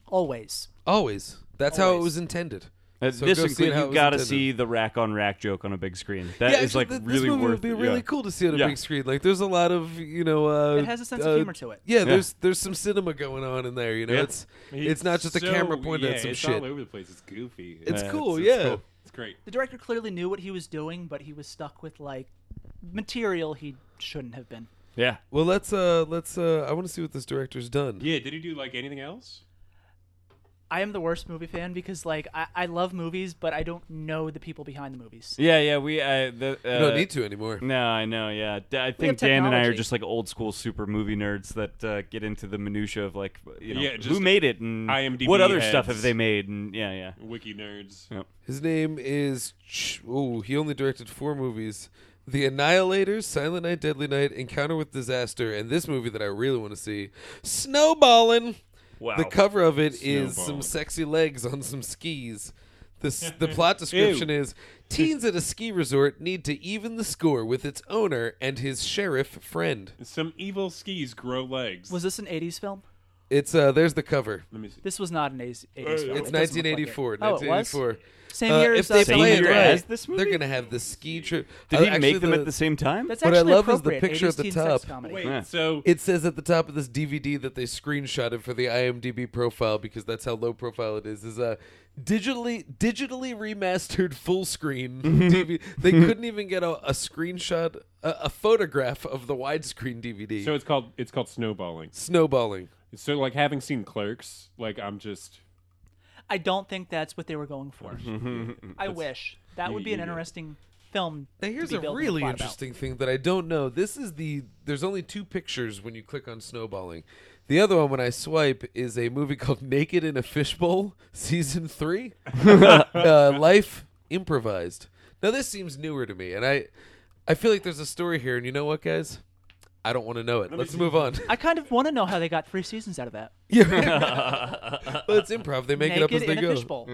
D: Always.
B: Always. That's how it
D: Always.
B: was intended.
C: Uh,
B: So
C: this
B: go see it
C: includes
B: how it
C: you
B: was
C: gotta
B: intended.
C: see the rack on rack joke on a big screen. That is
B: Yeah, actually,
C: like
B: th- this
C: really
B: movie
C: worth.
B: would be
C: it,
B: really
C: yeah.
B: cool to see on a
C: Yeah.
B: big screen. Like, there's a lot of you know. Uh,
D: It has a sense of
B: uh,
D: humor to it.
B: Yeah, there's there's some cinema going on in there. You know, it's it's not just a
E: so-
B: camera pointed
E: yeah,
B: at some
E: it's
B: shit.
E: all over the place. It's goofy.
B: It's cool,
E: it's- it's
B: yeah.
E: cool. It's great.
D: The director clearly knew what he was doing, but he was stuck with like material he shouldn't have been.
C: Yeah.
B: Well, let's uh let's uh I want to see what this director's done.
E: Yeah, did he do like anything else?
D: I am the worst movie fan because like I, I love movies, but I don't know the people behind the movies.
C: Yeah, yeah, we uh, the, uh,
B: You don't need to anymore.
C: No, I know. Yeah, D- I
D: have
C: think Dan and I are
D: technology.
C: just like old school super movie nerds that uh, get into the minutia of like, you know,
E: Yeah,
C: who
E: just
C: made it and
E: IMDb
C: what other stuff
E: heads.
C: have they made, and yeah, yeah.
E: Wiki nerds.
B: His name is Ch- oh he only directed four movies. The Annihilators, Silent Night, Deadly Night, Encounter with Disaster, and this movie that I really want to see, Snowballin'.
C: Wow.
B: The cover of it
E: Snowballin'.
B: is some sexy legs on some skis. This the plot description is teens at a ski resort need to even the score with its owner and his sheriff friend.
E: Some evil skis grow legs.
D: Was this an 80s film?
B: It's uh there's the cover.
E: Let me see.
D: This was not an 80s, 80s film.
B: It's
D: It doesn't look like it.
B: 1984.
D: Oh, it was?
B: 1984.
D: Same
B: Uh,
D: year
B: if
D: as
B: they
D: uh,
B: play it
C: year
B: right,
C: as this
B: they're
C: movie?
B: gonna have the ski trip.
C: Did
B: uh,
C: he
B: actually,
C: make them at the same time?
D: That's
B: What I
D: actually
B: love is the
D: appropriate,
B: picture at
D: 80s
B: the
D: teen sex
B: top.
D: comedy.
E: Wait,
C: Yeah.
E: so
B: It says at the top of this DVD that they screenshotted for the IMDb profile because that's how low profile it is. Is a digitally digitally remastered full screen. DVD. They couldn't even get a, a screenshot, a, a photograph of the widescreen DVD.
E: so it's called it's called snowballing.
B: Snowballing.
E: So like having seen Clerks, like I'm just
D: I don't think that's what they were going for. I wish that would be an interesting film.
B: Now
D: to
B: here's
D: be
B: a
D: building
B: really
D: plot about.
B: interesting thing that I don't know. This is the there's only two pictures when you click on snowballing. The other one when I swipe is a movie called Naked in a Fishbowl, season three. uh, life improvised. Now this seems newer to me, and I I feel like there's a story here, and you know what, guys? I don't want to know it. Let's move on.
D: I kind of want to know how they got three seasons out of that.
B: well, it's improv. They make it up
D: Naked
B: as they
D: in
B: go.
D: a fishbowl.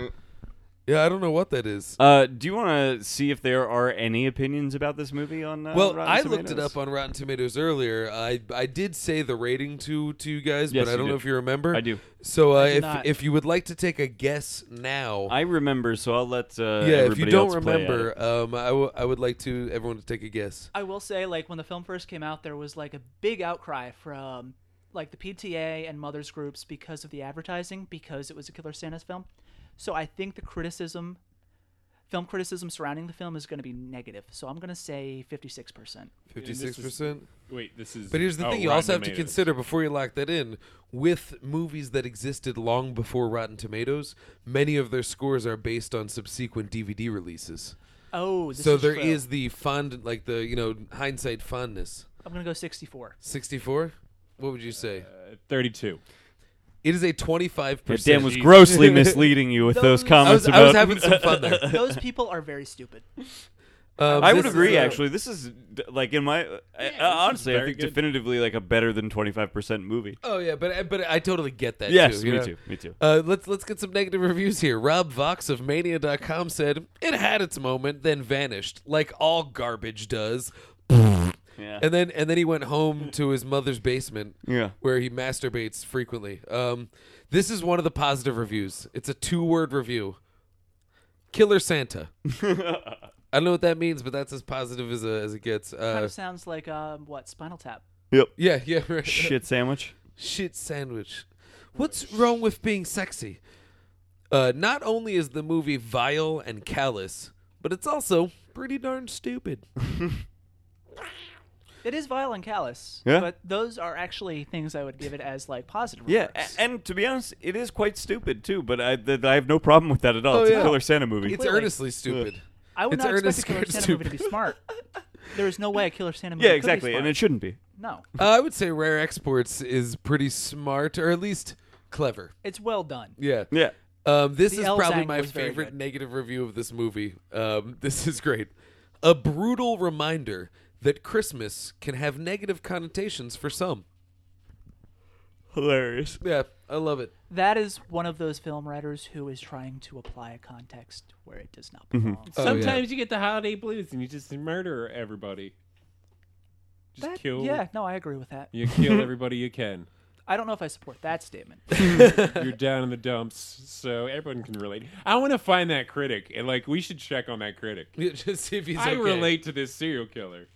B: Yeah, I don't know what that is.
C: Uh, do you want to see if there are any opinions about this movie on? Uh,
B: Well,
C: Rotten
B: I looked it
C: Tomatoes?
B: up on Rotten Tomatoes earlier. I I did say the rating to to you guys,
C: Yes,
B: but I
C: you
B: don't know
C: did.
B: if you remember.
C: I do.
B: So uh,
D: do
B: if
D: not.
B: if you would like to take a guess now,
C: I remember, so I'll let uh,
B: yeah, if
C: everybody
B: you don't
C: else play at it.
B: remember, um, I, w- I would like to everyone to take a guess.
D: I will say, like when the film first came out, there was like a big outcry from like the PTA and mothers groups because of the advertising, because it was a Killer Santa's film. So I think the criticism, film criticism surrounding the film is going to be negative. So I'm going to say 56 percent.
B: Fifty six percent.
E: wait. This is.
B: But here's the
E: oh,
B: thing: you
E: Rotten
B: also have to
E: Tomatoes.
B: consider before you lock that in. With movies that existed long before Rotten Tomatoes, many of their scores are based on subsequent DVD releases.
D: Oh, this
B: so
D: is
B: there
D: true.
B: is the fond, like the you know hindsight fondness.
D: I'm going to go 64.
B: 64 what would you say
E: Uh, thirty-two.
B: it is a 25
C: Yeah,
B: percent
C: Dan was grossly misleading you with those,
D: Those-
B: I
C: comments
B: was, I was
C: about.
B: having some fun there
D: Those people are very stupid.
B: Um,
C: I would
B: this is,
C: agree.
B: uh,
C: Actually, this is d- like in my uh, I-
E: this is
C: honestly, I
E: very
C: think
E: good.
C: definitively like a better than twenty five percent movie.
B: oh yeah but but i totally get that
C: Yes,
B: too, you
C: me
B: know?
C: too, me too.
B: uh, let's let's get some negative reviews here. Rob Vox of Mania.com said it had its moment, then vanished, like all garbage does.
C: Yeah.
B: And then and then he went home to his mother's basement,
C: Yeah.
B: where he masturbates frequently. Um, this is one of the positive reviews. It's a two word review. Killer Santa. I don't know what that means, but that's as positive as, uh as it gets.
D: Kind
B: Uh,
D: of sounds like um, what Spinal Tap.
C: Yep.
B: yeah, yeah, right.
C: Shit sandwich.
B: Shit sandwich. What's wrong with being sexy? Uh, not only is the movie vile and callous, but it's also pretty darn stupid.
D: It is vile and callous,
C: Yeah.
D: but those are actually things I would give it as like positive.
C: Yeah,
D: remarks.
C: a- and to be honest, it is quite stupid too. But I, th- I have no problem with that at all.
B: Oh,
C: it's
B: yeah.
C: a Killer Santa movie.
B: It's earnestly stupid.
D: I would
B: It's
D: not expect
B: Ernest
D: a Killer
B: Scared
D: Santa movie to be
B: Stupid.
D: smart. There is no way a Killer Santa movie.
C: yeah,
D: could be
C: exactly, and it
D: smart.
C: shouldn't be.
D: no,
B: Uh, I would say Rare Exports is pretty smart, or at least clever.
D: it's well done.
B: Yeah.
C: Yeah.
B: Um, this
D: The
B: is
D: Elves
B: probably
D: angle
B: my
D: is very
B: favorite
D: good.
B: negative review of this movie. Um, this is great. A brutal reminder that Christmas can have negative connotations for some.
C: Hilarious.
B: Yeah, I love it.
D: That is one of those film writers who is trying to apply a context where it does not belong.
B: Oh,
E: Sometimes you get the holiday blues and you just murder everybody. Just
D: That-
E: kill.
D: Yeah, no, I agree with that.
E: You kill everybody you can.
D: I don't know if I support that statement.
E: You're down in the dumps, so everyone can relate. I want to find that critic, and like we should check on that critic.
B: Yeah, Just see if he's
E: I
B: okay.
E: relate to this serial killer.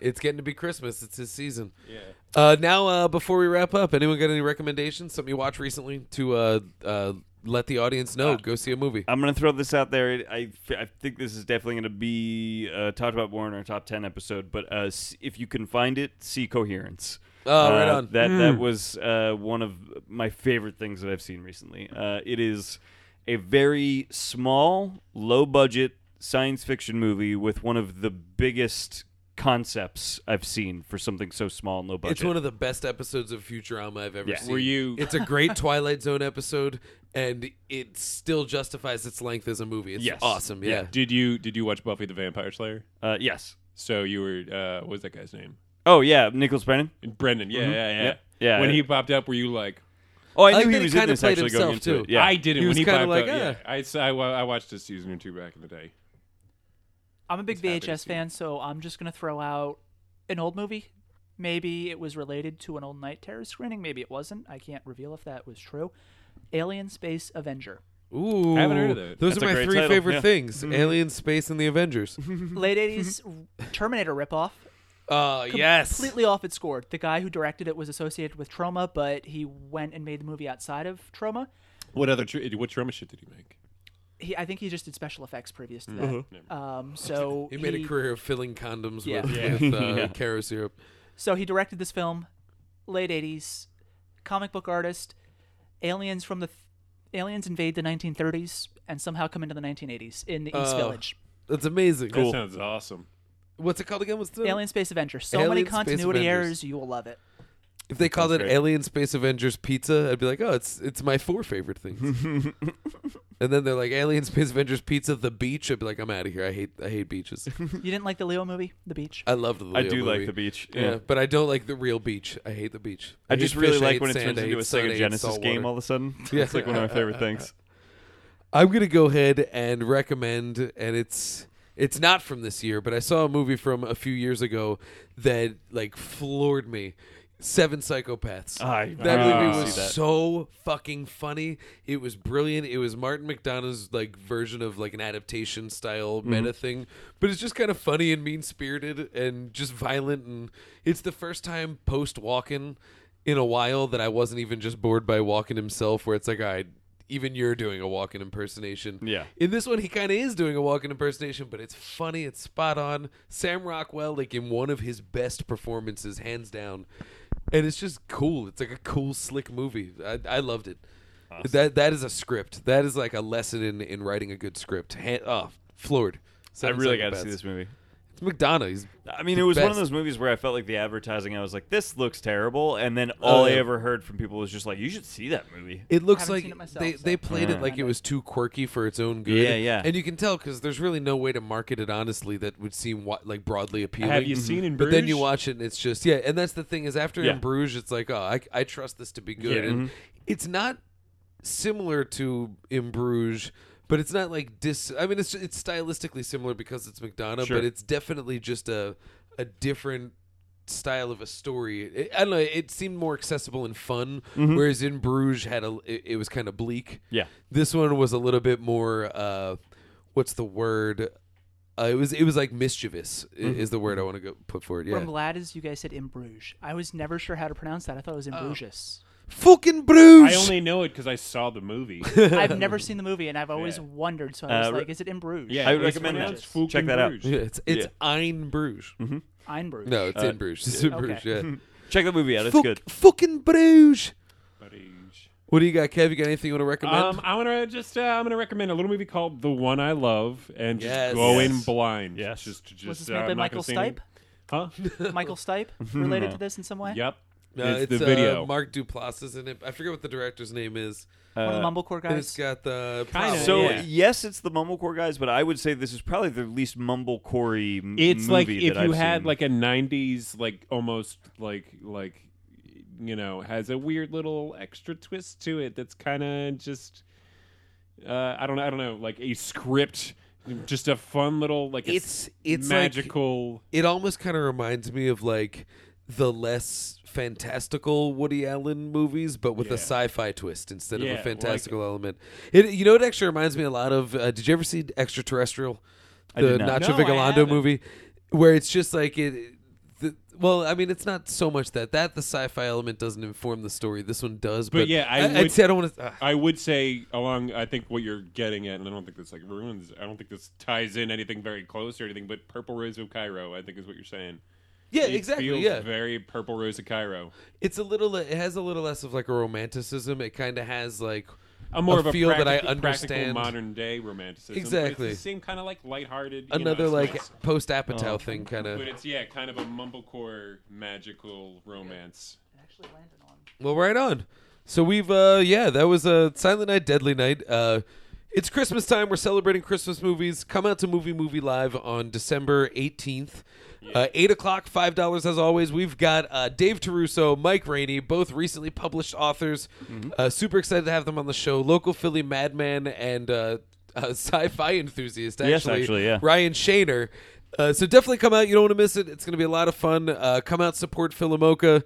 B: It's getting to be Christmas. It's his season. Yeah. Uh, now, uh, before we wrap up, anyone got any recommendations? Something you watched recently to uh, uh, let the audience
E: Uh,
B: know? Go see a movie.
C: I'm gonna throw this out there. I, I think this is definitely gonna be uh, talked about more in our top ten episode. But uh, s- if you can find it, see coherence.
B: Oh, right
C: Uh,
B: on.
C: That that was uh, one of my favorite things that I've seen recently. Uh, it is a very small, low budget science fiction movie with one of the biggest concepts I've seen for something so small and low budget.
B: It's one of the best episodes of Futurama I've ever
C: Yeah.
B: seen.
E: Were you?
B: It's a great Twilight Zone episode, and it still justifies its length as a movie. It's
C: Yes.
B: awesome. Yeah.
C: Yeah.
E: Did you did you watch Buffy the Vampire Slayer?
C: uh, yes.
E: So you were uh, what was that guy's name?
C: Oh yeah, Nicholas Brennan.
E: Brendan. Mm-hmm. Yeah, yeah, yeah.
C: Yep. Yeah.
E: When he popped up, were you like,
C: Oh, I knew
B: like
C: he
B: that
C: was in
B: kinda
C: this
B: played
C: actually going
B: himself,
C: into it.
B: too.
C: Yeah.
E: I did it
B: He
E: when
B: was
E: he
B: kinda
E: popped
B: like,
E: up.
B: "Ah."
E: Yeah, I, s- I wa- I watched a season or two back in the day.
D: I'm a big
E: happy to
D: VHS
E: see
D: fan, so I'm just gonna throw out an old movie. Maybe it was related to an old Night Terror screening. Maybe it wasn't. I can't reveal if that was true. Alien Space Avenger,
B: Ooh,
E: I haven't heard of that.
B: Those
C: That's
B: are
C: a
B: my
C: great
B: three
C: title,
B: favorite
C: yeah. Mm-hmm.
B: things: Alien, Space, and the Avengers.
D: late '80s
B: Mm-hmm.
D: Terminator ripoff.
B: Uh, yes.
D: completely off its score. The guy who directed it was associated with Troma, but he went and made the movie outside of Troma.
E: What other tr- what drama shit did he make?
D: He, I think he just did special effects previous to that. Um, so
B: Mm-hmm. He made a career of filling condoms
D: Yeah.
B: with, with uh, Caro syrup.
D: So he directed this film, late '80s, comic book artist. Aliens from the th- aliens invade the 1930s and somehow come into the 1980s in the East
B: Uh,
D: Village.
B: That's amazing.
E: That sounds awesome.
B: What's it called again? What's the
D: Alien Space Avenger. So
B: Alien
D: many
B: Space
D: continuity
B: Avengers.
D: errors, you will love it.
B: If they called it
C: great.
B: Alien Space Avengers Pizza, I'd be like, oh, it's it's my four favorite things. and then they're like Alien Space Avengers Pizza, the beach. I'd be like, I'm out of here. I hate I hate beaches.
D: You didn't like the Leo movie, The Beach?
B: I loved the. Leo
C: I do like
B: movie.
C: the beach.
B: Yeah. but I don't like the real beach. I hate the beach.
C: I
B: hate
C: just really
B: fish, I
C: like
B: hate
C: when it
B: sand,
C: turns
B: I hate
C: into a
B: sun, I
C: Sega
B: hate
C: Genesis
B: salt
C: game
B: water.
C: all of a sudden.
B: Yeah.
C: It's like one of
E: uh,
C: my favorite things.
B: I'm gonna go ahead and recommend, and it's it's not from this year, but I saw a movie from a few years ago that like floored me. Seven Psychopaths.
C: I
B: that
C: really
B: movie
C: wanna
B: was
C: see that.
B: so fucking funny. It was brilliant. It was Martin McDonough's like version of like an adaptation style
C: Mm-hmm.
B: meta thing, but it's just kind of funny and mean spirited and just violent. And it's the first time post Walken in a while that I wasn't even just bored by Walken himself, where it's like, all right, even you're doing a Walken impersonation.
C: Yeah.
B: In this one, he kind of is doing a Walken impersonation, but it's funny. It's spot on. Sam Rockwell, like in one of his best performances, hands down, and it's just cool. It's like a cool, slick movie. I, I loved it. That that is a script. That is like a lesson in in writing a good script. Hand, oh, floored.
C: I
B: Seven
C: really got to
B: Psychopaths.
C: see this movie.
B: It's McDonough. He's
C: I mean,
B: the
C: it was one of
B: best.
C: those movies where I felt like the advertising. I was like, "This looks terrible," and then
E: Oh,
C: all I
B: yeah.
C: ever heard from people was just like, "You should see that movie."
B: It looks
D: Haven't
B: like
D: seen it myself,
B: they,
D: so
B: they played it
D: Mm.
B: like it was too quirky for its own good.
C: Yeah, yeah.
B: And you can tell because there's really no way to market it honestly that would seem wa- like broadly appealing.
E: uh, Have you seen in
B: But then you
E: Bruges?
B: watch it and it's just yeah. And that's the thing is after
C: Yeah.
B: in Bruges, it's like oh, I, I trust this to be good.
E: Yeah. mm-hmm.
B: And it's not similar to in Bruges. But it's not like dis. I mean, it's it's stylistically similar because it's McDonough,
C: Sure.
B: but it's definitely just a a different style of a story. It, I don't know. It seemed more accessible and fun,
E: Mm-hmm.
B: whereas in Bruges had a. It, it was kind of bleak.
C: Yeah.
B: This one was a little bit more. Uh, what's the word? Uh, it was it was like mischievous i- is the word I want to go put for it.
D: What
B: Yeah.
D: I'm glad is you guys said in Bruges. I was never sure how to pronounce that. I thought it was
E: Oh.
D: in Bruges.
B: Fucking
E: I
B: Bruges.
E: only know it because I saw the movie.
D: I've never seen the movie, and I've always
E: Yeah.
D: wondered. So I was
C: Uh,
D: like, is it in Bruges?
E: Yeah,
C: I would
E: it's
C: recommend that.
E: pronounced Fucking
C: Check that out.
E: Bruges.
B: yeah, it's it's
C: Yeah.
B: Ein Bruges.
D: Ein Bruges.
B: No, it's in Bruges. It's in
D: Okay.
B: Bruges. Yeah.
C: Check that movie out; it's
B: Fuck-
C: good.
B: Fucking Bruges.
E: Bruges.
B: What do you got, Kev? You got anything you want to recommend?
E: Um, I want to just uh, I'm going to recommend a little movie called The One I Love and just
B: Yes.
E: go in
B: Yes.
E: blind.
C: Yes.
E: just just
D: Was this
E: uh,
D: made by
E: I'm not gonna
D: Michael
E: say
D: Stipe?
E: anything. Huh?
D: Michael Stipe related to this in some way?
E: yep.
B: No,
E: it's, the
B: uh,
E: video.
B: Mark Duplass is in it. I forget what the director's name is.
D: One of the Mumblecore
B: And it's
D: guys.
B: got the
E: Kinda,
B: problem.
C: So
E: Yeah.
C: yes, it's the mumblecore guys, but I would say this is probably the least mumblecore m-
E: it's
C: movie
E: like
C: that
E: if
C: I've
E: you had
C: seen.
E: like a 90s like almost like like you know has a weird little extra twist to it that's kind of just uh i don't know i don't know like a script just a fun little like a
B: It's-
E: s-
B: it's like-
E: magical
B: it almost kind of reminds me of like the less fantastical Woody Allen movies, but with a sci-fi twist instead
E: Yeah,
B: of a
E: like-
B: fantastical element. It you know it actually reminds me a lot of. Uh, did you ever see Extraterrestrial, the
C: did not.
B: Nacho
E: No, I
B: Vigalondo
E: haven't.
B: movie, where it's just like it. The, well, I mean, it's not so much that that the sci-fi element doesn't inform the story. This one does, but,
E: yeah, I
B: I'd
E: would-
B: say I don't uh, want to.
E: I would say along. I think what you're getting at, and I don't think this like ruins. I don't think this ties in anything very close or anything. But Purple Rose of Cairo, I think, is what you're saying.
B: yeah,
E: It
B: exactly.
E: Feels
B: yeah,
E: Very Purple Rose of Cairo.
B: it's a little it has a little less of like a romanticism it kind of has like
E: A more of a
B: feel that I
E: practical- practical
B: understand.
E: modern day romanticism. but
B: Exactly.
E: it's the same kind of like lighthearted. you know,
B: another
E: it's
B: like
E: nice.
B: post apatow
C: Oh.
B: thing kind of
E: But it's yeah, kind of a mumblecore magical romance.
B: well right on so we've uh yeah that was a uh, silent night deadly night uh It's Christmas time. We're celebrating Christmas movies. Come out to Movie Movie Live on December 18th. Uh, 8 o'clock, $5 as always. We've got uh, Dave Taruso, Mike Rainey, both recently published authors.
C: Mm-hmm.
B: Uh, super excited to have them on the show. Local Philly madman and uh, uh, sci fi enthusiast, actually.
C: Yes, actually, yeah.
B: Ryan Shaner. Uh, so definitely come out. You don't want to miss it. It's going to be a lot of fun. Uh, come out, support Philomoka.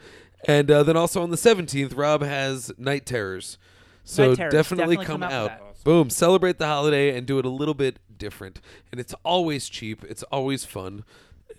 B: And uh, then also on the 17th, Rob has Night Terrors. So
D: Night Terrors.
B: definitely,
D: Definitely
B: come,
D: come out for
B: out.
D: that.
B: Boom. Celebrate the holiday and do it a little bit different. And it's always cheap, it's always fun.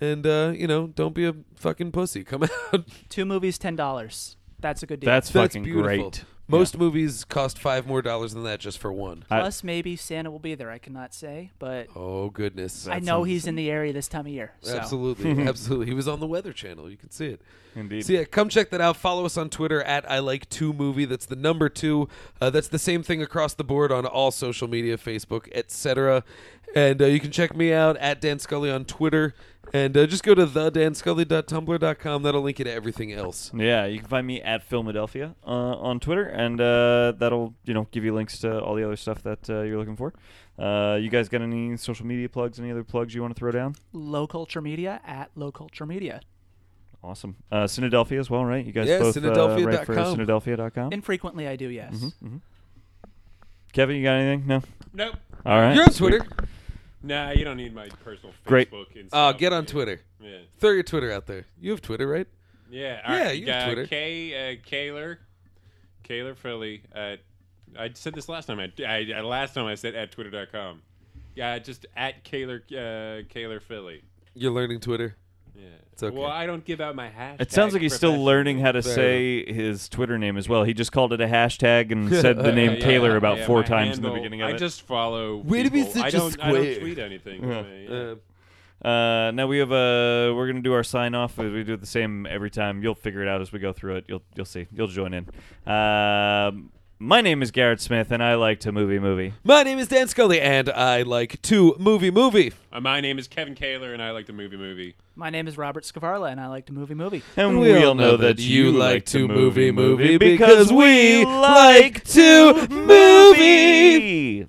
B: And, uh, you know, don't be a fucking pussy. Come out.
D: Two movies, ten dollars. That's a good deal.
C: That's,
B: That's
C: fucking
B: beautiful.
C: great.
B: Most movies cost five more dollars than that just for one.
C: I-
D: Plus, maybe Santa will be there. I cannot say, but
B: Oh, goodness.
D: I know he's in the area this time of year. So.
B: Absolutely, absolutely. He was on the Weather Channel. You can see it.
C: Indeed.
B: So yeah, come check that out. Follow us on Twitter at I Like Two Movie. That's the number two. Uh, that's the same thing across the board on all social media, Facebook, etc. And uh, you can check me out at Dan Scully on Twitter. And uh, just go to thedanscully.tumblr.com. That'll link you to everything else.
C: Yeah, you can find me at Philadelphia uh, on Twitter, and uh, that'll you know give you links to all the other stuff that uh, you're looking for. Uh, you guys got any social media plugs? Any other plugs you want to throw down?
D: Low Culture Media at Low Culture Media.
C: Awesome. Uh, Synadelphia as well, right? You guys
B: Yeah,
C: both uh, write for
B: Synadelphia.com.
C: Synadelphia.com.
D: Infrequently, I do. Yes.
C: Mm-hmm, Kevin, you got anything? No.
E: Nope.
C: All right.
B: You're on Twitter.
E: Nah, you don't need my personal
C: Great.
E: Facebook. and
B: Uh,
E: stuff.
B: get on
E: Yeah.
B: Twitter.
E: Yeah.
B: Throw your Twitter out there. You have Twitter, right?
E: Yeah.
B: Yeah,
E: alright,
B: you have
E: uh,
B: Twitter.
E: K, uh, Kaler, Kaler Philly. Uh, I said this last time. I, I, I- last time I said at twitter.com. Yeah, just at Kaler, uh, Kaler Philly.
B: You're learning Twitter.
E: Yeah. It's
B: okay.
E: Well, I don't give out my hashtag.
C: It sounds like he's still
E: professionally.
C: learning how to
B: Fair
C: say his Twitter name as well. He just called it a hashtag and said the name
E: Yeah,
C: Taylor
E: yeah,
C: about
E: yeah,
C: four
E: my
C: times in
E: handle-
C: the beginning of
E: I
C: it.
E: just follow.
B: Way to be
E: people. I
B: such a
E: don't, I don't
B: square.
E: tweet anything. Yeah.
B: Uh,
C: Uh, now we have a. We're gonna do our sign off. We do it the same every time. You'll figure it out as we go through it. You'll you'll see. You'll join in. Um my name is Garrett Smith, and I like to movie movie.
B: my name is Dan Scully, and I like to movie movie.
E: Uh, my name is Kevin Kaler, and I like the movie movie.
D: My name is Robert Scavarla, and I like to movie movie.
C: And we all know that you like to movie movie because we like to movie.